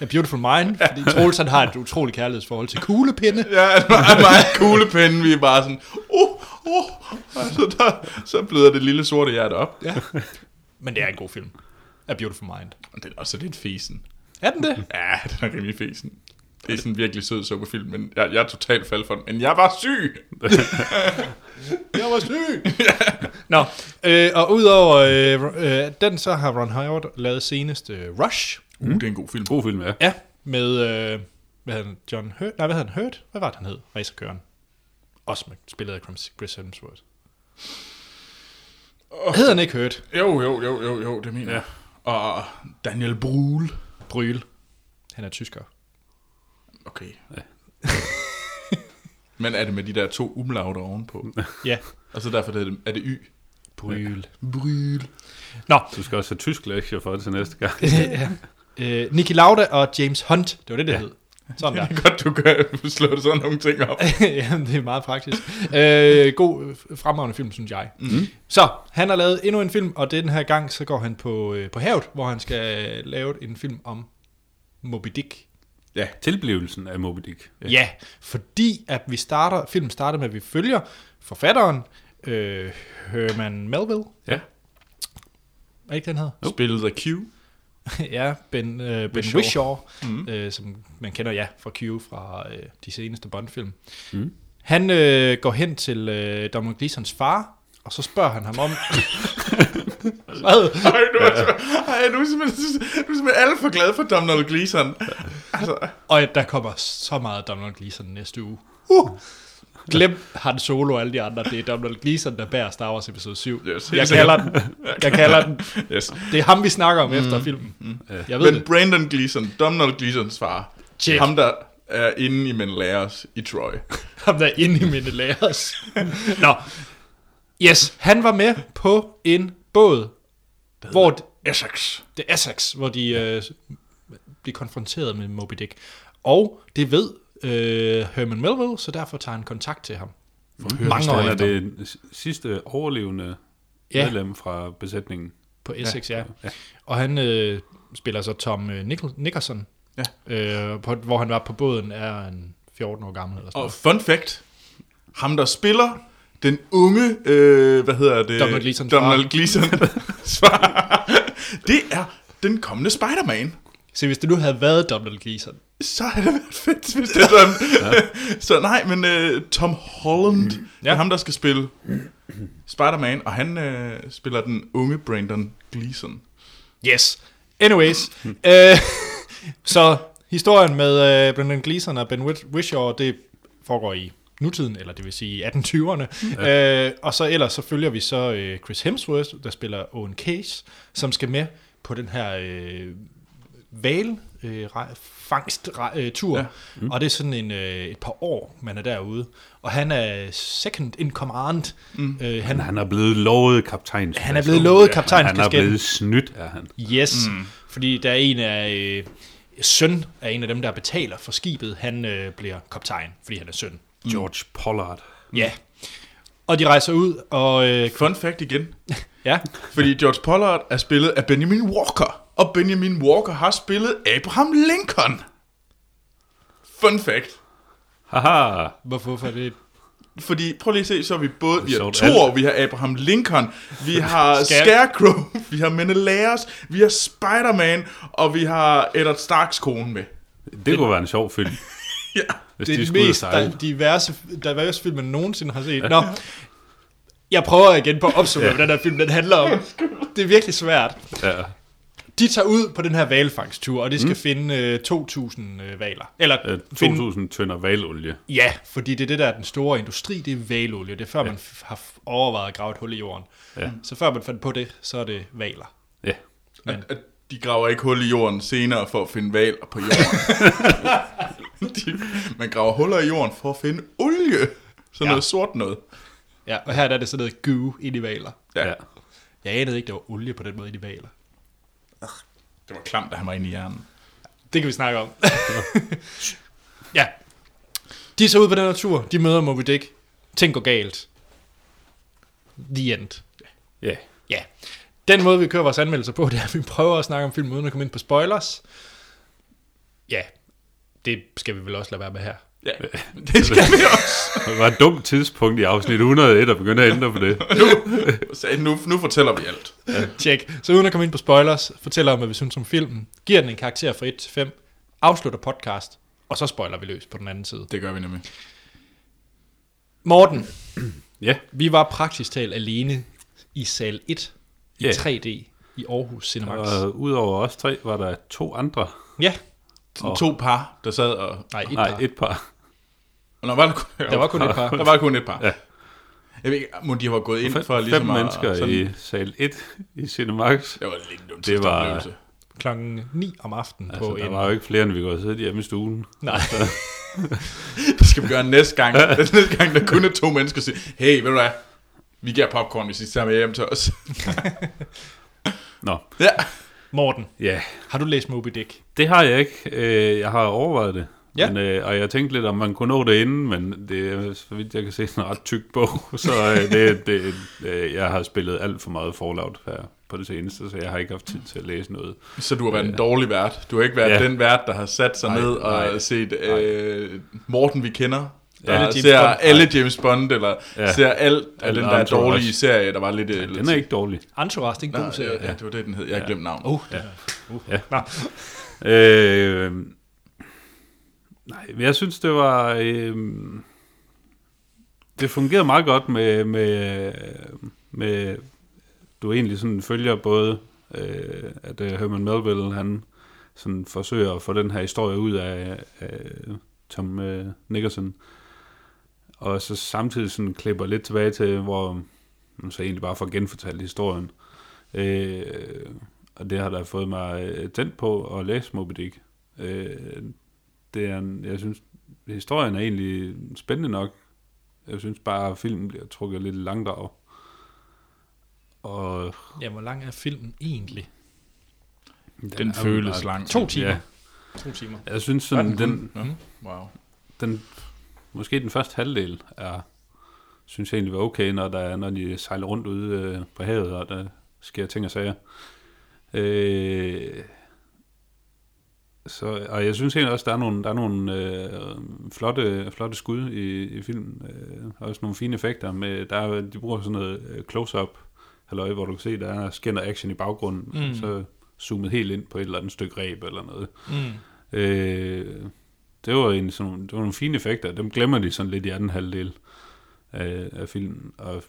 Speaker 1: A Beautiful Mind, fordi Troels han har et utroligt kærlighedsforhold til kuglepinde.
Speaker 2: Ja, det var meget kuglepinde. Vi er bare sådan, uh, uh, altså, der, så bløder det lille sorte hjerte op. Ja.
Speaker 1: Men det er en god film. A Beautiful Mind.
Speaker 2: Og den er også lidt fesen.
Speaker 1: Er den det?
Speaker 2: Ja, den er rimelig fesen. Det er sådan en virkelig sød sukkerfilm, men jeg, jeg er totalt faldet for den. Men jeg var syg!
Speaker 1: Jeg var syg! Nå, øh, og udover øh, øh, den, så har Ron Howard lavet senest øh, Rush.
Speaker 2: Uh, det er en god film.
Speaker 3: God film, ja.
Speaker 1: Ja, med, øh, hvad hed han, John Hurt? Nej, hvad hed han, Hurt? Hvad var det, han hed? Racerkøren. Også med spillet af Chris- Chris Hemsworth. Oh. Hed han ikke Hurt?
Speaker 2: Jo, jo, jo, jo, jo, det mener jeg. Og Daniel Brühl.
Speaker 1: Bryl. Han er tysker.
Speaker 2: Okay. Ja. men er det med de der to umlauter ovenpå?
Speaker 1: Ja,
Speaker 2: Og så derfor er det, er det Y.
Speaker 1: Bryl.
Speaker 2: Bryl.
Speaker 1: Nå,
Speaker 3: Du skal også have tysk lektier for det til næste gang.
Speaker 1: øh, Niki Lauda og James Hunt, det var det, det ja. hed. Sådan der.
Speaker 2: Godt, du kan slå det sådan nogle ting op.
Speaker 1: Jamen, det er meget praktisk. Øh, god, øh, fremragende film, synes jeg. Mm-hmm. Så, han har lavet endnu en film, og den her gang, så går han på, øh, på havet, hvor han skal lave en film om Moby Dick.
Speaker 2: Ja,
Speaker 3: Tilblivelsen af Moby Dick.
Speaker 1: Ja, ja fordi at vi starter, filmen starter med, at vi følger forfatteren, øh, Herman Melville,
Speaker 3: ja.
Speaker 1: er ikke den hedder?
Speaker 2: spillet af Q.
Speaker 1: ja, Ben, øh, ben
Speaker 2: Whishaw.
Speaker 1: Whishaw, mm. øh, som man kender ja fra Q fra øh, de seneste Bond-film. Mm. Han øh, går hen til øh, Dominic Gleesons far, og så spørger han ham om... Hvad?
Speaker 2: Ej, du er, så, ej, du er, simpelthen, du er simpelthen alt for glad for Donald Gleeson. Altså,
Speaker 1: Og at der kommer så meget Donald Gleeson næste uge. Uh! Glem Han Solo og alle de andre. Det er Donald Gleeson, der bærer Star Wars episode 7.
Speaker 2: Yes, helt
Speaker 1: jeg
Speaker 2: sikkert.
Speaker 1: kalder den. Jeg kalder den.
Speaker 2: yes.
Speaker 1: Det er ham, vi snakker om mm. efter filmen. Mm. Jeg ved
Speaker 2: Men
Speaker 1: det.
Speaker 2: Brandon Gleeson, Donald Gleesons far,
Speaker 1: Check.
Speaker 2: ham der er inde i Men Lærers i Troy.
Speaker 1: Ham der er inde i mine lærers. Nå. Yes, han var med på en båd, hvor det,
Speaker 2: Essex.
Speaker 1: det er Essex, hvor de øh, bliver konfronteret med Moby Dick. Og det ved øh, Herman Melville, så derfor tager han kontakt til ham. Mange år
Speaker 3: Han er
Speaker 1: efter.
Speaker 3: Mm. det s- sidste overlevende
Speaker 1: Ja.
Speaker 3: ja. medlem fra besætningen.
Speaker 1: På Essex, ja. ja. Og han øh, spiller så Tom øh, Nickel- Nicholson,
Speaker 2: Ja.
Speaker 1: øh, på, hvor han var på båden, er en 14 år gammel. Eller sådan
Speaker 2: Og
Speaker 1: noget.
Speaker 2: fun fact, ham der spiller den unge, øh, hvad hedder det?
Speaker 1: Donald Gleesons
Speaker 2: Donald
Speaker 1: far.
Speaker 2: Gleeson. svar. det er den kommende Spider-Man.
Speaker 1: Se, hvis det nu havde været Donald Gleeson.
Speaker 2: Så havde det været fedt, hvis det er sådan. Ja. Så nej, men øh, Tom Holland, ja. det er ham, der skal spille Spider-Man, og han øh, spiller den unge Brandon Gleeson.
Speaker 1: Yes. Anyways. øh, så historien med øh, Brendan Gleeson og Ben Whit- Whishaw, det foregår i nutiden, eller det vil sige 1820'erne. Ja. Øh, og så ellers så følger vi så øh, Chris Hemsworth, der spiller Owen Case, som skal med på den her øh, val øh, re- fangst re- øh, tur. Ja. Mm. Og det er sådan en, øh, et par år, man er derude. Og han er second in command. Mm. Øh, han,
Speaker 3: Han er blevet lovet kaptajn.
Speaker 1: Han er blevet lovet
Speaker 3: Han er
Speaker 1: kaptajnskasketten.
Speaker 3: blevet snydt, er han.
Speaker 1: Yes, mm. fordi der er en af øh, søn af en af dem, der betaler for skibet. Han øh, bliver kaptajn, fordi han er søn.
Speaker 3: George Pollard.
Speaker 1: Mm. Ja. Og de rejser ud, og øh,
Speaker 2: Fun fact igen.
Speaker 1: ja,
Speaker 2: Fordi George Pollard er spillet af Benjamin Walker, og Benjamin Walker har spillet Abraham Lincoln. Fun fact.
Speaker 3: Haha.
Speaker 1: hvorfor hvorfor er det?
Speaker 2: Fordi, prøv lige at se, så er vi både, vi har
Speaker 3: sjovt,
Speaker 2: Thor, vi har Abraham Lincoln, vi har
Speaker 1: Scar-
Speaker 2: Scarecrow, vi har Menelaus, vi har Spider-Man, og vi har Eddard Starks kone med.
Speaker 3: Det kunne være en sjov film,
Speaker 2: Ja.
Speaker 3: hvis
Speaker 1: Det er
Speaker 3: de
Speaker 1: det
Speaker 3: skulle ud at
Speaker 1: mest
Speaker 3: sejle.
Speaker 1: der, diverse, diverse film, man nogensinde har set. Nå, jeg prøver igen på at opsummere, hvad den her film den handler om. Det er virkelig svært.
Speaker 3: Ja.
Speaker 1: De tager ud på den her valfangstur, og de skal mm. finde øh, 2.000 øh, valer. Eller
Speaker 3: Øh,
Speaker 1: finde
Speaker 3: 2.000 tønder valolie.
Speaker 1: Ja, fordi det er det, der er den store industri, det er valolie. Det er før, ja. man f- har f- overvejet at grave et hul i jorden.
Speaker 3: Ja.
Speaker 1: Så før man fandt på det, så er det valer.
Speaker 3: Ja.
Speaker 2: At, at de graver ikke hul i jorden senere for at finde valer på jorden. de, man graver huller i jorden for at finde olie. Sådan ja.
Speaker 1: Ja.
Speaker 2: noget sort noget.
Speaker 1: Ja, og her der er det sådan noget goo ind i valer.
Speaker 2: Ja.
Speaker 3: ja.
Speaker 1: Jeg anede ikke, der var olie på den måde ind i valer.
Speaker 2: Det var klamt, at han var inde i hjernen.
Speaker 1: Det kan vi snakke om. ja. De tager ud på den her tur, de møder Moby Dick. Ting går galt. The end.
Speaker 3: Ja.
Speaker 1: Ja. Den måde, vi kører vores anmeldelser på, det er, at vi prøver at snakke om film uden at komme ind på spoilers. ja, det skal vi vel også lade være med her.
Speaker 2: Ja, det skal vi også.
Speaker 3: Det var et dumt tidspunkt i afsnit 101 at begynde at ændre på det.
Speaker 2: Så nu, nu fortæller vi alt.
Speaker 1: Tjek. Så uden at komme ind på spoilers, fortæller om, hvad vi synes om filmen, giver den en karakter fra 1 til 5, afslutter podcast, og så spoiler vi løs på den anden side.
Speaker 2: Det gør vi nemlig.
Speaker 1: Morten,
Speaker 3: Ja,
Speaker 1: vi var praktisk talt alene i sal 1 i
Speaker 3: Ja. Øh.
Speaker 1: 3D i Aarhus Cinemax.
Speaker 3: og udover os tre var der to andre.
Speaker 1: Ja,
Speaker 2: Oh. To par, der sad og...
Speaker 1: nej, et
Speaker 3: Nej,
Speaker 1: par.
Speaker 3: et par.
Speaker 2: Nå, var der, kun,
Speaker 1: Der var kun et par.
Speaker 2: Der var kun et par.
Speaker 3: Ja.
Speaker 2: Jeg ved ikke, må de have gået ind for
Speaker 3: Fem,
Speaker 2: ligesom
Speaker 3: fem
Speaker 2: at...
Speaker 3: mennesker
Speaker 2: sådan-
Speaker 3: i sal 1 i Cinemax.
Speaker 2: Det var lidt en dum
Speaker 3: Det var-
Speaker 2: tidsoplevelse.
Speaker 1: Klokken 9 om aftenen altså, på
Speaker 3: Altså, der
Speaker 1: en...
Speaker 3: var jo ikke flere, end vi kunne have siddet hjemme i stuen.
Speaker 1: Nej,
Speaker 2: Det skal vi gøre næste gang. næste gang, der kun er to mennesker, siger, hey, ved du hvad, vi giver popcorn, hvis I tager med hjem til os.
Speaker 3: Nå,
Speaker 2: ja.
Speaker 1: Morten,
Speaker 3: ja,
Speaker 1: har du læst Moby Dick?
Speaker 3: det har jeg ikke. Øh, Jeg har overvejet det.
Speaker 1: Ja.
Speaker 3: Men, øh, og jeg tænkte lidt, om man kunne nå det inden, men det er, så vidt jeg kan se, en ret tyk bog. Så øh, det, det, øh, jeg har spillet alt for meget Fallout her på det seneste, så jeg har ikke haft tid til at læse noget.
Speaker 2: Så du har været en dårlig vært. Du har ikke været
Speaker 3: Ja.
Speaker 2: den vært, der har sat sig
Speaker 3: Nej,
Speaker 2: ned og
Speaker 3: nej,
Speaker 2: set øh, Morten, vi kender. Der
Speaker 1: Alle
Speaker 2: alle
Speaker 1: James
Speaker 2: James ser
Speaker 1: Bond.
Speaker 2: alle James Bond, eller
Speaker 3: Ja.
Speaker 2: ja. ser alt af
Speaker 3: Eller
Speaker 2: den der
Speaker 3: Entourage.
Speaker 2: dårlige serie, der var lidt... øh, Ja,
Speaker 3: Den er ikke dårlig.
Speaker 1: Entourage, det er en god serie.
Speaker 2: ja, det var det, den hed. Jeg har glemt navnet.
Speaker 1: Oh, ja. Uh.
Speaker 3: øh, Ja.
Speaker 1: Nå,
Speaker 3: Øh, nej, men jeg synes, det var... Øh, det fungerede meget godt med, med, med du egentlig sådan følger både, øh, at øh, Herman Melville, han sådan forsøger at få den her historie ud af, af Tom øh, Nicholson, og så samtidig sådan klipper lidt tilbage til, hvor man så egentlig bare får genfortalt historien. Øh, og det har da fået mig øh, tændt på at læse Moby Dick. Øh, det er en, jeg synes, historien er egentlig spændende nok. Jeg synes bare, at filmen bliver trukket lidt i langdrag. Og
Speaker 1: ja, hvor lang er filmen egentlig?
Speaker 3: den,
Speaker 2: Den
Speaker 3: er jo
Speaker 2: føles
Speaker 3: bare-
Speaker 2: lang.
Speaker 1: To timer.
Speaker 3: Mm. Ja,
Speaker 1: To timer.
Speaker 3: jeg synes sådan, den,
Speaker 2: Nå, Wow.
Speaker 3: den, måske den første halvdel er, synes jeg egentlig var okay, når, der, er- når de sejler rundt ude øh, på havet, og der sker ting og sager. Øh, så, og jeg synes egentlig også, der er nogle, der er nogle øh, flotte, flotte skud i, i filmen. Øh, og også nogle fine effekter. Med, der er, de bruger sådan noget øh, close-up, halløj, hvor du kan se, der er skinner action i baggrunden, mm. og så zoomet helt ind på et eller andet stykke ræb eller noget. Mm. Øh, det var egentlig sådan, det var nogle fine effekter. Dem glemmer de sådan lidt i anden halvdel af, af filmen. Og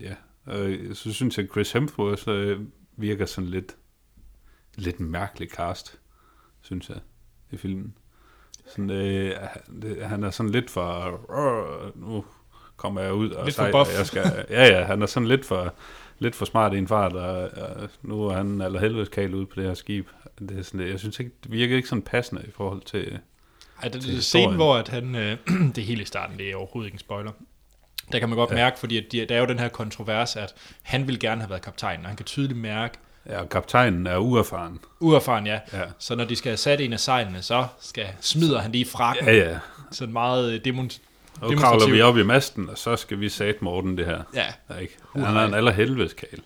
Speaker 3: ja, og så synes jeg, at Chris Hemsworth øh, virker sådan lidt, lidt mærkelig cast, synes jeg, i filmen. Sådan, øh, han- det- han er sådan lidt for, "Åh, nu kommer jeg ud og
Speaker 1: Lidt for
Speaker 3: sejler,
Speaker 1: buff.
Speaker 3: jeg skal, ja, ja, han er sådan lidt for, lidt for smart i en fart, og, og nu er han allerhelvedes kal ude på det her skib. Det er sådan, lidt- jeg synes ikke, det virker ikke sådan passende i forhold til,
Speaker 1: Ej, det, det er
Speaker 3: historien.
Speaker 1: scenen, hvor at han, øh, det er helt i starten, det er overhovedet ikke en spoiler. Der kan man godt ja. mærke, fordi at de, der er jo den her kontrovers, at han ville gerne have været kaptajn, og han kan tydeligt mærke,
Speaker 3: ja, og kaptajnen er uerfaren.
Speaker 1: uerfaren ja.
Speaker 3: Ja.
Speaker 1: så når de skal have sat en af sejlene, så skal, smider han lige frakken,
Speaker 3: Ja, ja,
Speaker 1: sådan meget øh, demon,
Speaker 3: Og nu kravler vi op i masten, og så skal vi sat Morten det her.
Speaker 1: Ja.
Speaker 3: Der, ikke? Han er en allerhelvedes kæl.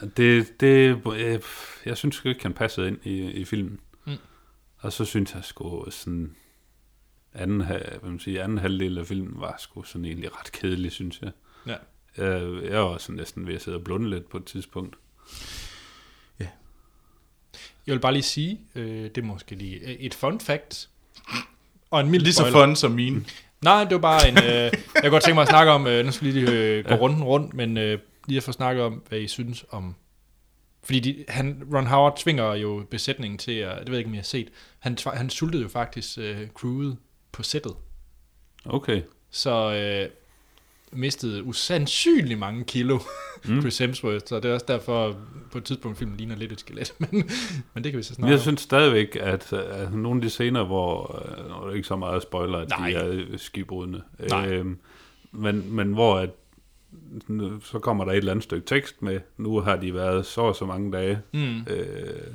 Speaker 3: Mm. Det, det, øh, jeg synes sgu ikke, han passede ind i, i filmen. Mm. Og så synes jeg sgu sådan, anden, ha- hvad man siger, anden halvdel af filmen var sgu sådan egentlig ret kedelig, synes jeg.
Speaker 1: Ja.
Speaker 3: Jeg, jeg var sådan næsten ved at sidde og blunde lidt på et tidspunkt.
Speaker 1: Jeg vil bare lige sige, øh, det er måske lige øh, et fun fact, og en mild
Speaker 2: Lige så
Speaker 1: spoiler.
Speaker 2: fun som mine.
Speaker 1: Nej, det var bare en... Øh, jeg kunne godt tænke mig at snakke om... Øh, nu skal vi lige øh, gå runden rundt, men øh, lige at få snakket om, hvad I synes om... Fordi de, han, Ron Howard tvinger jo besætningen til at... Det ved jeg ikke, om I har set. Han, tv- han sultede jo faktisk øh, crewet på sættet.
Speaker 3: Okay.
Speaker 1: Så øh, mistede usandsynlig mange kilo mm. Chris Hemsworth. Så det er også derfor, på et tidspunkt, filmen ligner lidt et skelet. Men, men det kan vi så
Speaker 3: Men jeg
Speaker 1: snakke om.
Speaker 3: synes stadigvæk, at, at nogle af de scener, hvor øh, nu er der ikke så meget spoiler, at
Speaker 1: Nej.
Speaker 3: de er skibrudende.
Speaker 1: Nej.
Speaker 3: Øhm, men, men hvor at, sådan, så kommer der et eller andet stykke tekst med, nu har de været så og så mange dage mm. øh,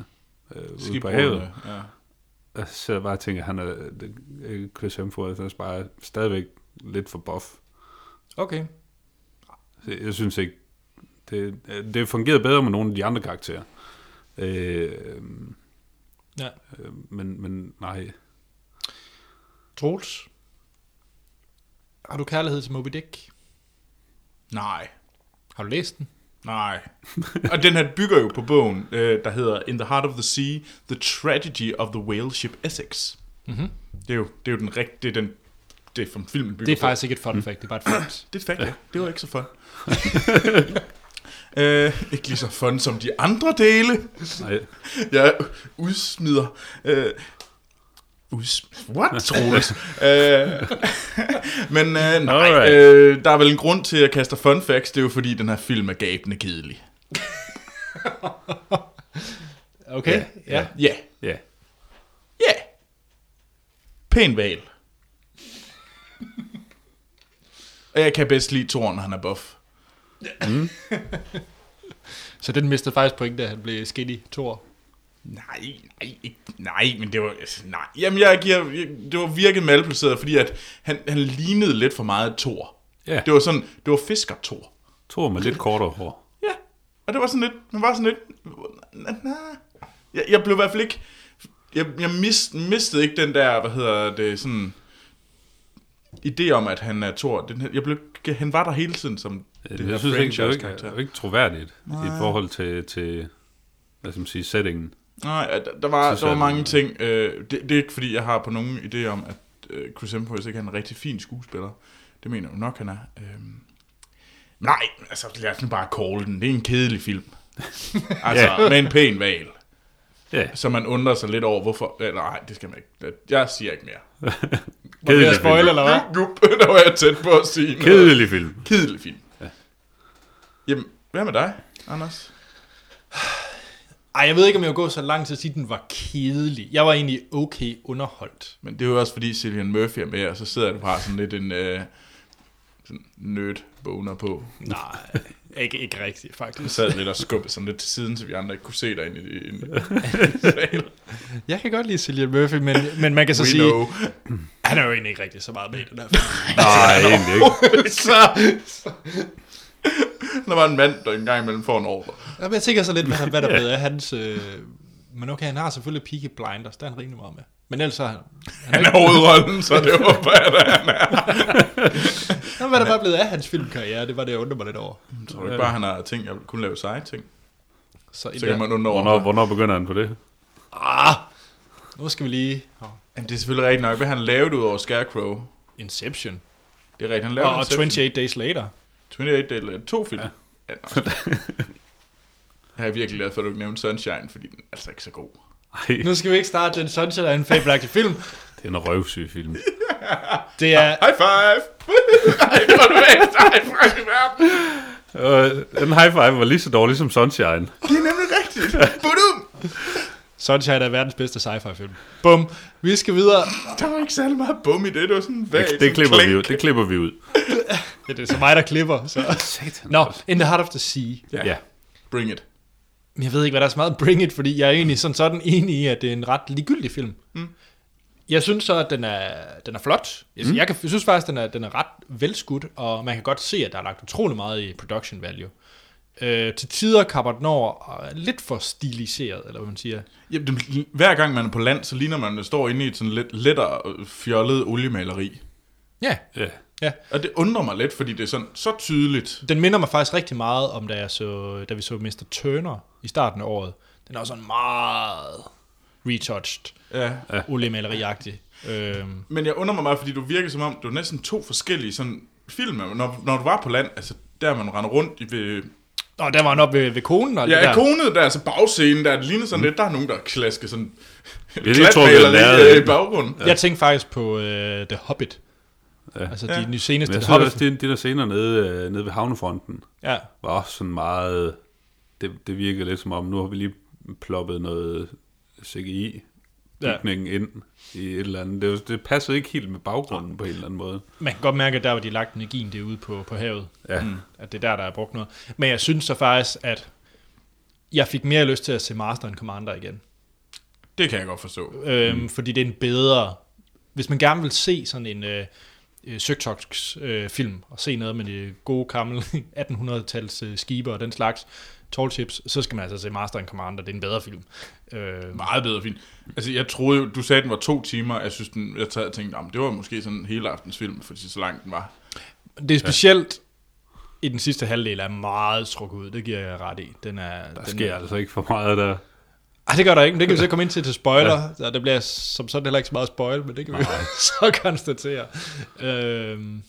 Speaker 3: øh, ude på havet.
Speaker 2: Ja.
Speaker 3: Og så sidder jeg bare og tænker, han er, øh, Chris Hemsworth er bare stadigvæk lidt for buff.
Speaker 1: Okay.
Speaker 3: Så Jeg synes ikke, det, det fungerede bedre med nogle af de andre karakterer. Øh,
Speaker 1: Ja.
Speaker 3: Øh, men, men nej.
Speaker 1: Troels? Har du kærlighed til Moby Dick?
Speaker 2: Nej.
Speaker 1: Har du læst den?
Speaker 2: Nej. og den her bygger jo på bogen, øh, der hedder In the Heart of the Sea, The Tragedy of the Whale Ship Essex. Mm-hmm. Det, er jo, det er jo den rigtige, det er den, det er som filmen bygger
Speaker 1: Det er
Speaker 2: på.
Speaker 1: faktisk ikke et fun fact, det er bare et fact.
Speaker 2: Det er et fact, ja. Det var ikke så fun. øh, ikke lige så fun som de andre dele.
Speaker 3: nej.
Speaker 2: Jeg udsmider... Øh, uds... What, Troels? øh, men øh, nej,
Speaker 3: Alright.
Speaker 2: øh, der er vel en grund til, at jeg kaster fun facts. Det er jo fordi, den her film er gabende kedelig.
Speaker 1: Okay, ja. ja.
Speaker 2: Ja.
Speaker 3: Ja.
Speaker 2: Ja. Pæn valg. Og jeg kan bedst lide Toren, han er buff.
Speaker 1: Så den mistede faktisk point, da han blev skinny Thor.
Speaker 2: Nej, nej, ikke, nej, men det var, altså, nej. Jamen, jeg giver, jeg, det var virkelig malplaceret, fordi at han, han lignede lidt for meget Thor.
Speaker 3: Ja.
Speaker 2: Det var sådan, det var fisker Thor.
Speaker 3: Tror med lidt kortere hår.
Speaker 2: Ja, og det var sådan lidt, man var sådan lidt, na, na. Jeg, jeg blev i hvert fald ikke, jeg, jeg mist, mistede ikke den der, hvad hedder det, sådan, idé om, at han er Thor. Den, her- jeg blev, ikke- han var der hele tiden som
Speaker 3: Det,
Speaker 2: det
Speaker 3: jeg
Speaker 2: her
Speaker 3: synes ikke, det er jo ikke, det
Speaker 2: franchise-karakter.
Speaker 3: er jo ikke troværdigt i forhold til, til hvad skal man sige, settingen.
Speaker 2: Nej, ja, der, der, var,
Speaker 3: Synes
Speaker 2: der var
Speaker 3: jeg,
Speaker 2: mange
Speaker 3: det-
Speaker 2: ting. Øh, det, det er ikke, fordi jeg har på nogen idé om, at øh, Chris Hemsworth ikke er en rigtig fin skuespiller. Det mener jeg nok, han er. Øh, nej, altså lad os nu bare call den. Det er en kedelig film. altså,
Speaker 3: Ja.
Speaker 2: med en pæn val.
Speaker 3: Ja,
Speaker 2: Så man undrer sig lidt over, hvorfor... Eller, nej, det skal man ikke. Jeg siger ikke mere.
Speaker 1: Kedelig
Speaker 3: kedelig
Speaker 1: spoil,
Speaker 3: film.
Speaker 1: eller hvad?
Speaker 2: Jup, der var jeg tæt på at sige noget.
Speaker 3: Kedelig film.
Speaker 2: Kedelig film. Ja. Jamen, hvad med dig, Anders?
Speaker 1: Ej, jeg ved ikke, om jeg vil gå så langt til at sige, at den var kedelig. Jeg var egentlig okay underholdt.
Speaker 2: Men det er jo også fordi Cillian Murphy er med, og så sidder du bare sådan lidt en øh, sådan nerd boner på.
Speaker 1: Nej, ikke, ikke rigtigt,
Speaker 2: Jeg
Speaker 1: faktisk.
Speaker 2: sad lidt og skubbede sådan lidt til siden, så vi andre ikke kunne se dig ind i det. Ind.
Speaker 1: Jeg kan godt lide Cillian Murphy, men, men man kan så
Speaker 2: We
Speaker 1: sige,
Speaker 2: know.
Speaker 1: han er jo egentlig ikke rigtig så meget med i den her film.
Speaker 3: Nej, egentlig ikke.
Speaker 2: så, så. Der var en mand, der engang imellem får en ordre.
Speaker 1: Jamen, jeg tænker så lidt, hvad, hvad der blevet af hans... Øh... Men okay, han har selvfølgelig Peaky Blinders, der er han rimelig meget med. Men ellers har han...
Speaker 2: Han er hovedrollen, så det håber jeg, at han er.
Speaker 1: Nå, hvad der bare blevet af hans filmkarriere, det var det, jeg undrer mig lidt over.
Speaker 2: Tror du ikke bare, han har ting, jeg kunne lave seje ting?
Speaker 1: Så,
Speaker 2: Så kan man undre
Speaker 3: Hvornår,
Speaker 2: over.
Speaker 3: hvornår begynder han på det?
Speaker 1: Nu skal vi lige...
Speaker 2: Jamen, det er selvfølgelig rigtigt nok, hvad han lavede ud over Scarecrow.
Speaker 1: Inception.
Speaker 2: Det er rigtigt, han lavede
Speaker 1: Og, og
Speaker 2: Inception.
Speaker 1: 28 Days Later.
Speaker 2: 28 Days Later. To film. Ja. ja nå. jeg er virkelig glad for, at du ikke nævnte Sunshine, fordi den er altså ikke så god.
Speaker 3: Nej,
Speaker 1: Nu skal vi ikke starte den Sunshine er en fabelagtig film.
Speaker 3: det er en røvsyg film.
Speaker 1: Det er...
Speaker 2: High five! Ej, det var det bedste high five i verden.
Speaker 3: Øh, den high five var lige så dårlig som Sunshine.
Speaker 2: Det er nemlig rigtigt. Budum!
Speaker 1: Sunshine er verdens bedste sci-fi film. Bum. Vi skal videre.
Speaker 2: Der var ikke særlig meget bum i det. Det var sådan vagt.
Speaker 3: Det, det, klipper vi ud. det klipper vi ud.
Speaker 1: Ja, det er så mig, der klipper. Så.
Speaker 3: Satan.
Speaker 1: Nå, In the Heart of the Sea.
Speaker 3: Ja.
Speaker 2: Bring it.
Speaker 1: Men jeg ved ikke, hvad der er så meget bring it, fordi jeg er egentlig sådan sådan enig i, at det er en ret ligegyldig film. Mm. Jeg synes så, at den er, den er flot. Jeg, mm. jeg, kan, jeg synes faktisk, at den er, den er ret velskudt, og man kan godt se, at der er lagt utrolig meget i production value. Øh, til tider kapper den over og er lidt for stiliseret, eller hvad man siger.
Speaker 2: Jamen, det- hver gang man er på land, så ligner man, at man står inde i et sådan lidt lettere øh, fjollet oliemaleri.
Speaker 1: Ja,
Speaker 3: ja.
Speaker 1: ja.
Speaker 2: Og det undrer mig lidt, fordi det er sådan så tydeligt.
Speaker 1: Den minder mig faktisk rigtig meget om, da, jeg så, da vi så Mr. Turner i starten af året. Den er også sådan meget retouched,
Speaker 2: Ja.
Speaker 1: ja. oliemaleri-agtig. Øhm,
Speaker 2: Men jeg undrer mig meget, fordi du virker som om, det var næsten to forskellige sådan, film. Når, når du var på land, altså der man render rundt i ved...
Speaker 1: og der var han oppe ved, ved konen og alt det
Speaker 2: Ja,
Speaker 1: der.
Speaker 2: ikonet der, altså bagscenen der, det ligner sådan mm. lidt, der er nogen, der klasker sådan...
Speaker 3: Det er lige trukket
Speaker 2: Klatmaleri
Speaker 3: lærred
Speaker 2: øh, i
Speaker 3: ind.
Speaker 2: baggrunden.
Speaker 1: Jeg tænkte faktisk på øh, The Hobbit. Ja. Altså de nye
Speaker 3: Men
Speaker 1: seneste
Speaker 3: jeg
Speaker 1: The
Speaker 3: synes
Speaker 1: Hobbit.
Speaker 3: også, det, det der scener nede, øh, nede ved havnefronten,
Speaker 1: Ja.
Speaker 3: var også sådan meget... Det, det virkede lidt som om, nu har vi lige ploppet noget CGI-bygningen ja. ind i et eller andet. Det, var- det passede ikke helt med baggrunden på en eller anden måde.
Speaker 1: Man kan godt mærke, at der hvor de har lagt energien, det er ude på, på havet.
Speaker 3: Ja. Mm.
Speaker 1: At det er der, der er brugt noget. Men jeg synes så faktisk, at jeg fik mere lyst til at se Master and Commander igen.
Speaker 2: Det kan jeg godt forstå.
Speaker 1: Øhm, mm. Fordi det er en bedre... Hvis man gerne vil se sådan en øh, øh, Søgtoks øh, film, og se noget med de gode, gamle 1800-tals øh, skibe og den slags, Tall Chips, så skal man altså se Master and Commander. Det er en bedre film. Øh,
Speaker 2: Meget bedre film. Altså, jeg troede jo, du sagde, den var to timer. Jeg synes, den, jeg tager- tænkte, om det var måske sådan en hele aftens film, fordi så lang den var.
Speaker 1: det er specielt i den sidste halvdel er meget trukket ud. Det giver jeg ret i. Den er,
Speaker 3: Der
Speaker 1: den
Speaker 3: sker
Speaker 1: er,
Speaker 3: altså ikke for meget der.
Speaker 1: Ej, det gør der ikke, men det kan vi så komme ind til til spoiler. Ja. Der bliver som sådan heller ikke så meget spoil, men det kan vi jo så konstatere. Øhm,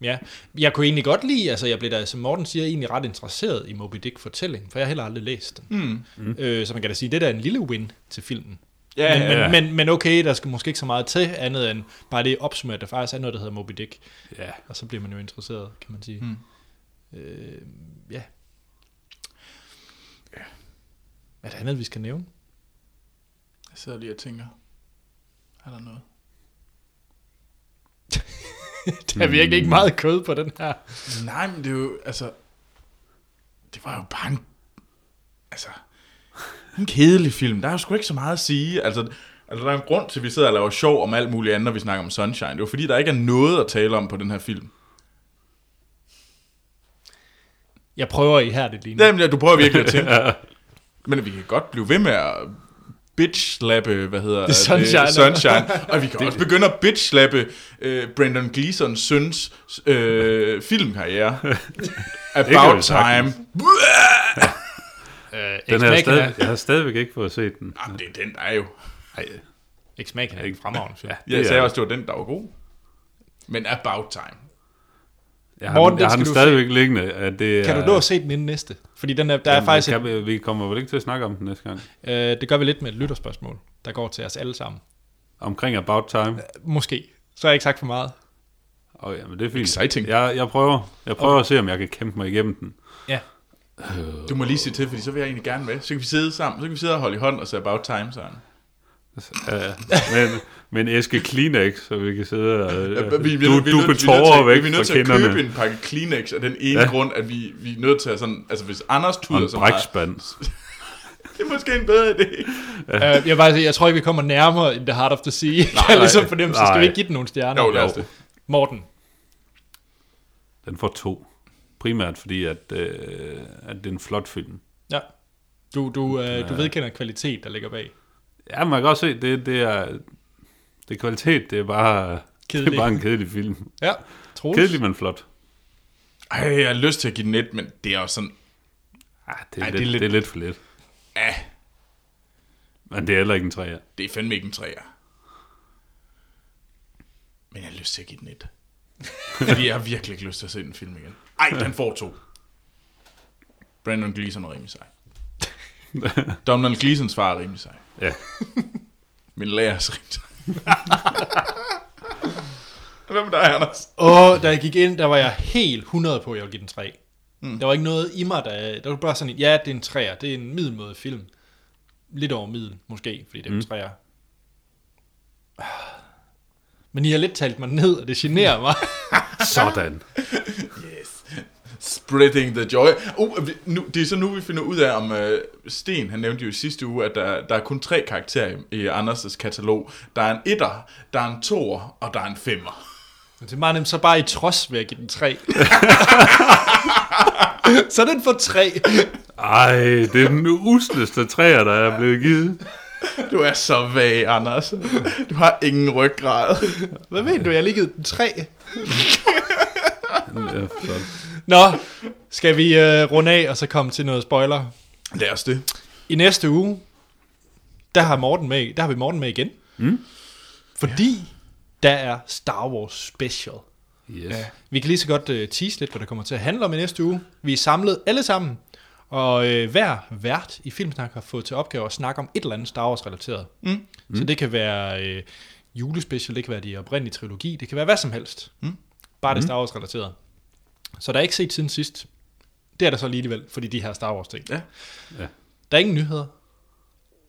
Speaker 1: ja, jeg kunne egentlig godt lide, altså jeg blev da, som Morten siger, egentlig ret interesseret i Moby Dick-fortællingen, for jeg har heller aldrig læst den. Mm. Øh, så man kan da sige, det der er en lille win til filmen. Ja, men,
Speaker 3: ja.
Speaker 1: Men, men, men okay, der skal måske ikke så meget til andet end bare det opsummeret, at der faktisk er noget, der hedder Moby Dick.
Speaker 3: Ja.
Speaker 1: Og så bliver man jo interesseret, kan man sige. Mm. Øh, ja. Er der andet, vi skal nævne?
Speaker 2: Jeg sidder lige og tænker, er der noget?
Speaker 1: Der er virkelig ikke meget kød på den her.
Speaker 2: Nej, men det er jo, altså... Det var jo bare en... Altså... En kedelig film. Der er jo sgu ikke så meget at sige. Altså, altså der er en grund til, at vi sidder og laver sjov om alt muligt andet, når vi snakker om Sunshine. Det er jo fordi, der ikke er noget at tale om på den her film.
Speaker 1: Jeg prøver i her, det ligner.
Speaker 2: Jamen, ja, du prøver virkelig at tænke. Men vi kan godt blive ved med at bitch-slappe, hvad hedder det?
Speaker 1: Sunshine.
Speaker 2: Sunshine. Og vi kan også begynde at bitch-slappe øh, Brandon Gleesons søns øh, filmkarriere. About
Speaker 3: sagtens.
Speaker 2: time.
Speaker 1: Øh,
Speaker 3: Den er jeg
Speaker 1: Ex-Machina.
Speaker 3: stadig, jeg har stadigvæk ikke fået set den.
Speaker 2: Jamen, det er den, der er jo.
Speaker 1: Ex-Machina er ikke fremragende film.
Speaker 2: Jeg
Speaker 3: Det er
Speaker 2: sagde
Speaker 3: det.
Speaker 2: også, det var den, der var god. Men about time.
Speaker 3: Jeg har,
Speaker 1: Morten,
Speaker 3: Morten, jeg
Speaker 1: den
Speaker 3: har den
Speaker 1: skal du
Speaker 3: stadigvæk liggende. At det
Speaker 1: Kan
Speaker 3: er,
Speaker 1: du nå at se den inden næste? Fordi den er, der er
Speaker 3: Jamen,
Speaker 1: faktisk...
Speaker 3: kan,
Speaker 1: Et,
Speaker 3: vi, vi kommer vel ikke til at snakke om den næste gang.
Speaker 1: øh, det gør vi lidt med et lytterspørgsmål, der går til os alle sammen.
Speaker 3: Omkring About Time.
Speaker 1: Måske. Så har jeg ikke sagt for meget.
Speaker 3: Åh, oh, ja, men det er fint.
Speaker 2: Exciting.
Speaker 3: Jeg, jeg prøver, jeg prøver okay. at se, om jeg kan kæmpe mig igennem den.
Speaker 1: Ja.
Speaker 2: Du må lige sige til, fordi så vil jeg egentlig gerne med. Så kan vi sidde sammen. Så kan vi sidde og holde i hånd og se about time sammen.
Speaker 3: Uh, men, men æske Kleenex, så vi kan sidde og uh,
Speaker 2: Ja, vi, vi,
Speaker 3: du,
Speaker 2: vi,
Speaker 3: du
Speaker 2: vi,
Speaker 3: betårer væk
Speaker 2: Vi er nødt
Speaker 3: fra
Speaker 2: til at købe
Speaker 3: kinderne.
Speaker 2: en pakke Kleenex af den ene ja.
Speaker 3: Ja.
Speaker 2: grund, at vi, vi er nødt til at sådan... Altså, hvis Anders
Speaker 3: Og
Speaker 2: tuder
Speaker 3: en
Speaker 2: så meget...
Speaker 3: brækspand.
Speaker 2: Det er måske en bedre idé.
Speaker 1: Øh, jeg, vil bare, sige, jeg tror ikke, vi kommer nærmere end The Heart of the Sea. Nej, jeg ligesom
Speaker 3: nej,
Speaker 1: fornemme, så skal
Speaker 3: nej.
Speaker 1: vi ikke give den nogle stjerner.
Speaker 2: Jo, lad os det.
Speaker 1: Morten,
Speaker 3: Den får to. Primært fordi, at, uh, at det er en flot film.
Speaker 1: ja. du, du, øh, du vedkender kvalitet, der ligger bag.
Speaker 3: Ja, man kan godt se, det, det er, det er kvalitet, det er bare, det
Speaker 1: Kedelig.
Speaker 3: er bare en kedelig film.
Speaker 1: Ja, Troels.
Speaker 3: Kedelig, men flot.
Speaker 2: Ej, jeg har lyst til at give den et, men det er også sådan...
Speaker 3: Ah, det, er
Speaker 2: Ej,
Speaker 3: Ej, lidt, det, er lidt... det er lidt for lidt.
Speaker 2: Ja,
Speaker 3: Men det er heller ikke en træer.
Speaker 2: det er fandme ikke en træer. Men jeg har lyst til at give den et. Fordi jeg har virkelig ikke lyst til at se den film igen. Ej, den får to. Brandon Gleeson er rimelig sej. Donald Gleesons far er rimelig sej.
Speaker 3: Ja.
Speaker 2: Min lærer er rimelig sej. Hvem er dig, Anders?
Speaker 1: Og da jeg gik ind, der var jeg helt 100 på, at jeg ville give den 3. Mm. Der var ikke noget i mig, der, der var bare sådan, en, ja, det er en 3'er, det er en middelmåde film. Lidt over middel, måske, fordi det er en 3'er. Men I har lidt talt mig ned, og det generer mig.
Speaker 3: Sådan.
Speaker 2: Spreading the joy. Uh, vi- nu, det er så nu, vi finder ud af, om uh, Sten, han nævnte jo i sidste uge, at der, der er kun tre karakterer i, i Anders' katalog. Der er en etter, der er en toer, og der er en femmer.
Speaker 1: Men det er meget nemt, så bare i trods vil jeg give den 3. så den får 3.
Speaker 3: Ej, det er den usleste træer, der er blevet givet.
Speaker 2: Du er så vag, Anders. Du har ingen ryggrad.
Speaker 1: Hvad mener du, jeg har ligget den 3?
Speaker 3: Ja, flot.
Speaker 1: Nå, skal vi øh, runde af, og så komme til noget spoiler?
Speaker 2: Lad os det.
Speaker 1: I næste uge, der har, Morten med, der har vi Morten med igen. Mm. Fordi der er Star Wars Special.
Speaker 3: Yes. Ja.
Speaker 1: Vi kan lige så godt uh, tease lidt, hvad det kommer til at handle om i næste uge. Vi er samlet alle sammen, og uh, hver vært i Filmsnak har fået til opgave at snakke om et eller andet Star Wars-relateret. Mm. Så det kan være uh, julespecial, det kan være de oprindelige trilogi, det kan være hvad som helst. Mm. Bare det Star Wars-relateret. Så der er ikke set siden sidst. Det er der så lige alligevel, fordi de her Star Wars-ting.
Speaker 2: Ja.
Speaker 3: Ja.
Speaker 1: Der er ingen nyheder.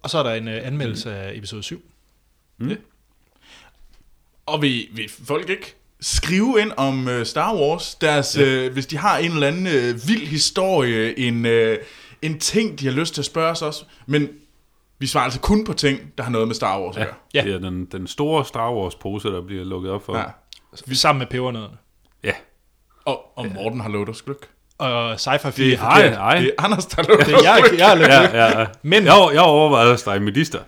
Speaker 1: Og så er der en uh, anmeldelse af episode 7.
Speaker 2: Og vil, vil folk ikke skrive ind om øh, Star Wars, deres, øh, hvis de har en eller anden øh, vild historie, en, øh, en ting, de har lyst til at spørge os også. Men vi svarer altså kun på ting, der har noget med Star Wars at gøre.
Speaker 1: Ja.
Speaker 3: Ja. Det er den, den store Star Wars-pose, der bliver lukket op for.
Speaker 2: Ja.
Speaker 1: Altså,
Speaker 3: Ja.
Speaker 1: Sammen med pebernødderne.
Speaker 3: ja.
Speaker 2: Og, og Morten har lovet os lykke.
Speaker 1: og sci-fi
Speaker 3: Det
Speaker 1: film.
Speaker 3: er forkert.
Speaker 2: Nej,
Speaker 3: Nej,
Speaker 2: Det
Speaker 3: nej.
Speaker 2: er Anders, der lukker
Speaker 1: Det er jeg, jeg er lidt
Speaker 3: Ja, ja, ja.
Speaker 1: Men-
Speaker 3: Men... Jeg, jeg overvejede at strege medister.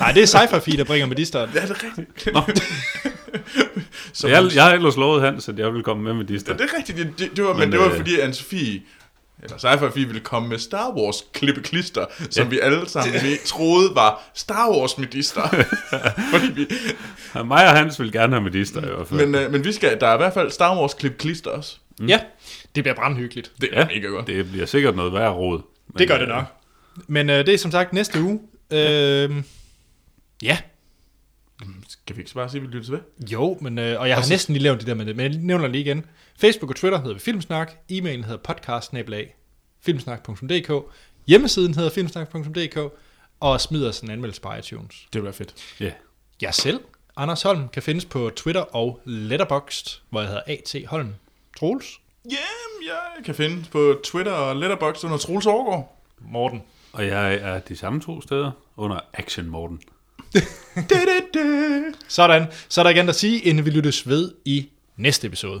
Speaker 1: Nej, det er sci-fi der bringer med de start.
Speaker 2: Ja, det er rigtigt.
Speaker 3: Så jeg, jeg har ellers lovet Hans, at jeg ville komme med medister.
Speaker 2: Det er rigtigt, det, det, det var, men, men
Speaker 3: Men,
Speaker 2: det var
Speaker 3: øh,
Speaker 2: fordi Anne-Sophie, eller Sci-Fi ville komme med Star Wars klippeklister, som vi alle sammen ved, troede var Star Wars medister. fordi vi,
Speaker 3: Ja, Mig og Hans vil gerne have medister i hvert fald.
Speaker 2: men, øh, men vi skal, der er i hvert fald Star Wars klippeklister også.
Speaker 1: Ja, det bliver brandhyggeligt.
Speaker 2: Det er mega godt.
Speaker 3: Det bliver sikkert noget værre råd. Men,
Speaker 1: Det gør det
Speaker 3: øh,
Speaker 1: nok. Men øh, det er som sagt næste uge. Øh, ja,
Speaker 2: Skal Mm, vi ikke så bare sige, at vi lytter til hvad?
Speaker 1: jo, men, øh, og jeg har næsten lige lavet det der med det, men jeg nævner det lige igen. Facebook og Twitter hedder vi Filmsnak, e-mailen hedder podcast filmsnak.dk, hjemmesiden hedder filmsnak.dk, og smider os en anmeldelse på iTunes.
Speaker 2: Det var fedt.
Speaker 3: Ja.
Speaker 1: Jeg selv, Anders Holm, kan findes på Twitter og Letterboxd, hvor jeg hedder A.T. Holm. Troels?
Speaker 2: Jamen, jeg kan finde på Twitter og Letterboxd under Troels Overgaard.
Speaker 1: Morten.
Speaker 3: Og jeg er de samme to steder under Action Morten.
Speaker 1: Sådan. Så er der igen at sige, inden vi lyttes ved i næste episode.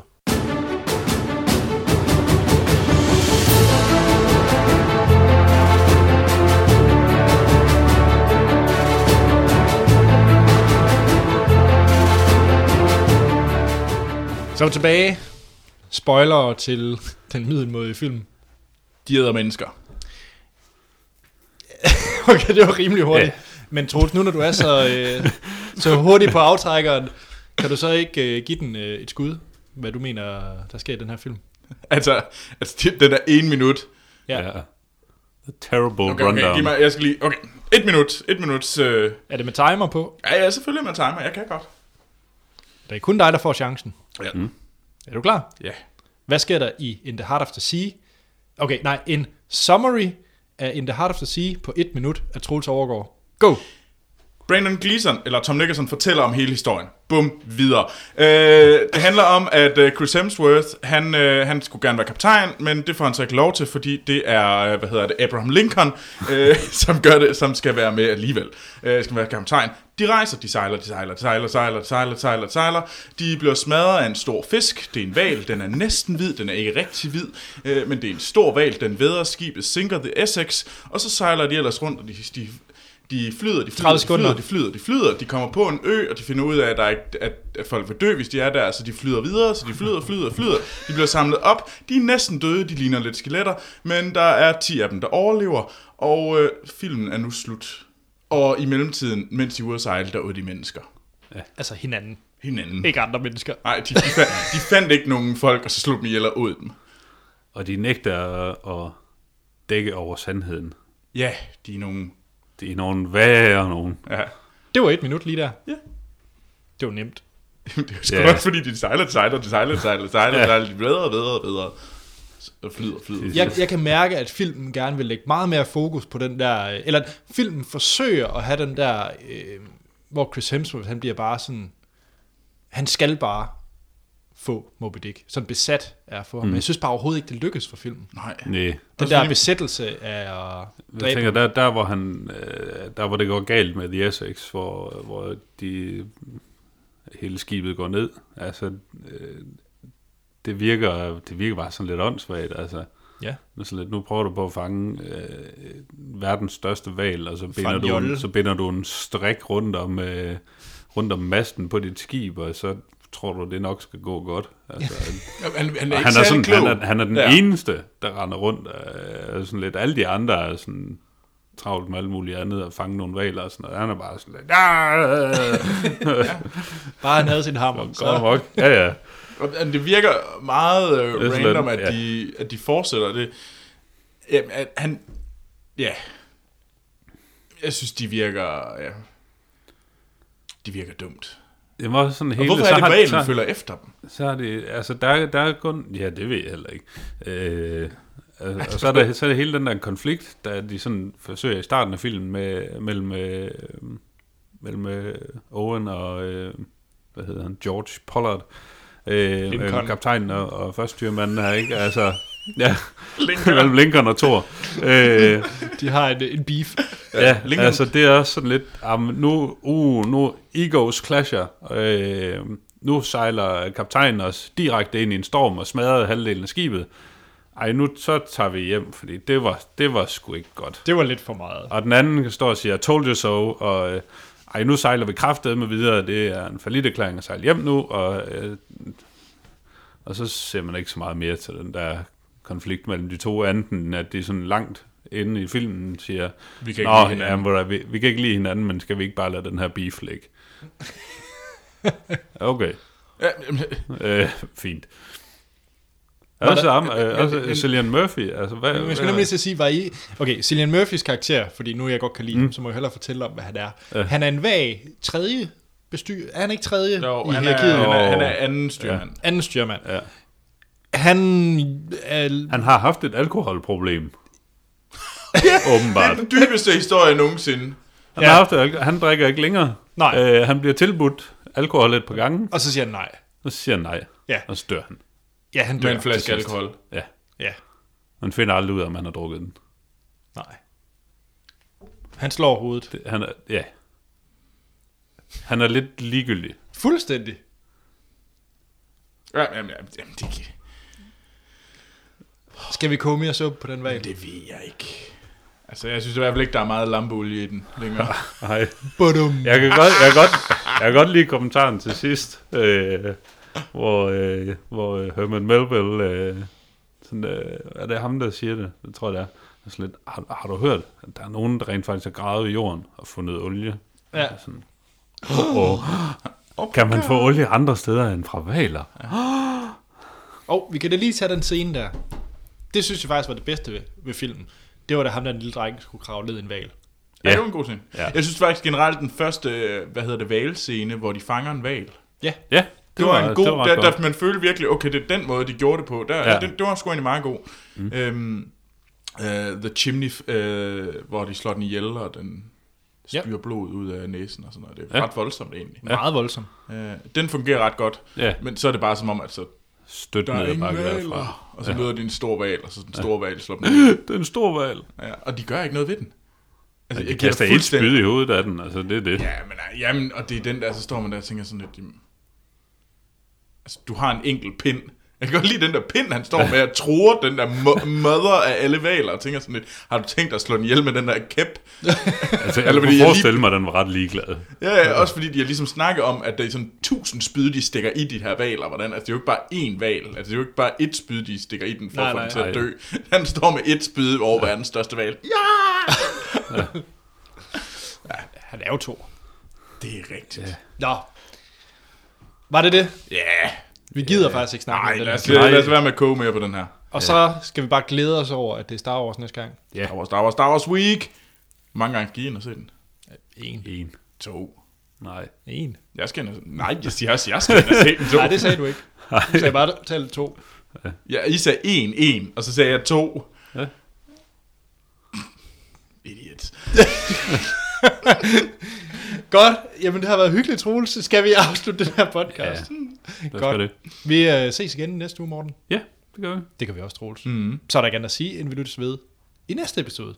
Speaker 1: Så er vi tilbage. Spoiler til den middelmådige film.
Speaker 2: De æder mennesker.
Speaker 1: Okay, det var rimelig hurtigt.
Speaker 3: Ja.
Speaker 1: Ja. Men Troels, nu når du er så, øh, så hurtigt på aftrækkeren, kan du så ikke øh, give den øh, et skud, hvad du mener, der sker i den her film?
Speaker 2: Altså, altså det, den der en minut.
Speaker 1: Ja. ja.
Speaker 3: The terrible
Speaker 2: Okay, okay,
Speaker 3: rundown.
Speaker 2: giv mig, jeg skal lige... Okay, et minut, et minut. Øh,
Speaker 1: Er det med timer på?
Speaker 2: ja, ja, selvfølgelig med timer, jeg kan godt.
Speaker 1: Det er kun dig, der får chancen.
Speaker 2: Ja.
Speaker 1: Er du klar?
Speaker 2: ja.
Speaker 1: Hvad sker der i In the Heart of the Sea? Okay, nej, en summary af In the Heart of the Sea på et minut af Troels Overgaard. Go!
Speaker 2: Brandon Gleeson, eller Tom Nicholson, fortæller om hele historien. Bum, videre. Øh, det handler om, at øh, Chris Hemsworth, han, øh, han skulle gerne være kaptajn, men det får han så ikke lov til, fordi det er, øh, hvad hedder det, Abraham Lincoln, øh, som gør det, som skal være med alligevel. Øh, skal være kaptajn. De rejser, de sejler, de sejler, de sejler, sejler, de sejler, de sejler, de sejler. De bliver smadret af en stor fisk. Det er en val, den er næsten hvid, den er ikke rigtig hvid, øh, men det er en stor val, den væder skibet, sinker The Essex, og så sejler de ellers rundt, og de, de de flyder, de flyder,
Speaker 1: 30
Speaker 2: de flyder,
Speaker 1: sekunder.
Speaker 2: de flyder, de flyder, de kommer på en ø, og de finder ud af, at, der ikke, at, at folk vil dø, hvis de er der, så de flyder videre, så de flyder, flyder, flyder, de bliver samlet op, de er næsten døde, de ligner lidt skeletter, men der er 10 af dem, der overlever, og øh, filmen er nu slut. Og i mellemtiden, mens de er ude at sejle, der er de mennesker.
Speaker 1: Altså hinanden,
Speaker 2: Hinanden.
Speaker 1: ikke andre mennesker.
Speaker 2: Nej, de, de, fandt, de fandt ikke nogen folk, og så slog dem ihjel og åd dem.
Speaker 3: Og de nægter at dække over sandheden.
Speaker 2: Ja, de er nogen.
Speaker 3: Det er nogle værre nogen.
Speaker 2: Ja.
Speaker 1: Det var et minut lige der.
Speaker 2: Ja.
Speaker 1: Det var nemt.
Speaker 2: Jamen, det er jo sgu
Speaker 3: Ja.
Speaker 2: nok, fordi de sejler, de sejler, de sejler, de sejler, de sejler, de
Speaker 3: Ja.
Speaker 2: sejler, de bedre, bedre, bedre. Og flyder, flyder.
Speaker 1: Jeg, jeg kan mærke, at filmen gerne vil lægge meget mere fokus på den der... øh, Eller at filmen forsøger at have den der... Øh, hvor Chris Hemsworth, han bliver bare sådan... Han skal bare få Moby Dick. Sådan besat er for ham. Mm. Jeg synes bare overhovedet ikke, det lykkes for filmen.
Speaker 2: Nej.
Speaker 3: Nej.
Speaker 1: Den
Speaker 2: fordi-
Speaker 1: der besættelse af at
Speaker 3: Jeg
Speaker 1: dræbe...
Speaker 3: tænker, der, der, hvor han, øh, der hvor det går galt med The Essex, hvor, hvor de, hele skibet går ned, altså, øh, det, virker, det virker bare sådan lidt åndssvagt. Altså.
Speaker 1: Ja.
Speaker 3: Nu er sådan lidt, nu prøver du på at fange øh, verdens største val, og så binder,
Speaker 1: en
Speaker 3: du en,
Speaker 1: jolle.
Speaker 3: så binder du en strik rundt om, øh, rundt om masten på dit skib, og så tror du, det nok skal gå godt. Altså,
Speaker 2: Jamen, han, han er
Speaker 3: og
Speaker 2: ikke
Speaker 3: han, er
Speaker 2: særlig
Speaker 3: sådan,
Speaker 2: klog.
Speaker 3: han, er, han er den
Speaker 2: Ja.
Speaker 3: ja. eneste, der render rundt. Øh, og sådan lidt. Alle de andre er sådan travlt med alt muligt andet, og fange nogle valer og sådan noget. Han er bare sådan lidt, ja,
Speaker 1: Bare han havde sin hammer.
Speaker 3: godt
Speaker 1: Så,
Speaker 3: nok. Ja, ja.
Speaker 2: Og- men Det virker meget øh,
Speaker 3: er sådan
Speaker 2: random,
Speaker 3: lidt-
Speaker 2: at,
Speaker 3: ja.
Speaker 2: de, at de fortsætter det. Jamen, at han... Ja. Jeg synes, de virker... Ja. De virker dumt.
Speaker 3: Det var sådan hele,
Speaker 2: Og hvorfor
Speaker 3: så
Speaker 2: er det,
Speaker 3: har-
Speaker 2: valen
Speaker 3: så-
Speaker 2: følger efter dem?
Speaker 3: Så er det, altså der, er- der er kun, ja det ved jeg heller ikke. Øh, og og så er, der, så er det hele den der konflikt, der de sådan forsøger i starten af filmen med, mellem, øh, mellem øh, Owen og, øh, hvad hedder han, George Pollard. Øh,
Speaker 1: Lincoln.
Speaker 3: øh, kaptajnen og, og førststyrmanden her, ikke? Altså, ja,
Speaker 2: Lincoln.
Speaker 3: mellem Lincoln og Thor. Øh,
Speaker 1: de har en, en beef.
Speaker 3: Ja,
Speaker 2: Lincoln-
Speaker 3: Lincoln. altså det er også sådan lidt, um, nu, uh, nu egos clasher, øh, nu sejler kaptajnen os direkte ind i en storm og smadrer halvdelen af skibet, ej, nu så tager vi hjem, fordi det var, det var sgu ikke godt.
Speaker 1: Det var lidt for meget.
Speaker 3: Og den anden står og siger, I told you so, og øh, ej, nu sejler vi kraftet med videre, det er en forlitterklæring at sejle hjem nu, og, øh, og så ser man ikke så meget mere til den der konflikt mellem de to, andet end at det er sådan langt inde i filmen, siger,
Speaker 2: Vi kan ikke
Speaker 3: Nå,
Speaker 2: lide hinanden."
Speaker 3: ja, hvor er vi, vi kan ikke lide hinanden, men skal vi ikke bare lade den her beef ligge? Okay,
Speaker 2: Ja, men-
Speaker 3: øh, fint. Også, ham, øh,
Speaker 2: men-
Speaker 3: også Cillian Murphy, altså hvad...
Speaker 1: Men jeg
Speaker 3: hvad-
Speaker 1: skulle nemlig lige til at sige, var I... Okay, Cillian Murphys karakter, fordi nu jeg godt kan lide mm. ham, så må jeg hellere fortælle om, hvad han er. Øh. Han er en vag tredje bestyr... Er han ikke tredje
Speaker 2: dog,
Speaker 1: i
Speaker 2: han, er,
Speaker 1: hierarkiet?
Speaker 2: han, er,
Speaker 3: Og-
Speaker 2: han er anden styrmand.
Speaker 1: Anden styrmand.
Speaker 3: Ja.
Speaker 1: Han er...
Speaker 3: Han har haft et alkoholproblem. Åbenbart.
Speaker 2: Den dybeste historie nogensinde.
Speaker 1: Ja.
Speaker 3: Han, ja. har haft et alko- han drikker ikke længere.
Speaker 1: Nej.
Speaker 3: Øh, han bliver tilbudt alkohol et par gange,
Speaker 1: Og så siger han nej.
Speaker 3: og så siger han nej.
Speaker 1: Ja.
Speaker 3: Og så dør han.
Speaker 1: Ja, han dør.
Speaker 2: Med
Speaker 1: til
Speaker 2: en flaske
Speaker 1: sidst.
Speaker 2: alkohol.
Speaker 3: Ja.
Speaker 1: Ja,
Speaker 3: Man finder aldrig ud af, om han har drukket den.
Speaker 1: nej. Han slår hovedet.
Speaker 3: Det, han er, ja. Han er lidt ligegyldig.
Speaker 1: Fuldstændig.
Speaker 2: Ja, jamen, ja, jamen, det, kan-
Speaker 1: Skal vi koge mere suppe på den vej?
Speaker 2: det ved jeg ikke. Altså, jeg synes i hvert fald ikke, der er meget lampeolie i den længere.
Speaker 3: Nej.
Speaker 1: Badum.
Speaker 3: Jeg kan godt, jeg kan godt, jeg kan godt lide kommentaren til sidst, øh, hvor, øh, hvor øh, Herman Melville, øh, sådan, øh, er det ham, der siger det? Det tror jeg, det er. Det er sådan lidt, har, har du hørt, at der er nogen, der rent faktisk har gravet i jorden og fundet olie?
Speaker 1: Ja.
Speaker 3: Sådan, og, kan man få olie andre steder end fra valer?
Speaker 1: Og vi kan da lige tage den scene der. Det synes jeg faktisk var det bedste ved, ved filmen. Det var da ham, der den lille dreng skulle kravle ned i en val.
Speaker 2: Ja,
Speaker 3: Ja.
Speaker 2: det var en god ting. Ja.
Speaker 3: Ja.
Speaker 2: Jeg synes faktisk generelt, den første, øh, hvad hedder det, valscene, hvor de fanger en val. Det,
Speaker 1: Ja,
Speaker 3: Ja, det,
Speaker 2: det var, en god,
Speaker 3: ret
Speaker 2: der,
Speaker 3: godt.
Speaker 2: der, man følte virkelig, okay, det er den måde, de gjorde det på. Der, ja.
Speaker 3: Ja.
Speaker 2: det, det var sgu egentlig meget god. Mm. Øhm, uh, the Chimney, uh, hvor de slår den ihjel, og den
Speaker 1: Ja.
Speaker 2: spyr blod ud af næsen og sådan noget. Det er
Speaker 3: Ja.
Speaker 2: ret voldsomt egentlig.
Speaker 1: meget voldsom.
Speaker 2: Øh, den fungerer ret godt,
Speaker 3: Ja.
Speaker 2: men så er det bare som om, at så,
Speaker 3: Støt
Speaker 2: der er
Speaker 3: ned ad
Speaker 2: ingen
Speaker 3: bakke derfra.
Speaker 2: valer. Og så møder de en stor val, og så den store val slår dem ned.
Speaker 3: Det er en stor val.
Speaker 2: Ja, og de gør ikke noget ved den. Altså,
Speaker 3: Jeg
Speaker 2: giver
Speaker 3: kaster et
Speaker 2: fuldstændig-
Speaker 3: spyd i hovedet af den, altså det er det.
Speaker 2: Ja, men nej, jamen, og det er den der, så står man der og tænker sådan lidt, jamen, altså, du har en enkelt pind. Jeg kan godt lide den der pind, han står med og tror den der mo- mother af alle valer, og tænker sådan lidt, har du tænkt dig at slå den ihjel med den der kæp?
Speaker 3: Altså, jeg
Speaker 2: Eller
Speaker 3: kunne
Speaker 2: fordi jeg
Speaker 3: forestille mig, at den var ret ligeglad.
Speaker 2: Ja, ja, også fordi de har ligesom snakket om, at det er sådan tusind spyd, de stikker i de her valer. Hvordan? Altså, det er jo ikke bare én val. Altså, det er jo ikke bare ét spyd, de stikker i den for
Speaker 1: Nej,
Speaker 2: at få den
Speaker 1: nej,
Speaker 2: til at
Speaker 3: nej.
Speaker 2: dø. Han står med ét spyd over ja. verdens største val. Ja!
Speaker 1: Han er jo to.
Speaker 2: Det er rigtigt. Ja.
Speaker 1: Nå. Var det det?
Speaker 2: Yeah.
Speaker 1: Vi gider faktisk ikke snakke
Speaker 2: Nej,
Speaker 1: om den
Speaker 2: lad os,
Speaker 1: her.
Speaker 2: lad os være med at koge mere på den her.
Speaker 1: Og så skal vi bare glæde os over, at det er Star Wars næste gang.
Speaker 3: Ja.
Speaker 2: Star Wars, Star Wars, Star Wars Week. Hvor mange gange skal I ind og se den?
Speaker 1: En.
Speaker 3: En.
Speaker 2: To.
Speaker 3: Nej.
Speaker 1: En.
Speaker 2: Jeg skal ind og se den. Nej, jeg siger også, jeg skal ind og se den to.
Speaker 1: Nej, det sagde du ikke. Du sagde bare tallet to.
Speaker 2: Ja, I sagde en, en, og så sagde jeg to.
Speaker 3: Ja.
Speaker 2: Idiot.
Speaker 1: Godt. Jamen, det har været hyggeligt, Troels. Så Skal vi afslutte den her podcast?
Speaker 3: Ja.
Speaker 1: Ja,
Speaker 3: os
Speaker 1: Godt.
Speaker 3: gøre det.
Speaker 1: Vi øh, ses igen næste uge, Morten.
Speaker 3: Ja, det gør vi.
Speaker 1: Det kan vi også, Troels. Mm. Så er der gerne at sige, inden vi lyttes ved i næste episode.